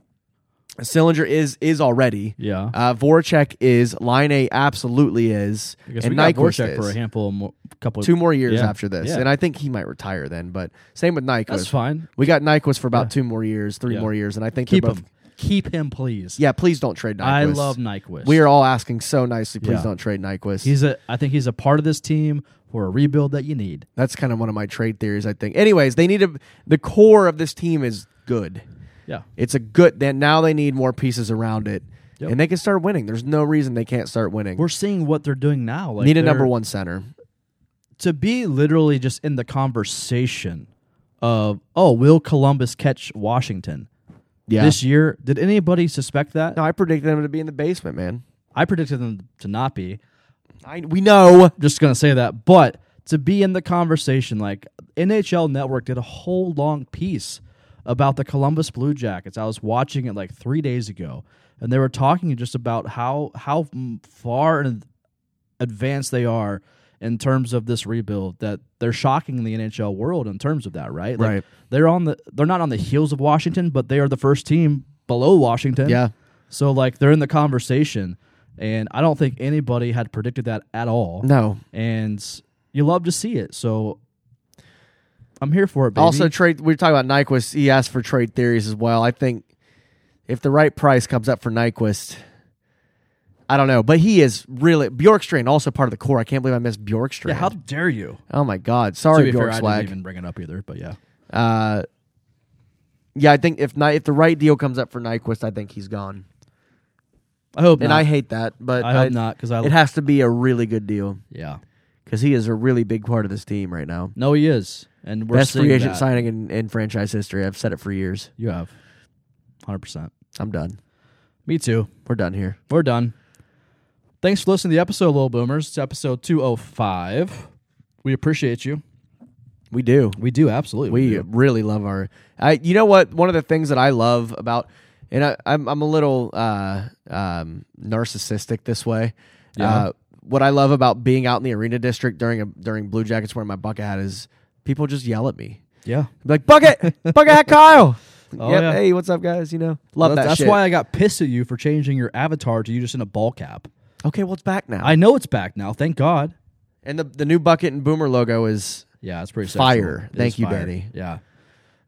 Speaker 2: Sillinger is is already.
Speaker 1: Yeah.
Speaker 2: Uh, Voracek is. Line A absolutely is.
Speaker 1: I guess
Speaker 2: and
Speaker 1: we got
Speaker 2: Nyquist
Speaker 1: Voracek
Speaker 2: is.
Speaker 1: for a handful, of mo- couple,
Speaker 2: Two more years
Speaker 1: Yeah.
Speaker 2: after this,
Speaker 1: Yeah.
Speaker 2: and I think he might retire then. But same with Nyquist.
Speaker 1: That's fine.
Speaker 2: We got Nyquist for about two more years, three
Speaker 1: Yeah.
Speaker 2: more years, and I think they're
Speaker 1: Keep
Speaker 2: both,
Speaker 1: him. Keep him, please.
Speaker 2: Yeah, please don't trade Nyquist.
Speaker 1: I love Nyquist.
Speaker 2: We are all asking so nicely. Please
Speaker 1: Yeah.
Speaker 2: don't trade Nyquist.
Speaker 1: He's a. I think he's a part of this team for a rebuild that you need.
Speaker 2: That's kind of one of my trade theories. I think. Anyways, they need a. The core of this team is good.
Speaker 1: Yeah.
Speaker 2: It's a good. Then now they need more pieces around it,
Speaker 1: Yep.
Speaker 2: and they can start winning. There's no reason they can't start winning.
Speaker 1: We're seeing what they're doing now. Like
Speaker 2: need a
Speaker 1: they're-
Speaker 2: number one center.
Speaker 1: to be literally just in the conversation of oh, will Columbus catch Washington
Speaker 2: Yeah.
Speaker 1: this year? Did anybody suspect that?
Speaker 2: no, I predicted them to be in the basement, man.
Speaker 1: I predicted them to not be.
Speaker 2: I, we know.
Speaker 1: just gonna say that. But to be in the conversation, like NHL Network did a whole long piece about the Columbus Blue Jackets. I was watching it like three days ago, and they were talking just about how how mm, far in advanced they are in terms of this rebuild. That they're shocking the NHL world in terms of that, right? Like,
Speaker 2: Right.
Speaker 1: They're on the they're not on the heels of Washington, but they are the first team below Washington.
Speaker 2: Yeah.
Speaker 1: So like they're in the conversation, and I don't think anybody had predicted that at all
Speaker 2: No.
Speaker 1: and you love to see it. So I'm here for it, baby.
Speaker 2: Also, trade. We were talking about Nyquist. He asked for trade theories as well. I think if the right price comes up for Nyquist, I don't know, but he is really Bjorkstrand also part of the core. I can't believe I missed Bjorkstrand.
Speaker 1: yeah, how dare you?
Speaker 2: oh my God!
Speaker 1: To
Speaker 2: Sorry,
Speaker 1: be fair, I didn't
Speaker 2: Bjorkslag.
Speaker 1: even bring it up either, but yeah,
Speaker 2: Uh, yeah, I think if Ny- if the right deal comes up for Nyquist, I think he's gone.
Speaker 1: I hope
Speaker 2: And
Speaker 1: not.
Speaker 2: I hate that, but
Speaker 1: I hope not because I
Speaker 2: it has to be a really good deal
Speaker 1: yeah.
Speaker 2: because he is a really big part of this team right now.
Speaker 1: No, he is, and we're
Speaker 2: Best
Speaker 1: seeing
Speaker 2: free agent
Speaker 1: that.
Speaker 2: signing in, in franchise history. I've said it for years.
Speaker 1: You have, hundred percent.
Speaker 2: I'm done.
Speaker 1: Me too.
Speaker 2: We're done here.
Speaker 1: We're done. Thanks for listening to the episode, Little Boomers. It's episode two oh five. We appreciate you.
Speaker 2: We do.
Speaker 1: We do absolutely.
Speaker 2: We
Speaker 1: do.
Speaker 2: really love our. I you know what? One of the things that I love about, and I, I'm I'm a little uh, um, narcissistic this way. Uh, what I love about being out in the arena district during a during Blue Jackets wearing my bucket hat is people just yell at me,
Speaker 1: yeah.
Speaker 2: like bucket bucket hat Kyle.
Speaker 1: Oh,
Speaker 2: Yep,
Speaker 1: yeah.
Speaker 2: Hey, what's up, guys? You know, love that.
Speaker 1: that's that's
Speaker 2: shit.
Speaker 1: why I got pissed at you for changing your avatar to you just in a ball cap.
Speaker 2: okay, well it's back now.
Speaker 1: I know it's back now. Thank God.
Speaker 2: and the the new bucket and boomer logo is
Speaker 1: Yeah, it's pretty sexual.
Speaker 2: Fire.
Speaker 1: It
Speaker 2: Thank
Speaker 1: is
Speaker 2: you, Daddy.
Speaker 1: Yeah.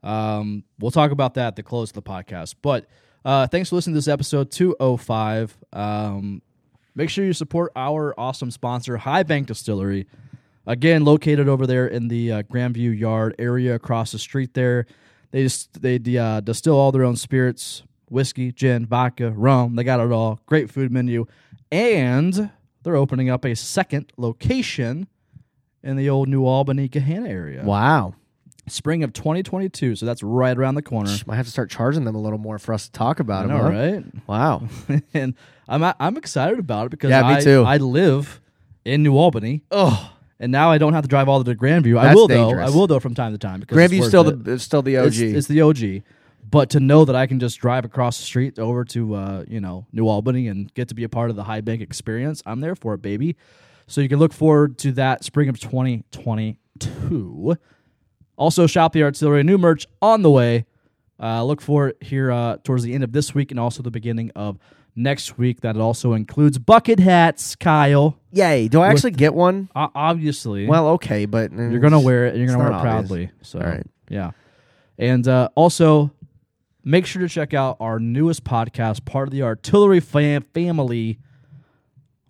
Speaker 1: Um, we'll talk about that at the close of the podcast. But uh, thanks for listening to this episode 205. Um, make sure you support our awesome sponsor, High Bank Distillery. Again, located over there in the uh, Grandview Yard area across the street there. They just they uh, distill all their own spirits, whiskey, gin, vodka, rum. They got it all. Great food menu. And they're opening up a second location in the old New Albany Gahanna area.
Speaker 2: wow.
Speaker 1: Spring of 2022, so that's right around the corner.
Speaker 2: Might have to start charging them a little more for us to talk about
Speaker 1: I
Speaker 2: them.
Speaker 1: know,
Speaker 2: huh?
Speaker 1: right?
Speaker 2: Wow.
Speaker 1: and I'm I'm excited about it because
Speaker 2: Yeah, me
Speaker 1: I,
Speaker 2: too.
Speaker 1: I live in New Albany,
Speaker 2: Oh,
Speaker 1: and now I don't have to drive all the way to Grandview. I
Speaker 2: That's
Speaker 1: will
Speaker 2: dangerous.
Speaker 1: though. I will though from time to time. Because it's
Speaker 2: Grandview's
Speaker 1: worth
Speaker 2: still
Speaker 1: it.
Speaker 2: the still the OG.
Speaker 1: It's, it's the OG. But to know that I can just drive across the street over to uh, you know New Albany and get to be a part of the High Bank experience, I'm there for it, baby. So you can look forward to that spring of 2022. Also, shop the artillery new merch on the way. Uh, look for it here uh, towards the end of this week and also the beginning of next week. That also includes bucket hats, Kyle.
Speaker 2: Yay! Do I actually get one?
Speaker 1: O- obviously,
Speaker 2: Well, okay, but mm,
Speaker 1: you're gonna wear it, and you're
Speaker 2: it's
Speaker 1: gonna wear
Speaker 2: not
Speaker 1: it
Speaker 2: obvious.
Speaker 1: proudly. So,
Speaker 2: All right.
Speaker 1: yeah. And uh, also, make sure to check out our newest podcast, part of the Artillery fam- family,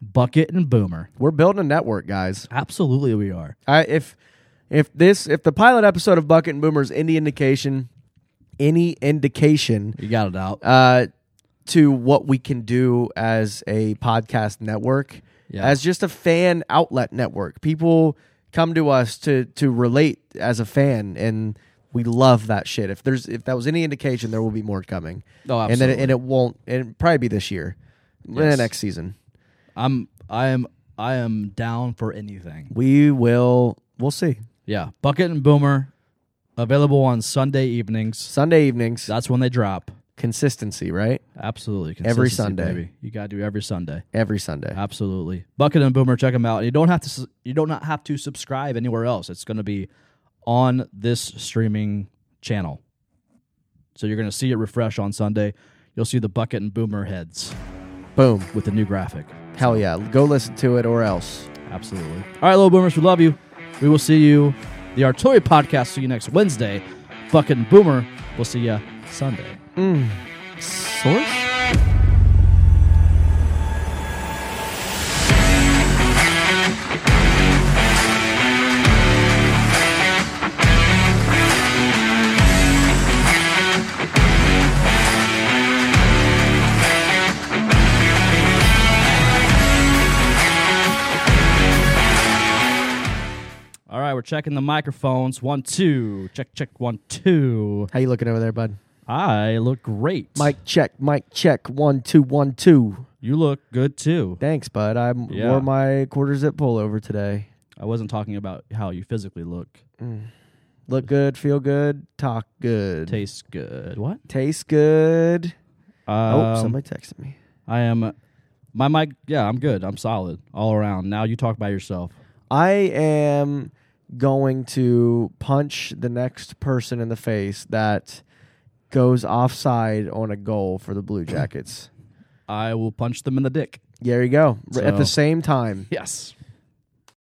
Speaker 1: Bucket and Boomer.
Speaker 2: We're building a network, guys.
Speaker 1: Absolutely, we are.
Speaker 2: I, if if this if the pilot episode of Bucket and Boomers any indication, any indication
Speaker 1: You got it out.
Speaker 2: uh, to what we can do as a podcast network,
Speaker 1: Yeah.
Speaker 2: as just a fan outlet network. People come to us to to relate as a fan, and we love that shit. If there's if that was any indication, there will be more coming.
Speaker 1: Oh,
Speaker 2: and then it, and it won't. And probably be this year, Eh, next season.
Speaker 1: I'm, I am, I am down for anything.
Speaker 2: We will. We'll see.
Speaker 1: Yeah, Bucket and Boomer, available on Sunday evenings.
Speaker 2: Sunday evenings,
Speaker 1: That's when they drop.
Speaker 2: consistency, right?
Speaker 1: Absolutely,
Speaker 2: Every
Speaker 1: Consistency,
Speaker 2: Sunday.
Speaker 1: baby. You got to do every Sunday.
Speaker 2: Every Sunday.
Speaker 1: Uh, Absolutely. Bucket and Boomer, check them out. You don't have to. s- You don't not have to subscribe anywhere else. It's going to be on this streaming channel, so you're going to see it refresh on Sunday. You'll see the Bucket and Boomer heads
Speaker 2: Boom.
Speaker 1: with the new graphic.
Speaker 2: Hell yeah. Go listen to it or else.
Speaker 1: Absolutely. All right, little boomers, we love you. We will see you. The Artillery Podcast. See you next Wednesday. Bucket and Boomer. We'll see you Sunday.
Speaker 2: Source.
Speaker 1: All right, we're checking the microphones. One, two. Check, check. One, two.
Speaker 2: How you looking over there, bud?
Speaker 1: I look great.
Speaker 2: Mic check. Mic check. One two one two.
Speaker 1: you look good too.
Speaker 2: Thanks, bud. I m-
Speaker 1: Yeah.
Speaker 2: wore my quarter zip pullover today.
Speaker 1: I wasn't talking about how you physically look.
Speaker 2: Look good. Feel good. Talk good.
Speaker 1: Tastes good. What?
Speaker 2: Taste good.
Speaker 1: Um,
Speaker 2: oh, somebody texted me.
Speaker 1: I am. uh, My mic. Yeah, I'm good. I'm solid all around. Now you talk by yourself.
Speaker 2: I am going to punch the next person in the face that goes offside on a goal for the Blue Jackets.
Speaker 1: I will punch them in the dick.
Speaker 2: there you go. R- At the
Speaker 1: So-
Speaker 2: same time.
Speaker 1: Yes.